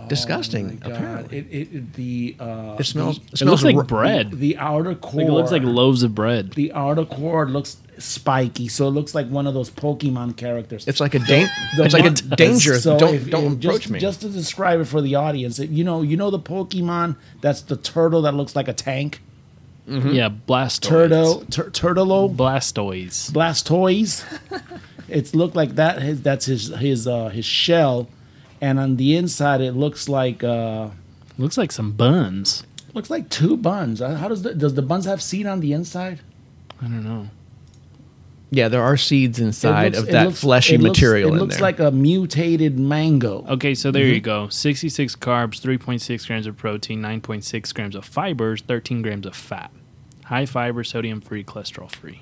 [SPEAKER 5] disgusting.
[SPEAKER 4] Oh God,
[SPEAKER 5] apparently, it,
[SPEAKER 4] it, it, it the uh,
[SPEAKER 5] smells. It,
[SPEAKER 6] It looks
[SPEAKER 5] smells
[SPEAKER 6] like
[SPEAKER 5] ro-
[SPEAKER 6] bread.
[SPEAKER 4] the outer core.
[SPEAKER 6] like it looks like loaves of bread.
[SPEAKER 4] the outer core looks spiky, so it looks like one of those Pokemon characters.
[SPEAKER 5] It's like a dan-
[SPEAKER 4] The
[SPEAKER 5] It's like a
[SPEAKER 4] mon-
[SPEAKER 5] danger.
[SPEAKER 4] So
[SPEAKER 5] don't
[SPEAKER 4] if-
[SPEAKER 5] don't
[SPEAKER 4] if just,
[SPEAKER 5] approach me.
[SPEAKER 4] Just to describe it for the audience, if you know, you know the Pokemon that's the turtle that looks like a tank.
[SPEAKER 5] Oh, Mm-hmm.
[SPEAKER 6] Yeah, blastoise.
[SPEAKER 4] Turtle, tur- Turtolo,
[SPEAKER 6] Blastoise.
[SPEAKER 4] Blastoise. it's looked like that. His, that's his his uh, his shell, and on the inside it looks like uh,
[SPEAKER 6] Looks like some buns.
[SPEAKER 4] looks like two buns. Uh, How does the, does the buns have seed on the inside?
[SPEAKER 6] I don't know.
[SPEAKER 5] yeah, there are seeds
[SPEAKER 4] It
[SPEAKER 5] inside
[SPEAKER 4] looks-
[SPEAKER 5] of
[SPEAKER 4] it
[SPEAKER 5] that
[SPEAKER 4] looks-
[SPEAKER 5] fleshy
[SPEAKER 4] it looks-
[SPEAKER 5] material
[SPEAKER 4] It
[SPEAKER 5] in
[SPEAKER 4] looks
[SPEAKER 5] there.
[SPEAKER 4] like a mutated mango.
[SPEAKER 6] Okay, so there you
[SPEAKER 5] Mm-hmm.
[SPEAKER 6] go. 66 carbs, 3.6 grams of protein, 9.6 grams of fibers, 13 grams of fat. High fiber, sodium free, cholesterol free.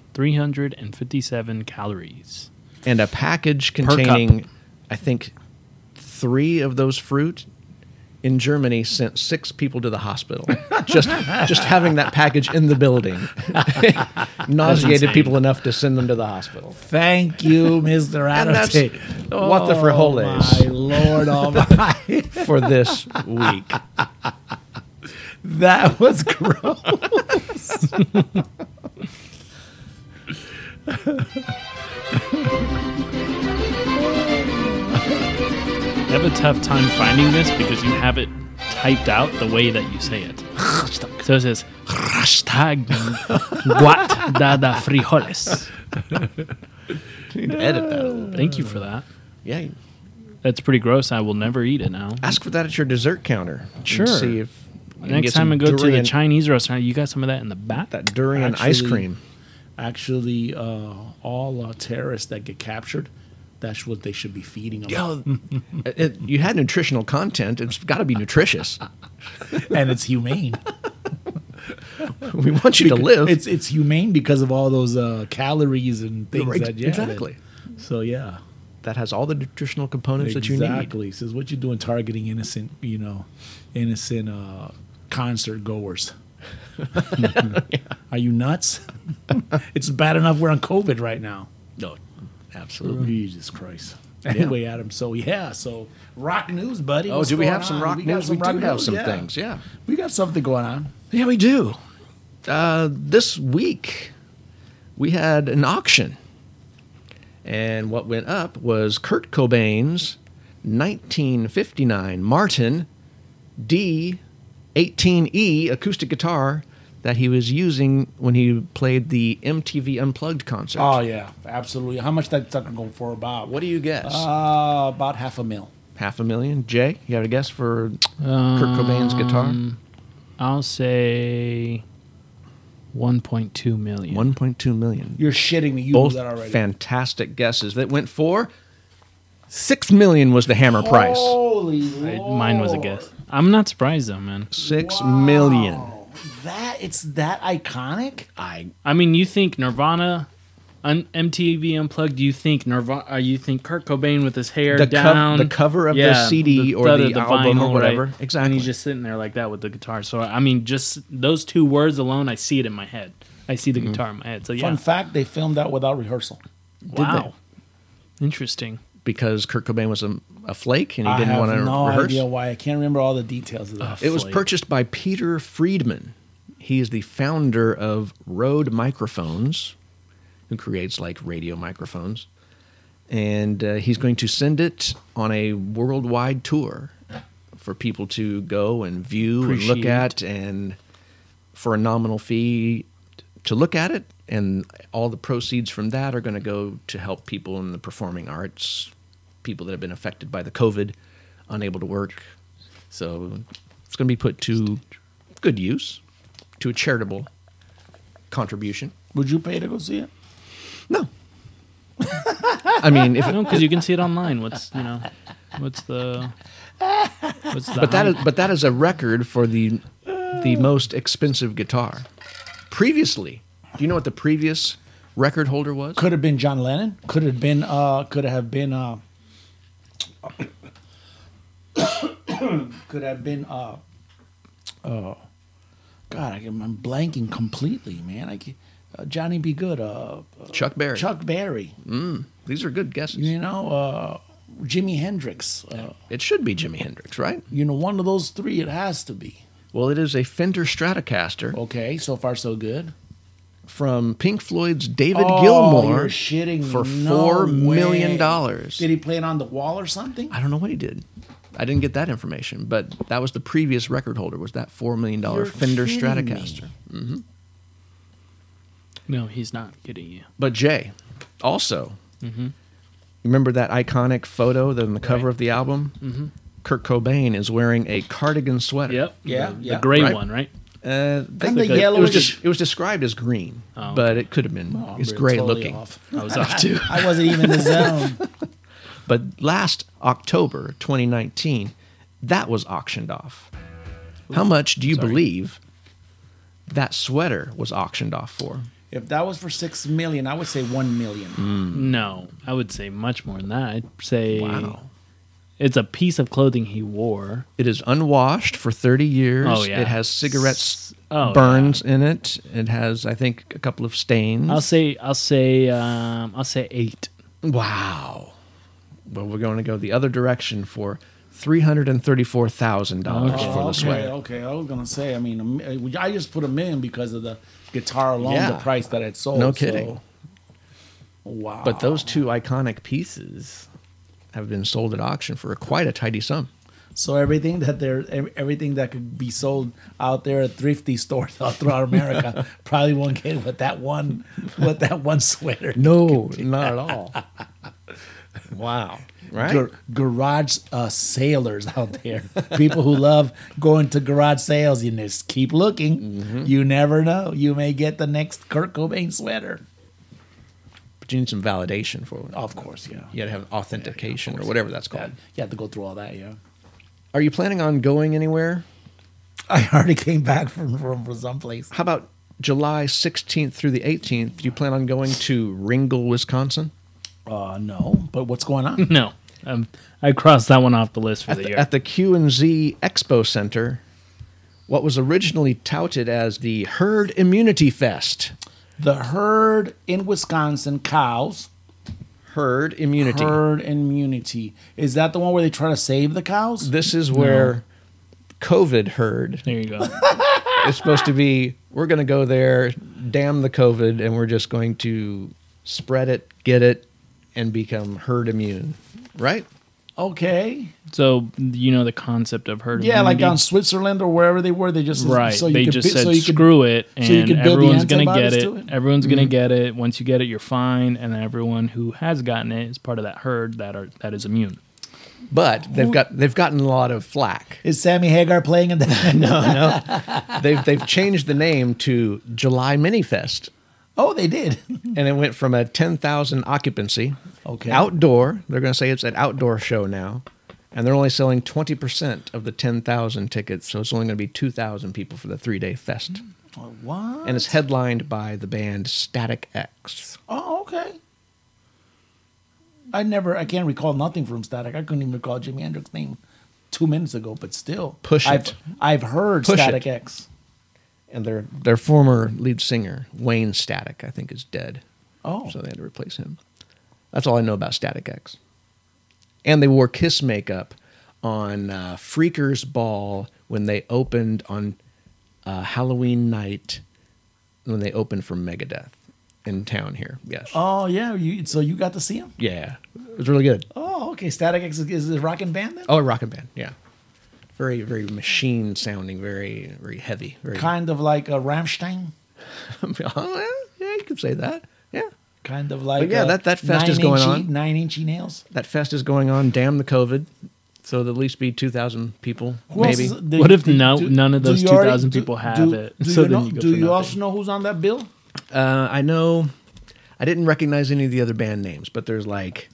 [SPEAKER 6] 357 calories.
[SPEAKER 5] and a package
[SPEAKER 6] cup.
[SPEAKER 5] containing, I think, three of those fruit in Germany sent six people to the hospital. just just having that package in the building nauseated
[SPEAKER 6] insane.
[SPEAKER 5] people enough to send them to the hospital.
[SPEAKER 4] Thank you, Mister
[SPEAKER 5] And that's
[SPEAKER 4] Adamsey.
[SPEAKER 5] what the frijoles
[SPEAKER 4] My lord, almighty.
[SPEAKER 5] for this week.
[SPEAKER 4] that was gross.
[SPEAKER 6] I have a tough time finding this because you have it typed out the way that you say it. so it says, hashtag guatdada frijoles.
[SPEAKER 5] Edit that a little bit.
[SPEAKER 6] Thank you for that.
[SPEAKER 5] Yeah, you-
[SPEAKER 6] That's pretty gross. I will never eat it now.
[SPEAKER 5] ask for that at your dessert counter. and
[SPEAKER 6] Sure.
[SPEAKER 5] See if you can
[SPEAKER 6] Next
[SPEAKER 5] get some
[SPEAKER 6] time I go to the
[SPEAKER 5] durian-
[SPEAKER 6] Chinese restaurant, you got some of that in the back?
[SPEAKER 5] that durian ice
[SPEAKER 4] Actually-
[SPEAKER 5] cream.
[SPEAKER 4] Actually, uh, all uh, terrorists that get captured, that's what they should be feeding them.
[SPEAKER 5] Yo, it, you had nutritional content. It's got to be nutritious.
[SPEAKER 4] and it's humane.
[SPEAKER 5] We want you to live.
[SPEAKER 4] It's it's humane because of all those uh, calories and things
[SPEAKER 5] Right,
[SPEAKER 4] that yeah, that-
[SPEAKER 5] exactly.
[SPEAKER 4] so yeah,
[SPEAKER 5] that has all the nutritional components that you need.
[SPEAKER 4] exactly. Says what you doing targeting innocent, you know, innocent uh, concert goers. Are you nuts? it's bad enough we're on COVID right now. Mm.
[SPEAKER 5] No, absolutely.
[SPEAKER 4] Jesus Christ. Anyway, Adam. So yeah. So rock news, buddy.
[SPEAKER 5] Oh,
[SPEAKER 4] What's
[SPEAKER 5] do we have
[SPEAKER 4] going
[SPEAKER 5] some
[SPEAKER 4] on?
[SPEAKER 5] rock
[SPEAKER 4] got
[SPEAKER 5] news?
[SPEAKER 4] some
[SPEAKER 5] We
[SPEAKER 4] rock
[SPEAKER 5] do have
[SPEAKER 4] news,
[SPEAKER 5] some
[SPEAKER 4] yeah.
[SPEAKER 5] things. Yeah,
[SPEAKER 4] We got something going on.
[SPEAKER 5] yeah, we do. Uh, this week we had an auction, and what went up was Kurt Cobain's 1959 Martin D18E acoustic guitar that he was using when he played the MTV Unplugged concert.
[SPEAKER 4] Oh yeah, absolutely. How much that sucker going for? About
[SPEAKER 5] What do you guess?
[SPEAKER 4] Uh, about half a mil.
[SPEAKER 5] Half a million, Jay. You got a guess for
[SPEAKER 4] Um,
[SPEAKER 5] Kurt Cobain's guitar?
[SPEAKER 6] I'll say 1.2 million.
[SPEAKER 5] 1.2 million.
[SPEAKER 4] You're shitting me. You
[SPEAKER 5] Both
[SPEAKER 4] knew that already.
[SPEAKER 5] fantastic guesses that went for 6 million was the hammer price.
[SPEAKER 4] Holy
[SPEAKER 6] I-
[SPEAKER 4] Lord.
[SPEAKER 6] mine was a guess. I'm not surprised though, man.
[SPEAKER 5] Six million.
[SPEAKER 4] That it's that iconic.
[SPEAKER 5] I
[SPEAKER 6] I mean, you think Nirvana, un- MTV Unplugged. You think Nirvana? Uh, you think Kurt Cobain with his hair
[SPEAKER 5] the, cov-
[SPEAKER 6] down?
[SPEAKER 5] the cover of
[SPEAKER 6] Yeah,
[SPEAKER 5] the CD or
[SPEAKER 6] thud of
[SPEAKER 5] the, album or
[SPEAKER 6] vinyl,
[SPEAKER 5] whatever.
[SPEAKER 6] right? And
[SPEAKER 5] Exactly.
[SPEAKER 6] he's just sitting there like that with the guitar. So I mean, just those two words alone, I see it in my head. I see
[SPEAKER 5] Mm-hmm.
[SPEAKER 6] the guitar in my head. So yeah,
[SPEAKER 4] Fun fact: They filmed that without rehersal.
[SPEAKER 6] wow, interesting.
[SPEAKER 5] because Kurt Cobain was a, a flake and he
[SPEAKER 4] I
[SPEAKER 5] didn't
[SPEAKER 4] have
[SPEAKER 5] want to
[SPEAKER 4] no
[SPEAKER 5] rehearse. Oh,
[SPEAKER 4] idea why. I can't remember all the details of that.
[SPEAKER 5] It was
[SPEAKER 6] Flake.
[SPEAKER 5] purchased by Peter Friedman. He is the founder of Rode Microphones, who creates like radio microphones. And uh, he's going to send it on a worldwide tour for people to go and view and look
[SPEAKER 6] Appreciate.
[SPEAKER 5] at, and for a nominal fee to look at it. And all the proceeds from that are going to go to help people in the performing arts, people that have been affected by the COVID, unable to work. So it's going to be put to good use, to a charitable contribution.
[SPEAKER 4] Would you pay to go see it?
[SPEAKER 5] No. I mean, if
[SPEAKER 6] No, because you can see it online. What's you know, what's the what's the
[SPEAKER 5] but that
[SPEAKER 6] hype?
[SPEAKER 5] is but that is a record for the the most expensive guitar. Previously, do you know what the previous record holder was?
[SPEAKER 4] Could have been John Lennon. Could have been. Uh, could have been. Uh, could have been. Uh, oh, God! I, can- I'm blanking completely, man. I can, uh, Johnny B. Good. Uh,
[SPEAKER 5] Chuck Berry.
[SPEAKER 4] Chuck Berry.
[SPEAKER 5] These are good guesses.
[SPEAKER 4] You know, uh, Jimi Hendrix. Uh,
[SPEAKER 5] It should be Jimi Hendrix, right?
[SPEAKER 4] you know, one of those three. It has to be.
[SPEAKER 5] Well, it is a Fender Stratocaster
[SPEAKER 4] Okay, so far so good.
[SPEAKER 5] from Pink Floyd's David
[SPEAKER 4] Oh,
[SPEAKER 5] Gilmour
[SPEAKER 4] you're shitting
[SPEAKER 5] for
[SPEAKER 4] me.
[SPEAKER 5] four million
[SPEAKER 4] No way.
[SPEAKER 5] dollars.
[SPEAKER 4] Did he play it on the wall or something?
[SPEAKER 5] I don't know what he did. I didn't get that information, but that was the previous record holder was that four million dollar
[SPEAKER 4] You're
[SPEAKER 5] Fender
[SPEAKER 4] kidding me.
[SPEAKER 5] Stratocaster.
[SPEAKER 6] no, he's not kidding you.
[SPEAKER 5] But Jay, also, remember that iconic photo that on the cover
[SPEAKER 6] Right.
[SPEAKER 5] of the album? Mm-hmm. Kurt Cobain is wearing a cardigan sweater.
[SPEAKER 6] Yep.
[SPEAKER 4] Yeah,
[SPEAKER 6] The, the
[SPEAKER 4] yeah.
[SPEAKER 6] gray
[SPEAKER 5] Right.
[SPEAKER 6] one, right?
[SPEAKER 5] Uh, they,
[SPEAKER 4] And the
[SPEAKER 5] it was
[SPEAKER 4] yellowish-
[SPEAKER 5] des- it was described as green,
[SPEAKER 6] Oh,
[SPEAKER 5] but it could have been.
[SPEAKER 4] Oh,
[SPEAKER 5] it's
[SPEAKER 4] we're
[SPEAKER 5] gray
[SPEAKER 4] totally
[SPEAKER 5] looking.
[SPEAKER 4] off.
[SPEAKER 6] I was off too.
[SPEAKER 4] I wasn't even in the zone.
[SPEAKER 5] But last October 2019, that was auctioned off. How much do you believe that sweater was auctioned off for?
[SPEAKER 4] If that was for six million, I would say one million.
[SPEAKER 5] Mm,
[SPEAKER 6] No, I would say much more than that. I'd say
[SPEAKER 5] Wow.
[SPEAKER 6] it's a piece of clothing he wore.
[SPEAKER 5] It is unwashed for 30 years.
[SPEAKER 6] Oh, yeah.
[SPEAKER 5] It has cigarettes
[SPEAKER 6] Oh,
[SPEAKER 5] burns in it. It has, I think, a couple of stains.
[SPEAKER 6] I'll say I'll say um, I'll say eight.
[SPEAKER 5] wow. Well, we're going to go the other direction for $334,000 for
[SPEAKER 6] Oh,
[SPEAKER 5] the
[SPEAKER 4] okay,
[SPEAKER 5] sweater.
[SPEAKER 4] okay. I was gonna say. I mean, a mi- I just put a million because of the guitar alone,
[SPEAKER 5] Yeah.
[SPEAKER 4] the price that it sold.
[SPEAKER 5] No
[SPEAKER 4] Oh, so-
[SPEAKER 5] kidding.
[SPEAKER 4] Wow.
[SPEAKER 5] But those two iconic pieces have been sold at auction for quite a tidy sum.
[SPEAKER 4] so everything that there, ev- everything that could be sold out there at thrifty stores all throughout America probably won't get what that one, what that one sweater.
[SPEAKER 5] No, not at all. wow. Right?
[SPEAKER 4] Gar- garage uh, sailors out there, people who love going to garage sales. You just keep looking.
[SPEAKER 6] Mm-hmm.
[SPEAKER 4] You never know. You may get the next Kurt Cobain sweater.
[SPEAKER 5] But you need some validation for it.
[SPEAKER 4] Of course, yeah.
[SPEAKER 5] You got to have authentication or whatever that's called.
[SPEAKER 4] You have to go through all that, yeah.
[SPEAKER 5] Are you planning on going anywhere?
[SPEAKER 4] I already came back from from, from someplace.
[SPEAKER 5] How about July 16th through the 18th? Do you plan on going to Ringgold, Wisconsin?
[SPEAKER 4] Uh, no, but what's going on?
[SPEAKER 6] No, um, I crossed that one off the list for
[SPEAKER 5] At
[SPEAKER 6] the,
[SPEAKER 5] the,
[SPEAKER 6] year.
[SPEAKER 5] at the Q&Z Expo Center, what was originally touted as the Herd Immunity Fest.
[SPEAKER 4] the herd in Wisconsin, cows.
[SPEAKER 5] Herd Immunity.
[SPEAKER 4] Herd immunity. Is that the one where they try to save the cows?
[SPEAKER 5] This is where COVID herd
[SPEAKER 6] there you go.
[SPEAKER 5] is supposed to be, we're going to go there, damn the COVID, and we're just going to spread it, get it, and become herd immune, right?
[SPEAKER 4] Okay.
[SPEAKER 6] So you know the concept of herd.
[SPEAKER 4] Yeah, like
[SPEAKER 6] immunity?
[SPEAKER 4] on Switzerland or wherever they were, they just
[SPEAKER 6] Right.
[SPEAKER 4] So you
[SPEAKER 6] they
[SPEAKER 4] could
[SPEAKER 6] just
[SPEAKER 4] bi-
[SPEAKER 6] said
[SPEAKER 4] so you could-
[SPEAKER 6] screw it and
[SPEAKER 4] so you could build the
[SPEAKER 6] everyone's going to get
[SPEAKER 4] antibodies
[SPEAKER 6] it.
[SPEAKER 4] to it? Mm-hmm.
[SPEAKER 6] Everyone's going to get it. Once you get it, you're fine and then everyone who has gotten it is part of that herd that are that is immune.
[SPEAKER 5] But they've got they've gotten a lot of flack.
[SPEAKER 4] Is Sammy Hagar playing in that? no.
[SPEAKER 5] they've they've changed the name to July Minifest,
[SPEAKER 4] Oh, they did.
[SPEAKER 5] and it went from a ten thousand occupancy,
[SPEAKER 4] Okay.
[SPEAKER 5] outdoor. They're going to say it's an outdoor show now, and they're only selling twenty percent of the ten thousand tickets, so it's only going to be two thousand people for the three day fest,
[SPEAKER 4] Mm. What?
[SPEAKER 5] and it's headlined by the band Static X.
[SPEAKER 4] Oh, okay. I never, I can't recall nothing from Static. I couldn't even recall Jimi Hendrix's name two minutes ago, but still.
[SPEAKER 5] Push
[SPEAKER 4] I've,
[SPEAKER 5] it.
[SPEAKER 4] I've heard
[SPEAKER 5] Push
[SPEAKER 4] Static
[SPEAKER 5] it.
[SPEAKER 4] X.
[SPEAKER 5] And their their former lead singer Wayne Static, I think, is dead,
[SPEAKER 4] Oh,
[SPEAKER 5] so they had to replace him. That's all I know about Static X. and they wore Kiss makeup on uh, Freakers Ball when they opened on uh, Halloween night when they opened for Megadeth in town here. Yes.
[SPEAKER 4] Oh yeah, you so you got to see him.
[SPEAKER 5] Yeah, it was really good.
[SPEAKER 4] Oh okay, Static X is, is a rocking band then.
[SPEAKER 5] Oh, a rockin' band. Yeah, very very machine sounding, very very heavy. Very.
[SPEAKER 4] Kind of like a Ramstein.
[SPEAKER 5] Oh, yeah, yeah, you could say that. Yeah,
[SPEAKER 4] Kind of like
[SPEAKER 5] But yeah,
[SPEAKER 4] uh,
[SPEAKER 5] that- that fest is
[SPEAKER 4] nine
[SPEAKER 5] going
[SPEAKER 4] inchy-
[SPEAKER 5] on.
[SPEAKER 4] Nine inchy nails.
[SPEAKER 5] that fest is going on. Damn the COVID. So there'll at least be two thousand people,
[SPEAKER 4] Who else
[SPEAKER 5] maybe.
[SPEAKER 4] is- do-
[SPEAKER 6] What if
[SPEAKER 4] do-
[SPEAKER 6] no-
[SPEAKER 4] do-
[SPEAKER 6] none of
[SPEAKER 4] do
[SPEAKER 6] those
[SPEAKER 4] you already-
[SPEAKER 6] 2,000
[SPEAKER 4] do-
[SPEAKER 6] people have
[SPEAKER 4] do-
[SPEAKER 6] it?
[SPEAKER 4] Do
[SPEAKER 6] So
[SPEAKER 4] you,
[SPEAKER 6] then
[SPEAKER 4] know,
[SPEAKER 6] you go
[SPEAKER 4] do
[SPEAKER 6] for
[SPEAKER 4] you
[SPEAKER 6] nothing.
[SPEAKER 4] also know who's on that bill?
[SPEAKER 5] Uh, I know I didn't recognize any of the other band names, but there's like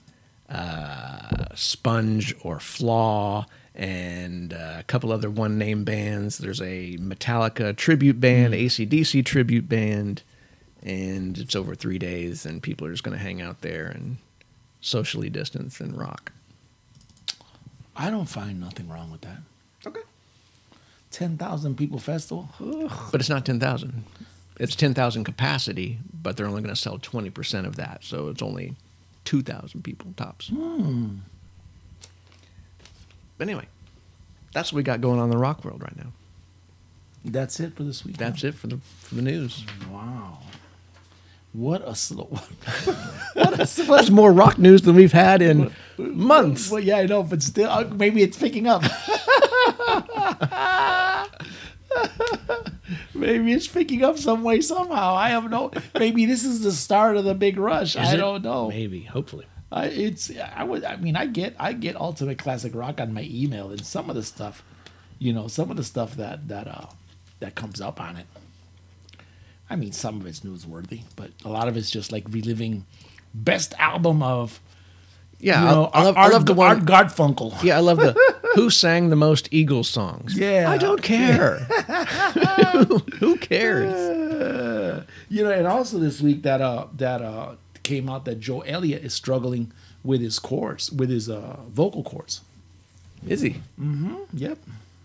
[SPEAKER 5] uh, Sponge or Flaw and uh, a couple other one name bands. There's a Metallica tribute band, ACDC tribute band, and it's over three days, and people are just going to hang out there and socially distance and rock.
[SPEAKER 4] I don't find nothing wrong with that.
[SPEAKER 5] Okay.
[SPEAKER 4] Ten thousand people festival.
[SPEAKER 5] But it's not 10,000. It's 10,000 capacity, but they're only going to sell 20% of that. So it's only 2,000 people tops. But anyway, that's what we got going on in the rock world right now.
[SPEAKER 4] That's it for this week.
[SPEAKER 5] That's it for the, for the news.
[SPEAKER 4] Wow. What a slow.
[SPEAKER 5] That's more rock news than we've had in months.
[SPEAKER 4] well, yeah, I know, but still, uh, maybe it's picking up. maybe it's picking up some way somehow. I have no. Maybe this is the start of the big rush. I don't know.
[SPEAKER 5] Maybe, hopefully.
[SPEAKER 4] I, Uh, it's I would I mean I get I get ultimate classic rock on my email and some of the stuff, you know, some of the stuff that that uh that comes up on it. I mean, some of it's newsworthy, but a lot of it's just like reliving best album of
[SPEAKER 5] Yeah,
[SPEAKER 4] you
[SPEAKER 5] I-
[SPEAKER 4] know
[SPEAKER 5] I, love, I
[SPEAKER 4] Art-
[SPEAKER 5] love the
[SPEAKER 4] Art
[SPEAKER 5] one.
[SPEAKER 4] Garfunkel.
[SPEAKER 5] Yeah, I love the who sang the most Eagles songs.
[SPEAKER 4] Yeah.
[SPEAKER 5] I don't care. who cares?
[SPEAKER 4] Uh, you know, and also this week that uh that uh came out that Joe Elliott is struggling with his chords, with his uh vocal cords.
[SPEAKER 5] Is he?
[SPEAKER 4] Yep.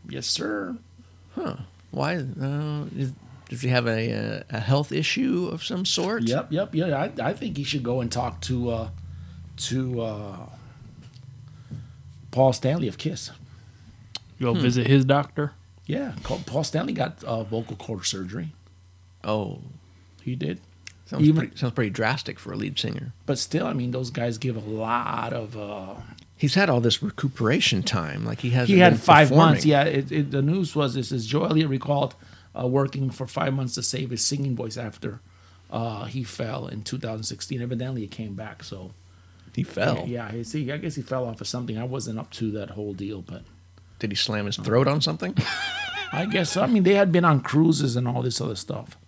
[SPEAKER 4] Yes, sir.
[SPEAKER 5] Why? Uh, is, does he have a, uh, a health issue of some sort?
[SPEAKER 4] Yep, yep, yeah. I, I think he should go and talk to uh, to uh, Paul Stanley of Kiss.
[SPEAKER 6] Go visit his doctor.
[SPEAKER 4] Yeah, Ca- Paul Stanley got uh, vocal cord surgery.
[SPEAKER 5] Oh,
[SPEAKER 4] He did,
[SPEAKER 5] sounds,
[SPEAKER 4] Even-
[SPEAKER 5] pretty, sounds pretty drastic for a lead singer.
[SPEAKER 4] but still, I mean, those guys give a lot of. Uh,
[SPEAKER 5] He's had all this recuperation time. Like he has.
[SPEAKER 4] he had five months. Yeah, it, it, the news was this: is Joe Elliott recalled uh, working for five months to save his singing voice after uh, he fell in 2016. Evidently, it came back. So
[SPEAKER 5] He fell.
[SPEAKER 4] yeah, he, see, I guess he fell off of something. I wasn't up to that whole deal, but.
[SPEAKER 5] Did he slam his throat on something?
[SPEAKER 4] I guess. so. I mean, they had been on cruises and all this other stuff.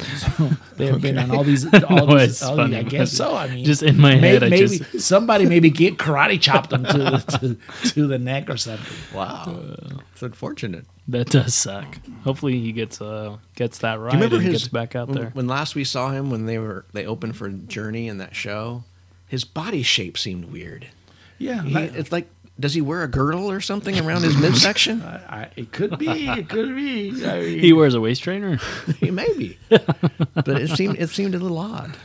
[SPEAKER 4] So they had been on all these. All
[SPEAKER 6] No,
[SPEAKER 4] these
[SPEAKER 6] it's
[SPEAKER 4] all
[SPEAKER 6] funny,
[SPEAKER 4] these- I
[SPEAKER 6] but
[SPEAKER 4] guess so. I mean,
[SPEAKER 6] just in my
[SPEAKER 4] may-
[SPEAKER 6] head, I
[SPEAKER 4] maybe
[SPEAKER 6] just-
[SPEAKER 4] somebody maybe get karate chopped them to, the- to to the neck or something.
[SPEAKER 5] wow, it's unfortunate.
[SPEAKER 6] That does suck. Hopefully he gets uh gets that right
[SPEAKER 5] Do you remember
[SPEAKER 6] and
[SPEAKER 5] his
[SPEAKER 6] gets back out
[SPEAKER 5] when,
[SPEAKER 6] there.
[SPEAKER 5] When last we saw him, when they were they opened for Journey in that show, his body shape seemed weird.
[SPEAKER 4] Yeah,
[SPEAKER 5] He,
[SPEAKER 4] like-
[SPEAKER 5] it's like, does he wear a girdle or something around his midsection?
[SPEAKER 4] I, I, it could be. It could be. I mean,
[SPEAKER 6] He wears a waist trainer.
[SPEAKER 5] he may be, but it seemed it seemed a little odd.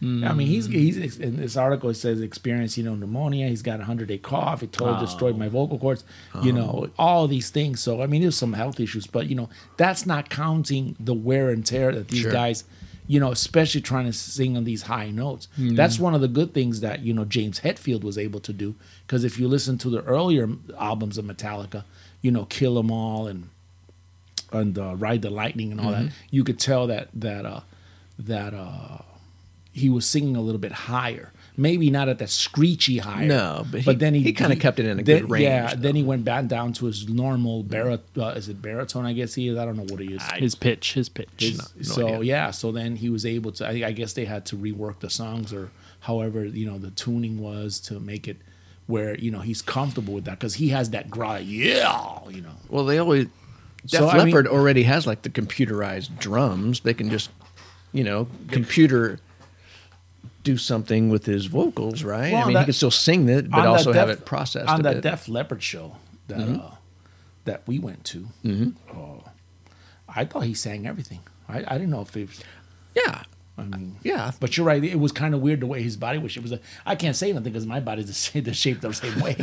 [SPEAKER 4] I mean, he's he's in this article. It says experience, you know, pneumonia. He's got a hundred day cough. It totally destroyed my vocal cords. You know, all these things. So I mean, there's some health issues, but you know, that's not counting the wear and tear that these
[SPEAKER 5] Sure.
[SPEAKER 4] guys, you know, especially trying to sing on these high notes. That's one of the good things that you know James Hetfield was able to do. Because if you listen to the earlier albums of Metallica, you know, Kill 'Em All and and uh, Ride the Lightning and all that,
[SPEAKER 5] Mm-hmm.
[SPEAKER 4] you could tell that that uh, that uh, he was singing a little bit higher. Maybe not at that screechy higher.
[SPEAKER 5] No, but he-
[SPEAKER 4] then he,
[SPEAKER 5] he kinda kept it in a
[SPEAKER 4] then-
[SPEAKER 5] good range,
[SPEAKER 4] Yeah,
[SPEAKER 5] though.
[SPEAKER 4] then he went back down to his normal baritone. Uh, is it baritone? I guess he is. I don't know what he is.
[SPEAKER 6] His pitch, his pitch.
[SPEAKER 4] His-
[SPEAKER 5] no
[SPEAKER 4] so
[SPEAKER 5] idea.
[SPEAKER 4] yeah, so then he was able to. I, I guess they had to rework the songs or however you know the tuning was to make it where you know he's comfortable with that because he has that growl. Yeah, you know.
[SPEAKER 5] Well, they always Def
[SPEAKER 4] So, I mean-
[SPEAKER 5] Leppard already has like the computerized drums. They can just, you know, computer do something with his vocals, right?
[SPEAKER 4] Well,
[SPEAKER 5] I mean,
[SPEAKER 4] that-
[SPEAKER 5] he can still sing it, but
[SPEAKER 4] on that
[SPEAKER 5] also have
[SPEAKER 4] Def-
[SPEAKER 5] it processed
[SPEAKER 4] on
[SPEAKER 5] a
[SPEAKER 4] that
[SPEAKER 5] bit. Mm-hmm.
[SPEAKER 4] Def Leppard show that uh, that we went to. uh, Oh, I thought he sang everything. I, I didn't know if it was,
[SPEAKER 5] yeah, I mean, yeah,
[SPEAKER 4] But you're right. It was kind of weird the way his body was. It was. Like, I can't say nothing because my body's the, same, the shaped the same way,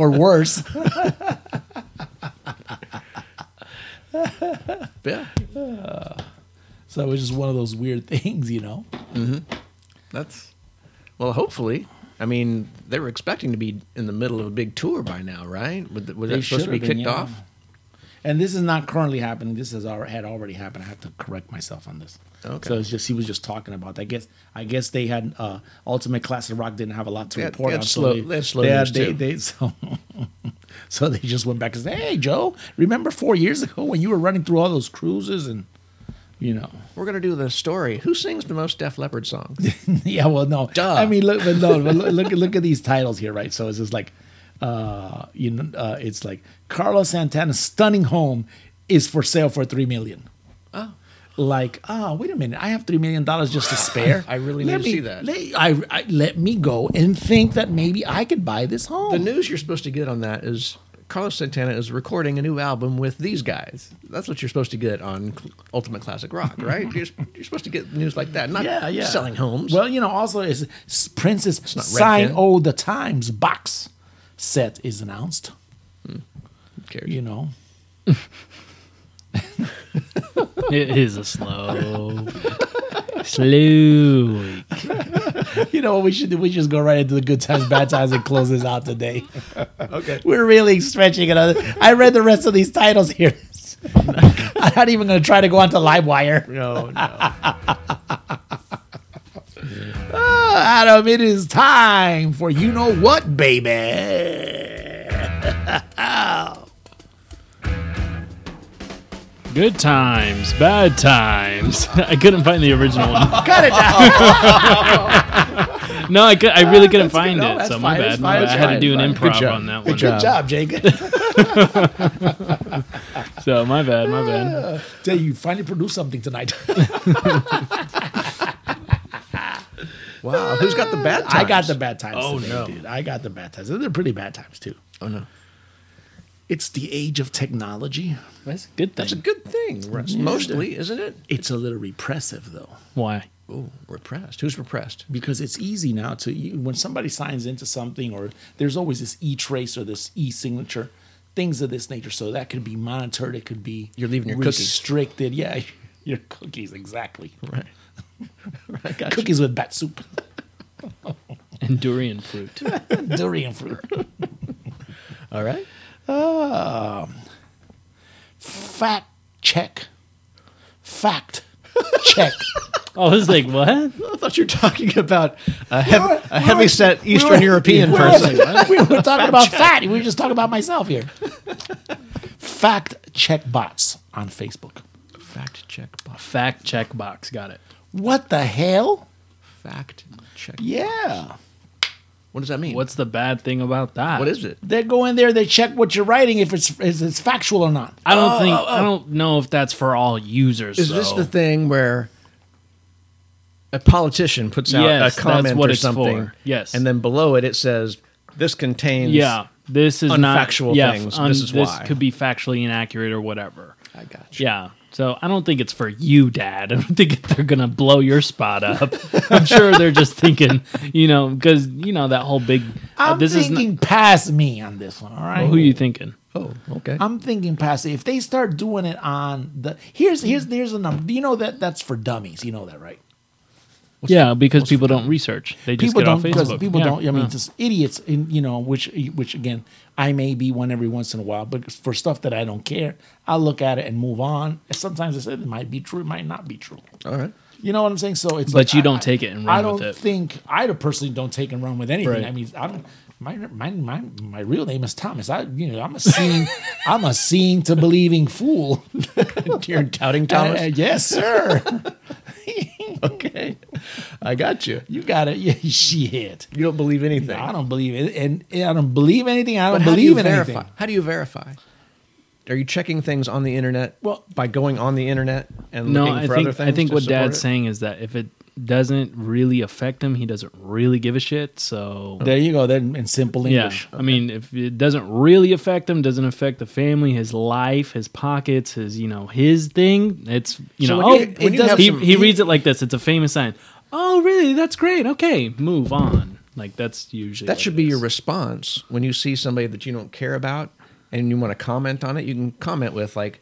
[SPEAKER 4] or worse.
[SPEAKER 5] yeah.
[SPEAKER 4] So it was just one of those weird things, you know.
[SPEAKER 5] That's well. Hopefully, I mean, they were expecting to be in the middle of a big tour by now, right? Was, was
[SPEAKER 4] They
[SPEAKER 5] that supposed to be
[SPEAKER 4] should have been,
[SPEAKER 5] kicked
[SPEAKER 4] yeah.
[SPEAKER 5] off?
[SPEAKER 4] And this is not currently happening. This has already, had already happened. I have to correct myself on this.
[SPEAKER 5] Okay.
[SPEAKER 4] So it's just he was just talking about. That. I guess I guess they had uh, Ultimate Classic Rock didn't have a lot to
[SPEAKER 5] They had-
[SPEAKER 4] report
[SPEAKER 5] they had
[SPEAKER 4] on.
[SPEAKER 5] slow-
[SPEAKER 4] so
[SPEAKER 5] they had slow
[SPEAKER 4] had-
[SPEAKER 5] news,
[SPEAKER 4] they-
[SPEAKER 5] too.
[SPEAKER 4] they- so, so they just went back and said, "Hey, Joe, remember four years ago when you were running through all those cruises and you know."
[SPEAKER 5] We're gonna do the story. Who sings the most Def Leppard song?
[SPEAKER 4] yeah, well, no.
[SPEAKER 5] Duh.
[SPEAKER 4] I mean, look, but no, but look, look, look at these titles here, right? So it's just like, uh, you know, uh, it's like Carlos Santana's stunning home is for sale for three million.
[SPEAKER 5] Oh.
[SPEAKER 4] Like, ah, wait a minute, I have three million dollars just to spare.
[SPEAKER 5] I really
[SPEAKER 4] let
[SPEAKER 5] need to
[SPEAKER 4] me,
[SPEAKER 5] see that.
[SPEAKER 4] Let, I, I- let me go and think that maybe I could buy this home.
[SPEAKER 5] The news you're supposed to get on that is Carlos Santana is recording a new album with these guys. That's what you're supposed to get on Cl- Ultimate Classic Rock, right? you're, you're supposed to get news like that, not
[SPEAKER 4] yeah, yeah.
[SPEAKER 5] selling homes.
[SPEAKER 4] Well, you know, also is s- Prince's
[SPEAKER 5] not
[SPEAKER 4] sign
[SPEAKER 5] Redfin.
[SPEAKER 4] "Oh the Times" box set is announced.
[SPEAKER 5] Who cares?
[SPEAKER 4] You know,
[SPEAKER 6] It is a slow, slow week.
[SPEAKER 4] You know what we should do? We just go right into the good times, bad times, and close this out today.
[SPEAKER 5] okay.
[SPEAKER 4] We're really stretching it. out. I read the rest of these titles here. I'm not even going to try to go onto LiveWire.
[SPEAKER 5] No, no.
[SPEAKER 4] Oh, Adam, it is time for you know what, baby.
[SPEAKER 6] Good times, bad times. I couldn't find the original one.
[SPEAKER 4] Cut it down. Ah,
[SPEAKER 6] No, I, could, I really couldn't
[SPEAKER 4] that's good.
[SPEAKER 6] find
[SPEAKER 4] No,
[SPEAKER 6] it.
[SPEAKER 4] that's
[SPEAKER 6] So my
[SPEAKER 4] fine,
[SPEAKER 6] bad.
[SPEAKER 4] it's
[SPEAKER 6] my
[SPEAKER 4] fine,
[SPEAKER 6] bad.
[SPEAKER 4] it's
[SPEAKER 6] I had to
[SPEAKER 4] fine,
[SPEAKER 6] do an
[SPEAKER 4] it's fine.
[SPEAKER 6] improv on that one.
[SPEAKER 4] Good job, Jake.
[SPEAKER 6] So my bad, my bad.
[SPEAKER 4] Tell you, finally produced something tonight.
[SPEAKER 5] Wow. Who's got the bad times?
[SPEAKER 4] I got the bad times.
[SPEAKER 5] Oh,
[SPEAKER 4] today,
[SPEAKER 5] no.
[SPEAKER 4] dude. I got the bad times. They're pretty bad times, too.
[SPEAKER 5] Oh no.
[SPEAKER 4] It's the age of technology.
[SPEAKER 6] That's a good thing.
[SPEAKER 5] It's a good thing. Russ. Mostly, isn't it?
[SPEAKER 4] It's a little repressive, though.
[SPEAKER 6] Why?
[SPEAKER 5] Oh, repressed. Who's repressed?
[SPEAKER 4] because it's easy now to you, when somebody signs into something or there's always this e-trace or this e-signature things of this nature so that could be monitored it could be
[SPEAKER 5] You're leaving your cookies.
[SPEAKER 4] restricted yeah your cookies exactly
[SPEAKER 5] Right. I got you.
[SPEAKER 4] cookies with bat soup
[SPEAKER 6] And durian fruit.
[SPEAKER 4] durian fruit
[SPEAKER 5] All right.
[SPEAKER 4] Um, fact check fact check
[SPEAKER 6] Oh, I was like, what?
[SPEAKER 5] I thought you were talking about a, hev- a heavy set Eastern European
[SPEAKER 4] We're-
[SPEAKER 5] person.
[SPEAKER 4] we were talking about fat we were just talking about myself here fact check bots on facebook
[SPEAKER 5] Fact check buff.
[SPEAKER 6] Fact check box. Got it.
[SPEAKER 4] what the hell
[SPEAKER 5] Fact check.
[SPEAKER 4] yeah
[SPEAKER 5] What does that mean?
[SPEAKER 6] What's the bad thing about that?
[SPEAKER 5] what is it?
[SPEAKER 4] They go in there, they check what you're writing, if it's is it's factual or not.
[SPEAKER 6] I don't think I don't know if that's for all users.
[SPEAKER 5] Oh, Is this
[SPEAKER 6] though.
[SPEAKER 5] the thing where a politician puts out
[SPEAKER 6] Yes,
[SPEAKER 5] a
[SPEAKER 6] that's
[SPEAKER 5] comment
[SPEAKER 6] what
[SPEAKER 5] or
[SPEAKER 6] it's
[SPEAKER 5] something?
[SPEAKER 6] for. Yes.
[SPEAKER 5] And then below it, it says, this contains.
[SPEAKER 6] Yeah, this is not
[SPEAKER 5] unfactual
[SPEAKER 6] yeah,
[SPEAKER 5] things. This is why.
[SPEAKER 6] could be factually inaccurate or whatever.
[SPEAKER 5] I got you.
[SPEAKER 6] Yeah. So I don't think it's for you, Dad. I don't think they're gonna blow your spot up. I'm sure they're just thinking, you know, because you know that whole big. uh,
[SPEAKER 4] I'm
[SPEAKER 6] this is
[SPEAKER 4] thinking past me on this one, all right?
[SPEAKER 6] not, who are you thinking?
[SPEAKER 5] Oh, okay.
[SPEAKER 4] I'm thinking past it. If they start doing it on the here's here's here's a number. Do you know that that's for dummies? You know that, right?
[SPEAKER 6] yeah, because people don't research. They just
[SPEAKER 4] people
[SPEAKER 6] get
[SPEAKER 4] don't
[SPEAKER 6] off
[SPEAKER 4] because
[SPEAKER 6] Facebook.
[SPEAKER 4] people
[SPEAKER 6] Yeah,
[SPEAKER 4] don't. I mean,
[SPEAKER 6] yeah.
[SPEAKER 4] just idiots. In you know, which which again, I may be one every once in a while, but for stuff that I don't care, I'll look at it and move on. Sometimes I said it might be true, it might not be true.
[SPEAKER 5] All right.
[SPEAKER 4] You know what I'm saying? So it's
[SPEAKER 6] But
[SPEAKER 4] like,
[SPEAKER 6] you
[SPEAKER 4] I-
[SPEAKER 6] don't
[SPEAKER 4] I-
[SPEAKER 6] take it and run
[SPEAKER 4] I
[SPEAKER 6] with
[SPEAKER 4] don't
[SPEAKER 6] it.
[SPEAKER 4] think I personally don't take and run with anything.
[SPEAKER 6] Right.
[SPEAKER 4] I mean, I don't. My, my my my real name is Thomas. I you know I'm a seeing I'm a seeing to believing fool.
[SPEAKER 5] You're doubting Thomas?
[SPEAKER 4] Uh, yes, sir.
[SPEAKER 5] okay. I got you.
[SPEAKER 4] you got it. Yeah, shit.
[SPEAKER 5] You don't believe anything.
[SPEAKER 4] I don't believe it, and and I don't believe anything. I
[SPEAKER 5] But
[SPEAKER 4] don't
[SPEAKER 5] how do
[SPEAKER 4] believe
[SPEAKER 5] you
[SPEAKER 4] in
[SPEAKER 5] verify?
[SPEAKER 4] anything.
[SPEAKER 5] How do you verify? Are you checking things on the internet?
[SPEAKER 4] Well-
[SPEAKER 5] by going on the internet and
[SPEAKER 6] No,
[SPEAKER 5] looking
[SPEAKER 6] I
[SPEAKER 5] for other
[SPEAKER 6] think
[SPEAKER 5] things.
[SPEAKER 6] I think
[SPEAKER 5] to
[SPEAKER 6] what
[SPEAKER 5] support
[SPEAKER 6] Dad's
[SPEAKER 5] it?
[SPEAKER 6] saying is that if it doesn't really affect him, he doesn't really give a shit. So
[SPEAKER 4] There you go. Then in simple
[SPEAKER 6] yeah,
[SPEAKER 4] English.
[SPEAKER 6] I mean, if it doesn't really affect him, doesn't affect the family, his life, his pockets, his you know his thing. It's you
[SPEAKER 5] So
[SPEAKER 6] know
[SPEAKER 5] when
[SPEAKER 6] oh
[SPEAKER 5] you- when
[SPEAKER 6] it
[SPEAKER 5] you have
[SPEAKER 6] does. He,
[SPEAKER 5] some-
[SPEAKER 6] he reads it like this. It's a famous sign. Oh really? That's great. Okay, move on. Like that's usually
[SPEAKER 5] That
[SPEAKER 6] what
[SPEAKER 5] should
[SPEAKER 6] it
[SPEAKER 5] be
[SPEAKER 6] is.
[SPEAKER 5] your response when you see somebody that you don't care about and you want to comment on it. You can comment with like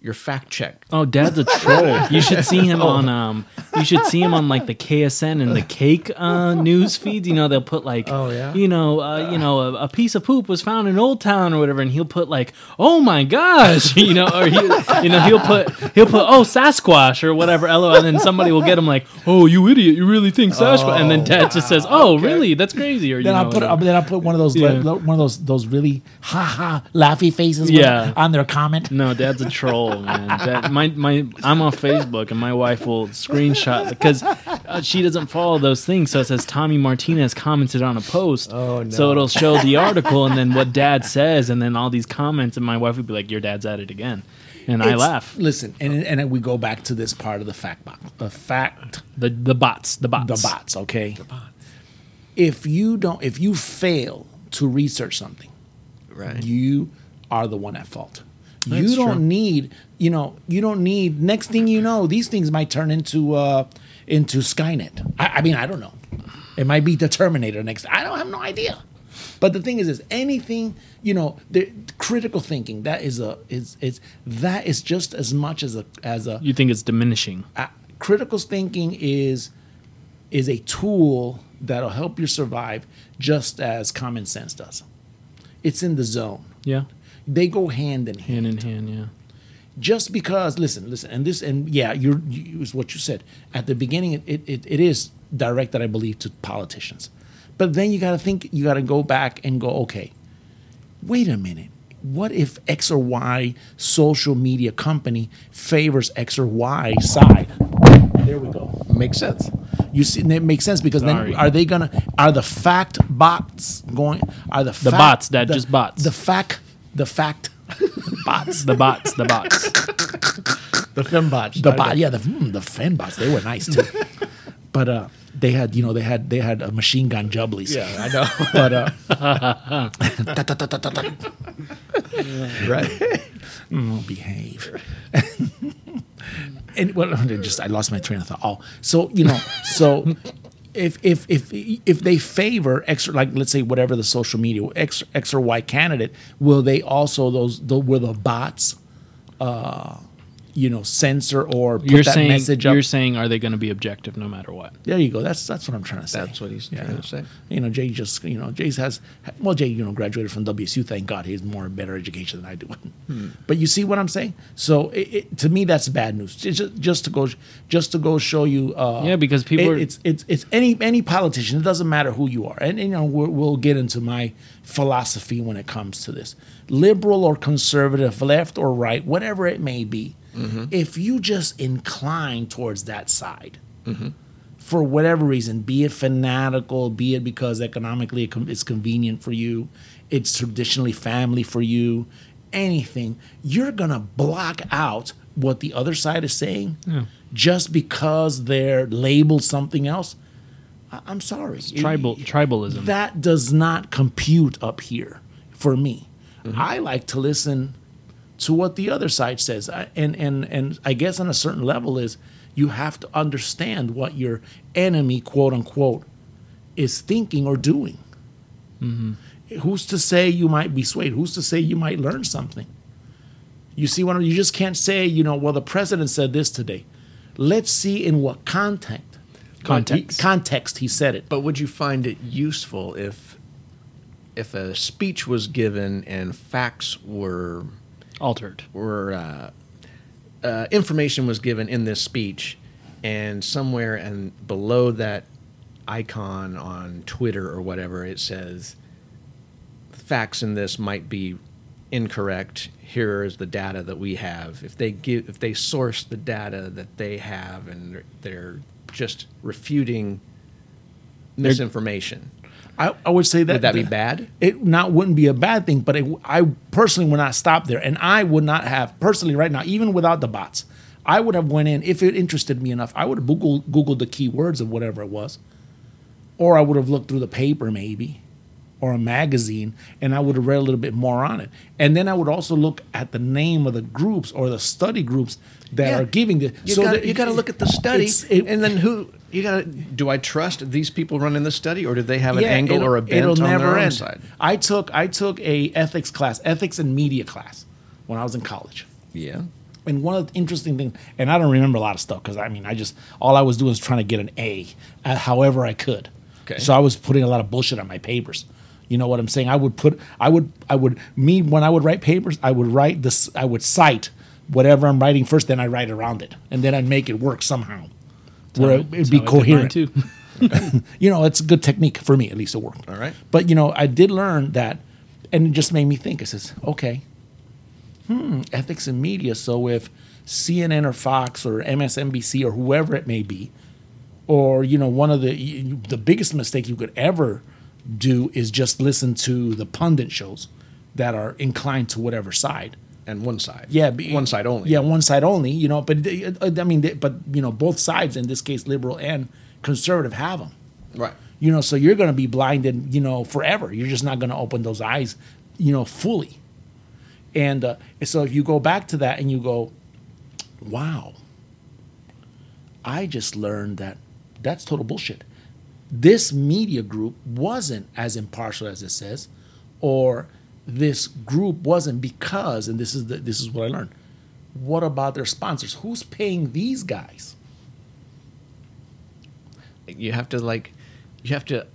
[SPEAKER 5] your fact check.
[SPEAKER 6] Oh, Dad's a troll. You should see him
[SPEAKER 4] Oh.
[SPEAKER 6] on um. You should see him on like the KSN and the cake uh, news feeds. You know they'll put like,
[SPEAKER 5] Oh, yeah?
[SPEAKER 6] you know, uh, you know, a, a piece of poop was found in Old Town or whatever, and he'll put like, oh my gosh, you know, or he, you know, he'll put he'll put oh Sasquatch or whatever, lol, and then somebody will get him like, oh you idiot, you really think Sasquatch, and then Dad just says, oh really, that's crazy, or you
[SPEAKER 4] Then
[SPEAKER 6] know,
[SPEAKER 4] I'll put
[SPEAKER 6] and-
[SPEAKER 4] then I'll put one of those
[SPEAKER 6] Yeah.
[SPEAKER 4] le- le- one of those those really ha ha laughy faces with-
[SPEAKER 6] Yeah.
[SPEAKER 4] on their comment.
[SPEAKER 6] No, dad's a troll, man. Dad, my my, I'm on Facebook, and my wife will screenshot because uh, she doesn't follow those things. So it says Tommy Martinez commented on a post. Oh no! So it'll show the article and then what dad says, and then all these comments, and my wife would be like, "Your dad's at it again," and I
[SPEAKER 4] It's-
[SPEAKER 6] laugh.
[SPEAKER 4] Listen, and and we go back to this part of the fact box, the fact
[SPEAKER 6] The the bots, the bots,
[SPEAKER 4] the bots. Okay, if you don't, if you fail to research something,
[SPEAKER 5] Right.
[SPEAKER 4] you are the one at fault.
[SPEAKER 5] That's
[SPEAKER 4] you don't
[SPEAKER 5] true.
[SPEAKER 4] need, you know, you don't need. Next thing you know, these things might turn into uh into Skynet. I, I mean, I don't know. It might be the Terminator next. I don't I have no idea. But the thing is, is anything you know, the critical thinking that is a is is that is just as much as a as a
[SPEAKER 6] You think it's diminishing?
[SPEAKER 4] I- critical thinking is is a tool that'll help you survive just as common sense does it's in the zone
[SPEAKER 6] Yeah,
[SPEAKER 4] they go hand in hand
[SPEAKER 6] hand in hand. Yeah,
[SPEAKER 4] just because listen listen and this and yeah you're you, is what you said at the beginning it, it, it, it is directed i believe to politicians but then you got to think you got to go back and go okay wait a minute what if x or y social media company favors x or y side there we go
[SPEAKER 5] Makes sense.
[SPEAKER 4] you see, and it makes sense because
[SPEAKER 6] Sorry.
[SPEAKER 4] then are they gonna are the fact bots going are the the
[SPEAKER 6] bots, Dad, just bots.
[SPEAKER 4] the fact the fact bots
[SPEAKER 6] the bots, the bots.
[SPEAKER 5] The fembot.
[SPEAKER 4] the bot yeah the mm, the fan bots they were nice too, but uh they had you know they had they had uh, machine gun jubblies
[SPEAKER 5] Yeah, I know.
[SPEAKER 4] but uh
[SPEAKER 5] right.
[SPEAKER 4] I'll behave. and well, I just I lost my train of thought. Oh, so you know, so if if if if they favor extra, like let's say whatever the social media X X or Y candidate, will they also those the, will the bots, uh, you know, censor or put
[SPEAKER 6] You're
[SPEAKER 4] that
[SPEAKER 6] saying
[SPEAKER 4] message up?
[SPEAKER 6] you're saying are they going to be objective no matter what?
[SPEAKER 4] there you go. That's that's what I'm trying to say.
[SPEAKER 5] That's what he's
[SPEAKER 4] Yeah.
[SPEAKER 5] trying to say.
[SPEAKER 4] You know, Jay just you know Jay's has well Jay you know graduated from WSU. Thank God he's more better education than I do. But you see what I'm saying? So it, it, to me, that's bad news. Just, just to go, just to go show you. Uh,
[SPEAKER 6] Yeah, because people
[SPEAKER 4] it-
[SPEAKER 6] are-
[SPEAKER 4] it's it's it's any any politician. It doesn't matter who you are. And, you know we'll, we'll get into my philosophy when it comes to this, liberal or conservative, left or right, whatever it may be. If you just incline towards that side for whatever reason, be it fanatical, be it because economically it com- it's convenient for you, it's traditionally family for you, anything, you're going to block out what the other side is saying just because they're labeled something else. I- I'm sorry.
[SPEAKER 6] Tribal
[SPEAKER 4] It-
[SPEAKER 6] tribalism.
[SPEAKER 4] that does not compute up here for me.
[SPEAKER 5] Mm-hmm.
[SPEAKER 4] I like to listen to what the other side says, I, and and and I guess on a certain level is you have to understand what your enemy, quote unquote, is thinking or doing.
[SPEAKER 5] Mm-hmm.
[SPEAKER 4] Who's to say you might be swayed? Who's to say you might learn something? You see, what I'm- you just can't say, you know, well, the president said this today. Let's see in what context.
[SPEAKER 6] Context.
[SPEAKER 4] Context. He said it.
[SPEAKER 5] But would you find it useful if if a speech was given and facts were
[SPEAKER 6] altered.
[SPEAKER 5] were uh, uh, information was given in this speech, and somewhere and below that icon on Twitter or whatever, it says facts in this might be incorrect. Here is the data that we have. If they give, if they source the data that they have, and they're, they're just refuting misinformation.
[SPEAKER 4] I, I would say that
[SPEAKER 5] Would that be bad?
[SPEAKER 4] It not wouldn't be a bad thing, but it, I personally would not stop there, and I would not have personally right now, even without the bots, I would have went in if it interested me enough. I would have Googled, Googled the keywords of whatever it was, or I would have looked through the paper maybe, or a magazine, and I would have read a little bit more on it, and then I would also look at the name of the groups or the study groups that
[SPEAKER 5] Yeah.
[SPEAKER 4] are giving the.
[SPEAKER 5] You got
[SPEAKER 4] that-
[SPEAKER 5] you got to look at the study,
[SPEAKER 4] it's- it-
[SPEAKER 5] and then who you got to do? I trust these people running the study, or do they have an angle
[SPEAKER 4] it'll-
[SPEAKER 5] or a bent
[SPEAKER 4] it'll
[SPEAKER 5] on
[SPEAKER 4] never
[SPEAKER 5] their own
[SPEAKER 4] end.
[SPEAKER 5] side?
[SPEAKER 4] I took I took a ethics class, ethics and media class, when I was in college.
[SPEAKER 5] Yeah,
[SPEAKER 4] And one of the interesting things, and I don't remember a lot of stuff because I mean, I just all I was doing was trying to get an A, uh, however I could.
[SPEAKER 5] Okay.
[SPEAKER 4] So I was putting a lot of bullshit on my papers. You know what I'm saying? I would put, I would, I would, me when I would write papers, I would write this, I would cite whatever I'm writing first, then I write around it, and then I'd make it work somehow, where it, would be
[SPEAKER 6] That's how I did mine
[SPEAKER 4] coherent
[SPEAKER 6] too.
[SPEAKER 4] you know, it's a good technique for me, at least it worked.
[SPEAKER 5] All right.
[SPEAKER 4] But you know, I did learn that, and it just made me think. It says, okay, hmm, ethics in media. So if CNN or Fox or MSNBC or whoever it may be, or you know, one of the you, you- the biggest mistake you could ever do is just listen to the pundit shows that are inclined to whatever side.
[SPEAKER 5] and one side.
[SPEAKER 4] Yeah, be-
[SPEAKER 5] one side only.
[SPEAKER 4] Yeah, one side only. You know, but they- uh, I mean, they, but you know, both sides in this case, liberal and conservative, have them
[SPEAKER 5] right.
[SPEAKER 4] you know so you're going to be blinded you know forever you're just not going to open those eyes you know fully and uh, so if you go back to that and you go wow i just learned that that's total bullshit this media group wasn't as impartial as it says or this group wasn't because and this is the, this is what i learned what about their sponsors who's paying these guys
[SPEAKER 5] You have to like, you have to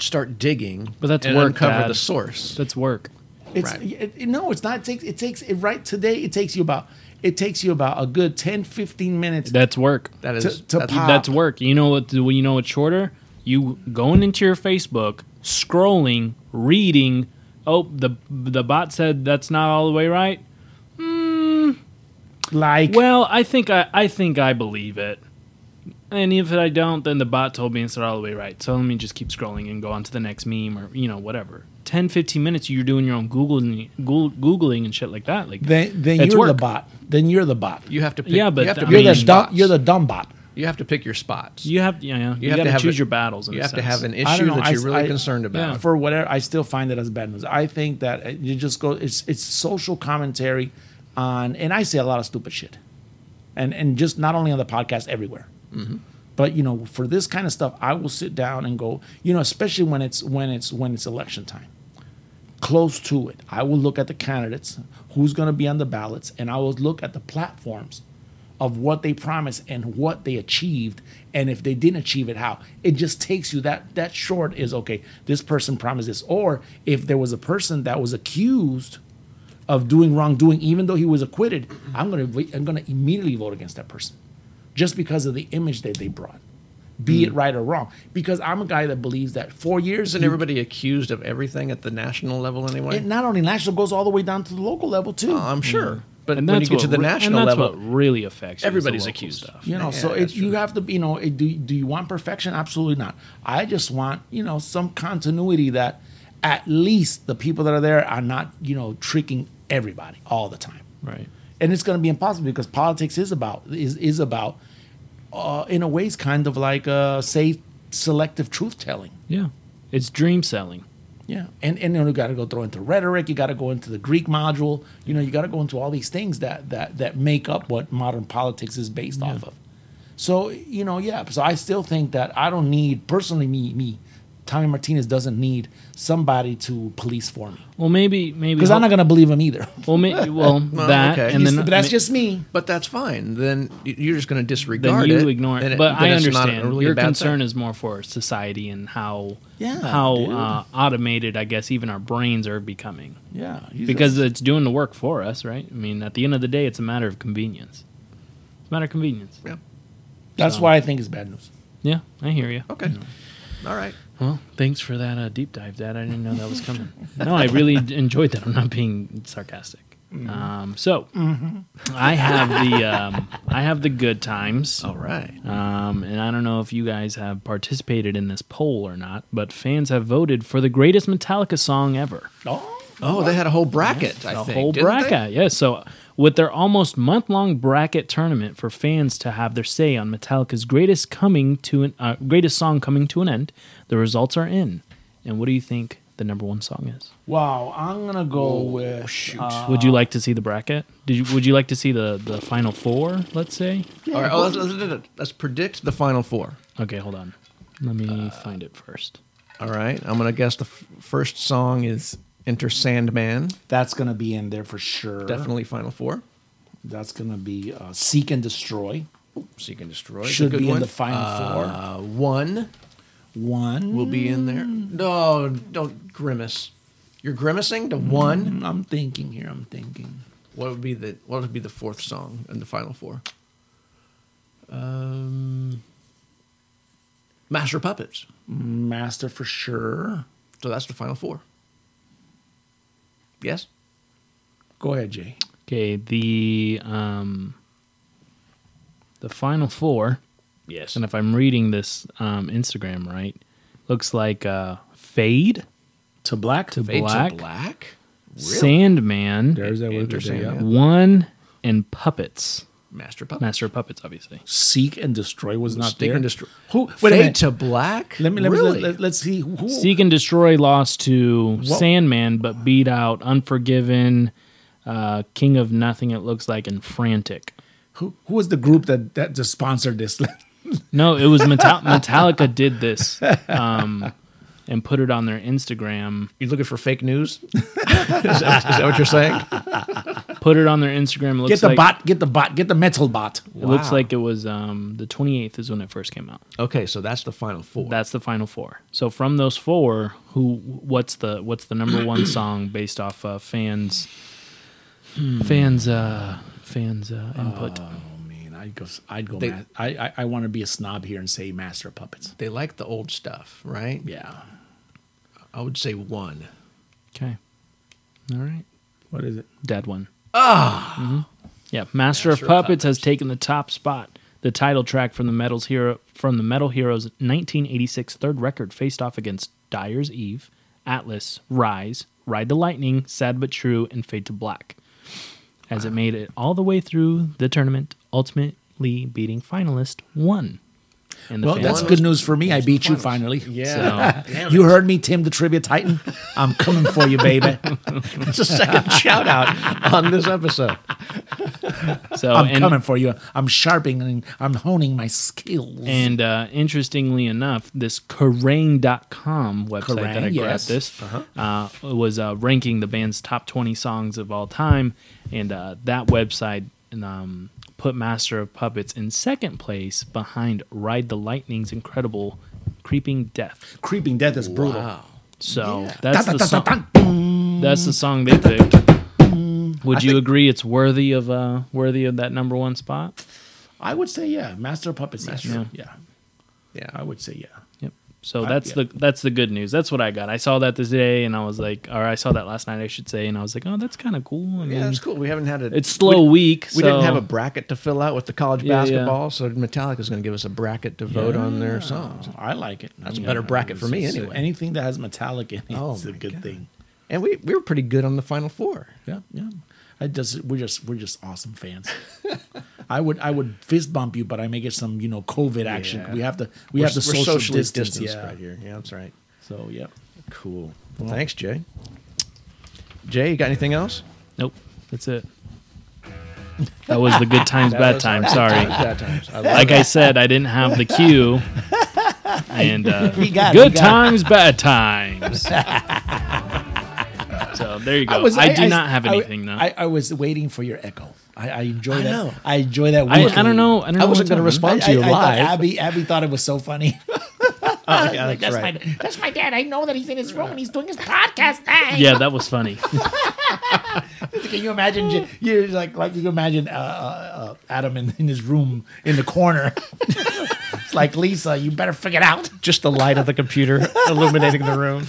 [SPEAKER 5] start digging,
[SPEAKER 6] But that's
[SPEAKER 5] and
[SPEAKER 6] work,
[SPEAKER 5] Uncover
[SPEAKER 6] Dad.
[SPEAKER 5] the source.
[SPEAKER 6] That's work.
[SPEAKER 4] It's
[SPEAKER 5] Right.
[SPEAKER 4] it, it- no, it's not. It takes it takes it right today. It takes you about it takes you about a good 10, 15 minutes.
[SPEAKER 6] That's work.
[SPEAKER 5] That
[SPEAKER 4] To-
[SPEAKER 5] is
[SPEAKER 4] to
[SPEAKER 5] that's-
[SPEAKER 4] pop-
[SPEAKER 6] That's work. You know what? You know what's shorter? You going into your Facebook, scrolling, reading. Oh, the the bot said that's not all the way right.
[SPEAKER 4] like
[SPEAKER 6] Well, I think I, I think I believe it. And if I don't, then the bot told me it's not all the way right. So let me just keep scrolling and go on to the next meme or you know whatever. 10, 15 minutes, you're doing your own googling, Goo- googling and shit like that. Like
[SPEAKER 4] then then
[SPEAKER 6] it's
[SPEAKER 4] you're the
[SPEAKER 6] work.
[SPEAKER 4] bot. Then you're the bot.
[SPEAKER 5] You have to. Pick,
[SPEAKER 6] Yeah, but
[SPEAKER 5] you have to
[SPEAKER 6] I
[SPEAKER 5] pick
[SPEAKER 4] You're
[SPEAKER 5] your
[SPEAKER 4] the dumb,
[SPEAKER 5] spots.
[SPEAKER 4] you're the dumb bot.
[SPEAKER 5] You have to pick your spots.
[SPEAKER 6] You have yeah, yeah. You,
[SPEAKER 5] have
[SPEAKER 6] got
[SPEAKER 5] to
[SPEAKER 6] to
[SPEAKER 5] have
[SPEAKER 6] choose
[SPEAKER 5] a-
[SPEAKER 6] your battles. In
[SPEAKER 5] you
[SPEAKER 6] a
[SPEAKER 5] have to
[SPEAKER 6] sense.
[SPEAKER 5] have an
[SPEAKER 4] I don't
[SPEAKER 5] issue
[SPEAKER 4] know,
[SPEAKER 5] that
[SPEAKER 4] I
[SPEAKER 5] you're
[SPEAKER 4] s-
[SPEAKER 5] really
[SPEAKER 4] I-
[SPEAKER 5] concerned about.
[SPEAKER 6] Yeah.
[SPEAKER 4] for whatever I still find that as bad news. I think that uh, you just go it's it's social commentary on and I say a lot of stupid shit. And and just not only on the podcast everywhere. But you know, for this kind of stuff, I will sit down and go, you know, especially when it's when it's when it's election time. Close to it, I will look at the candidates, who's going to be on the ballots, and I will look at the platforms of what they promised and what they achieved and if they didn't achieve it how it just takes you that that short is okay this person promised this or if there was a person that was accused of doing wrongdoing even though he was acquitted i'm going to i'm going to immediately vote against that person just because of the image that they brought be it right or wrong because i'm a guy that believes that 4 years
[SPEAKER 5] Isn't everybody accused of everything at the national level anyway?
[SPEAKER 4] it not only national goes all the way down to the local level too
[SPEAKER 5] Oh, I'm sure. But
[SPEAKER 6] and
[SPEAKER 5] when
[SPEAKER 6] that's
[SPEAKER 5] you get
[SPEAKER 6] what
[SPEAKER 5] to the
[SPEAKER 6] re-
[SPEAKER 5] national
[SPEAKER 6] and that's
[SPEAKER 5] level,
[SPEAKER 6] what really affects you, is the
[SPEAKER 5] everybody's
[SPEAKER 6] local
[SPEAKER 5] accused
[SPEAKER 6] stuff.
[SPEAKER 4] You know,
[SPEAKER 5] Yeah,
[SPEAKER 4] so
[SPEAKER 5] that's
[SPEAKER 4] it, you
[SPEAKER 5] true.
[SPEAKER 4] have to, you know, it, do do you want perfection? Absolutely not. I just want, you know, some continuity that at least the people that are there are not, you know, tricking everybody all the time.
[SPEAKER 6] Right.
[SPEAKER 4] And it's going to be impossible because politics is about is is about, uh, in a way, it's kind of like uh, say selective truth telling.
[SPEAKER 6] Yeah. It's dream selling.
[SPEAKER 4] Yeah, and and then you got to go throw into rhetoric. You got to go into the Greek module. You know, you got to go into all these things that that that make up what modern politics is based off of. So you know, yeah. So I still think that I don't need personally me me. Tommy Martinez doesn't need somebody to police for me
[SPEAKER 6] Well, maybe maybe
[SPEAKER 4] because I'm not
[SPEAKER 6] hope-
[SPEAKER 4] gonna believe him either.
[SPEAKER 6] well, may, well, that
[SPEAKER 5] okay.
[SPEAKER 6] and
[SPEAKER 5] He's-
[SPEAKER 6] then
[SPEAKER 4] but that's
[SPEAKER 6] ma-
[SPEAKER 4] just me.
[SPEAKER 5] but that's fine. Then y- you're just going to
[SPEAKER 6] then
[SPEAKER 5] disregard it.
[SPEAKER 6] you ignore
[SPEAKER 5] and
[SPEAKER 6] it. But
[SPEAKER 5] then
[SPEAKER 6] I
[SPEAKER 5] it's not
[SPEAKER 6] understand
[SPEAKER 5] really a
[SPEAKER 6] your
[SPEAKER 5] bad
[SPEAKER 6] concern
[SPEAKER 5] thing.
[SPEAKER 6] is more for society and how
[SPEAKER 4] Yeah,
[SPEAKER 6] how
[SPEAKER 4] dude.
[SPEAKER 6] uh, automated I guess even our brains are becoming
[SPEAKER 4] Yeah,
[SPEAKER 6] because it's doing the work for us, right? I mean, at the end of the day, it's a matter of convenience. It's a matter of convenience.
[SPEAKER 5] Yeah.
[SPEAKER 4] that's why I think it's bad news.
[SPEAKER 6] Yeah, I hear you.
[SPEAKER 5] Okay. All right.
[SPEAKER 6] Well, thanks for that uh, deep dive, Dad. I didn't know that was coming. no, I really d- enjoyed that. I'm not being sarcastic. Um, so I have the um, I have the good times.
[SPEAKER 5] All right.
[SPEAKER 6] Um, and I don't know if you guys have participated in this poll or not, but fans have voted for the greatest Metallica song ever.
[SPEAKER 4] Oh,
[SPEAKER 5] Oh, they had a whole bracket. I
[SPEAKER 6] the
[SPEAKER 5] think
[SPEAKER 6] whole
[SPEAKER 5] didn't they?
[SPEAKER 6] bracket. Yes. So with their almost month-long bracket tournament for fans to have their say on Metallica's greatest coming to an uh, greatest song coming to an end, the results are in. And what do you think the number one song is?
[SPEAKER 4] wow. I'm going to go
[SPEAKER 6] Oh,
[SPEAKER 4] with. uh,
[SPEAKER 6] would you like to see the bracket? Did you, would you like to see the the final four? Let's say.
[SPEAKER 5] All right. Oh, let's, let's- let's- let's predict the final four.
[SPEAKER 6] Okay, hold on. Let me
[SPEAKER 5] Uh,
[SPEAKER 6] find it first.
[SPEAKER 5] All right. I'm gonna guess the f- first song is Enter Sandman.
[SPEAKER 4] that's going to be in there for sure.
[SPEAKER 5] Definitely final four.
[SPEAKER 4] That's going to be uh, Seek and Destroy.
[SPEAKER 5] Seek and Destroy. is a
[SPEAKER 4] Should
[SPEAKER 5] good
[SPEAKER 4] be
[SPEAKER 5] one.
[SPEAKER 4] in the final four.
[SPEAKER 5] Uh, one
[SPEAKER 4] One.
[SPEAKER 5] will be in there.
[SPEAKER 4] Mm.
[SPEAKER 5] No, don't grimace. You're grimacing to
[SPEAKER 4] Mm-hmm.
[SPEAKER 5] one.
[SPEAKER 4] I'm thinking here. I'm thinking.
[SPEAKER 5] What would be the What would be the fourth song in the final four? Um, Master Puppets.
[SPEAKER 4] Master for sure.
[SPEAKER 5] So that's the final four. Yes.
[SPEAKER 4] Go ahead, Jay.
[SPEAKER 6] Okay, the um the final four,
[SPEAKER 5] Yes.
[SPEAKER 6] and if I'm reading this um Instagram right, looks like uh Fade
[SPEAKER 4] To black. To
[SPEAKER 5] Fade
[SPEAKER 6] Black.
[SPEAKER 5] to Black.
[SPEAKER 6] Sandman,
[SPEAKER 4] There's that word.
[SPEAKER 5] Andrew
[SPEAKER 4] today,
[SPEAKER 5] Sandman.
[SPEAKER 4] yeah.
[SPEAKER 6] One and Puppets.
[SPEAKER 5] Master Puppets.
[SPEAKER 6] Master of Puppets, obviously.
[SPEAKER 4] Seek and destroy was not
[SPEAKER 5] Seek
[SPEAKER 4] there.
[SPEAKER 5] and Destroy.
[SPEAKER 4] Who? Wait
[SPEAKER 5] Fade
[SPEAKER 4] a minute.
[SPEAKER 5] to Black.
[SPEAKER 4] let me let me
[SPEAKER 5] really?
[SPEAKER 4] let, us see. Who,
[SPEAKER 6] Seek and Destroy lost to Sandman, but beat out Unforgiven, uh, King of Nothing, it looks like, and Frantic.
[SPEAKER 4] who who was the group that that just sponsored this?
[SPEAKER 6] No, it was Metal- Metallica did this um, and put it on their Instagram.
[SPEAKER 5] you looking for fake news? is, that, is that what you're saying?
[SPEAKER 6] Put it on their Instagram. It looks
[SPEAKER 4] get the
[SPEAKER 6] like,
[SPEAKER 4] bot. Get the bot. Get the metal bot.
[SPEAKER 6] It looks
[SPEAKER 5] Wow.
[SPEAKER 6] like it was um, the 28th is when it first came out.
[SPEAKER 5] Okay, so that's the final four.
[SPEAKER 6] That's the final four. So from those four, who what's the what's the number one song based off uh, fans fans uh, fans uh, input?
[SPEAKER 4] Oh man, I'd go. I'd go.
[SPEAKER 5] They-
[SPEAKER 4] ma- I I, I want to be a snob here and say master of puppets.
[SPEAKER 5] they like the old stuff, right?
[SPEAKER 4] Yeah.
[SPEAKER 5] I would say one.
[SPEAKER 6] Okay, all right,
[SPEAKER 4] What is it?
[SPEAKER 6] dead one. Ah, yeah. Master, of Puppets, has taken the top spot. The title track from the Metal's Hero from the Metal Heroes 1986 third record faced off against Dyer's Eve, Atlas, Rise, Ride the Lightning, Sad but True, and Fade to Black. As it made it all the way through the tournament, ultimately beating finalist one. And the
[SPEAKER 4] Well,
[SPEAKER 6] fans-
[SPEAKER 4] that's good news for me. I beat you finally.
[SPEAKER 5] Yeah.
[SPEAKER 4] You heard me, Tim, the trivia titan. I'm coming for you, baby.
[SPEAKER 5] Oh, It's a second shout out on this episode.
[SPEAKER 6] So
[SPEAKER 4] I'm
[SPEAKER 6] and,
[SPEAKER 4] coming for you. I'm sharpening. I'm honing my skills.
[SPEAKER 6] And uh, interestingly enough, this Kerrang.com website that I
[SPEAKER 4] Kerrang,
[SPEAKER 6] grabbed
[SPEAKER 4] yes. Uh-huh.
[SPEAKER 6] this uh, was uh, ranking the band's top 20 songs of all time. And uh, that website um, put Master of Puppets in second place behind Ride the Lightning's incredible Creeping Death.
[SPEAKER 4] Creeping death is brutal.
[SPEAKER 6] So
[SPEAKER 4] Dun,
[SPEAKER 6] that's,
[SPEAKER 4] dun,
[SPEAKER 6] the
[SPEAKER 4] dun,
[SPEAKER 6] song,
[SPEAKER 4] dun, dun.
[SPEAKER 6] that's the song they picked.
[SPEAKER 4] Mm.
[SPEAKER 6] Would you agree it's worthy of uh, worthy of that number one spot?
[SPEAKER 4] I would say yeah, master of puppets. yes.
[SPEAKER 6] Yeah.
[SPEAKER 4] yeah,
[SPEAKER 5] Yeah.
[SPEAKER 4] I would say yeah.
[SPEAKER 6] Yep. So
[SPEAKER 4] I-
[SPEAKER 6] that's
[SPEAKER 4] yeah.
[SPEAKER 6] the that's the good news. That's what I got. I saw that this day, and I was like, or I saw that last night, I should say, and I was like, oh, that's kind of cool. I mean,
[SPEAKER 5] yeah, that's cool. We haven't had a.
[SPEAKER 6] It's slow
[SPEAKER 5] We,
[SPEAKER 6] week.
[SPEAKER 5] we didn't
[SPEAKER 6] so-
[SPEAKER 5] have a bracket to fill out with the college
[SPEAKER 6] Yeah, yeah.
[SPEAKER 5] basketball, so Metallica's going to give us a bracket to vote on their songs.
[SPEAKER 4] I like it. That's
[SPEAKER 5] a better bracket for me, anyway.
[SPEAKER 4] Anything that has metallic in it
[SPEAKER 5] Oh,
[SPEAKER 4] is a
[SPEAKER 5] my
[SPEAKER 4] good
[SPEAKER 5] God.
[SPEAKER 4] thing.
[SPEAKER 5] And we, we were pretty good on the final four.
[SPEAKER 4] Yeah, yeah. I just we're just we're just awesome fans. I would I would fist bump you, but I may get some you know COVID action.
[SPEAKER 5] Yeah.
[SPEAKER 4] We have to we
[SPEAKER 5] We're-
[SPEAKER 4] have to
[SPEAKER 5] we're
[SPEAKER 4] social distance.
[SPEAKER 5] distanced
[SPEAKER 4] yeah.
[SPEAKER 5] right here. Yeah, that's right.
[SPEAKER 4] So yeah.
[SPEAKER 5] Cool. Well, Thanks, Jay. Jay, you got anything else?
[SPEAKER 6] Nope. That's it. That was the good times,
[SPEAKER 5] That
[SPEAKER 6] bad
[SPEAKER 5] was
[SPEAKER 6] time.
[SPEAKER 5] our-
[SPEAKER 6] Sorry.
[SPEAKER 5] Bad times. I love
[SPEAKER 6] Like I said, I didn't have the cue. And uh,
[SPEAKER 4] got it,
[SPEAKER 6] good
[SPEAKER 4] he got it.
[SPEAKER 6] times, bad times. so there you go. I, do not have anything
[SPEAKER 4] I,
[SPEAKER 6] though.
[SPEAKER 4] I, I was waiting for your echo. I, I enjoy that.
[SPEAKER 5] know.
[SPEAKER 4] I enjoy that.
[SPEAKER 6] I,
[SPEAKER 4] weekly.
[SPEAKER 6] I don't know. I, don't know
[SPEAKER 5] I
[SPEAKER 6] what's
[SPEAKER 5] wasn't going to
[SPEAKER 6] up, man.
[SPEAKER 5] respond to
[SPEAKER 4] I-
[SPEAKER 5] you
[SPEAKER 4] I thought
[SPEAKER 5] live.
[SPEAKER 4] Abby Abby thought it was so funny.
[SPEAKER 5] Oh, yeah, that's right.
[SPEAKER 7] my that's my dad. I know that he's in his room and he's doing his podcast thing.
[SPEAKER 6] Yeah, that was funny.
[SPEAKER 4] Can you imagine? J- You're like like you can imagine uh, uh, uh, Adam in, in his room in the corner. it's like Lisa, you better figure it out.
[SPEAKER 8] Just the light of the computer illuminating the room.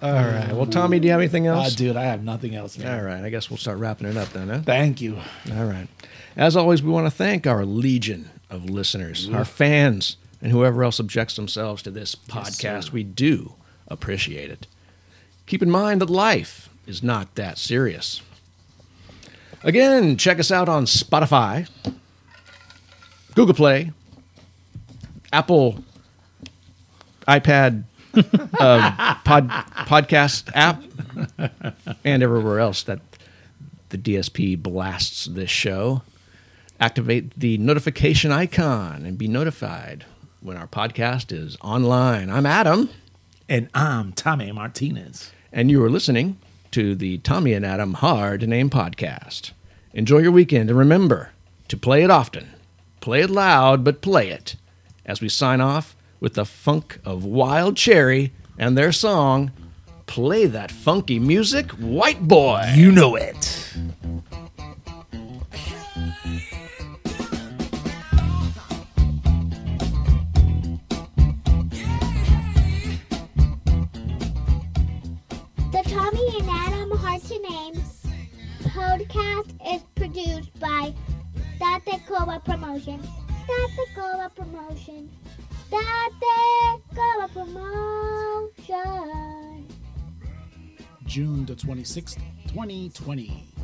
[SPEAKER 5] All right. Well, Tommy, do you have anything
[SPEAKER 4] Uh,
[SPEAKER 5] else?
[SPEAKER 4] dude, I have nothing else, man.
[SPEAKER 5] All right. I guess we'll start wrapping it up then, huh?
[SPEAKER 4] Thank you.
[SPEAKER 5] All right. As always, we want to thank our legion of listeners, our fans, and whoever else subjects themselves to this podcast. we do appreciate it. Keep in mind that life is not that serious. Again, check us out on Spotify, Google Play, Apple iPad uh, pod, podcast app, and everywhere else that the DSP blasts this show. Activate the notification icon and be notified when our podcast is online. I'm Adam,
[SPEAKER 4] And I'm Tommy Martinez.
[SPEAKER 5] and you are listening to the Tommy and Adam Hard to Name podcast. Enjoy your weekend and remember to play it often, play it loud, but play it as we sign off with the funk of Wild Cherry and their song, Play That Funky Music, White Boy.
[SPEAKER 4] You know it.
[SPEAKER 9] The Tommy and Adam Hard to Name podcast is produced by Datecoa Promotion. Datecoa Promotion. Datecoa Promotion.
[SPEAKER 1] June the 26th, 2020.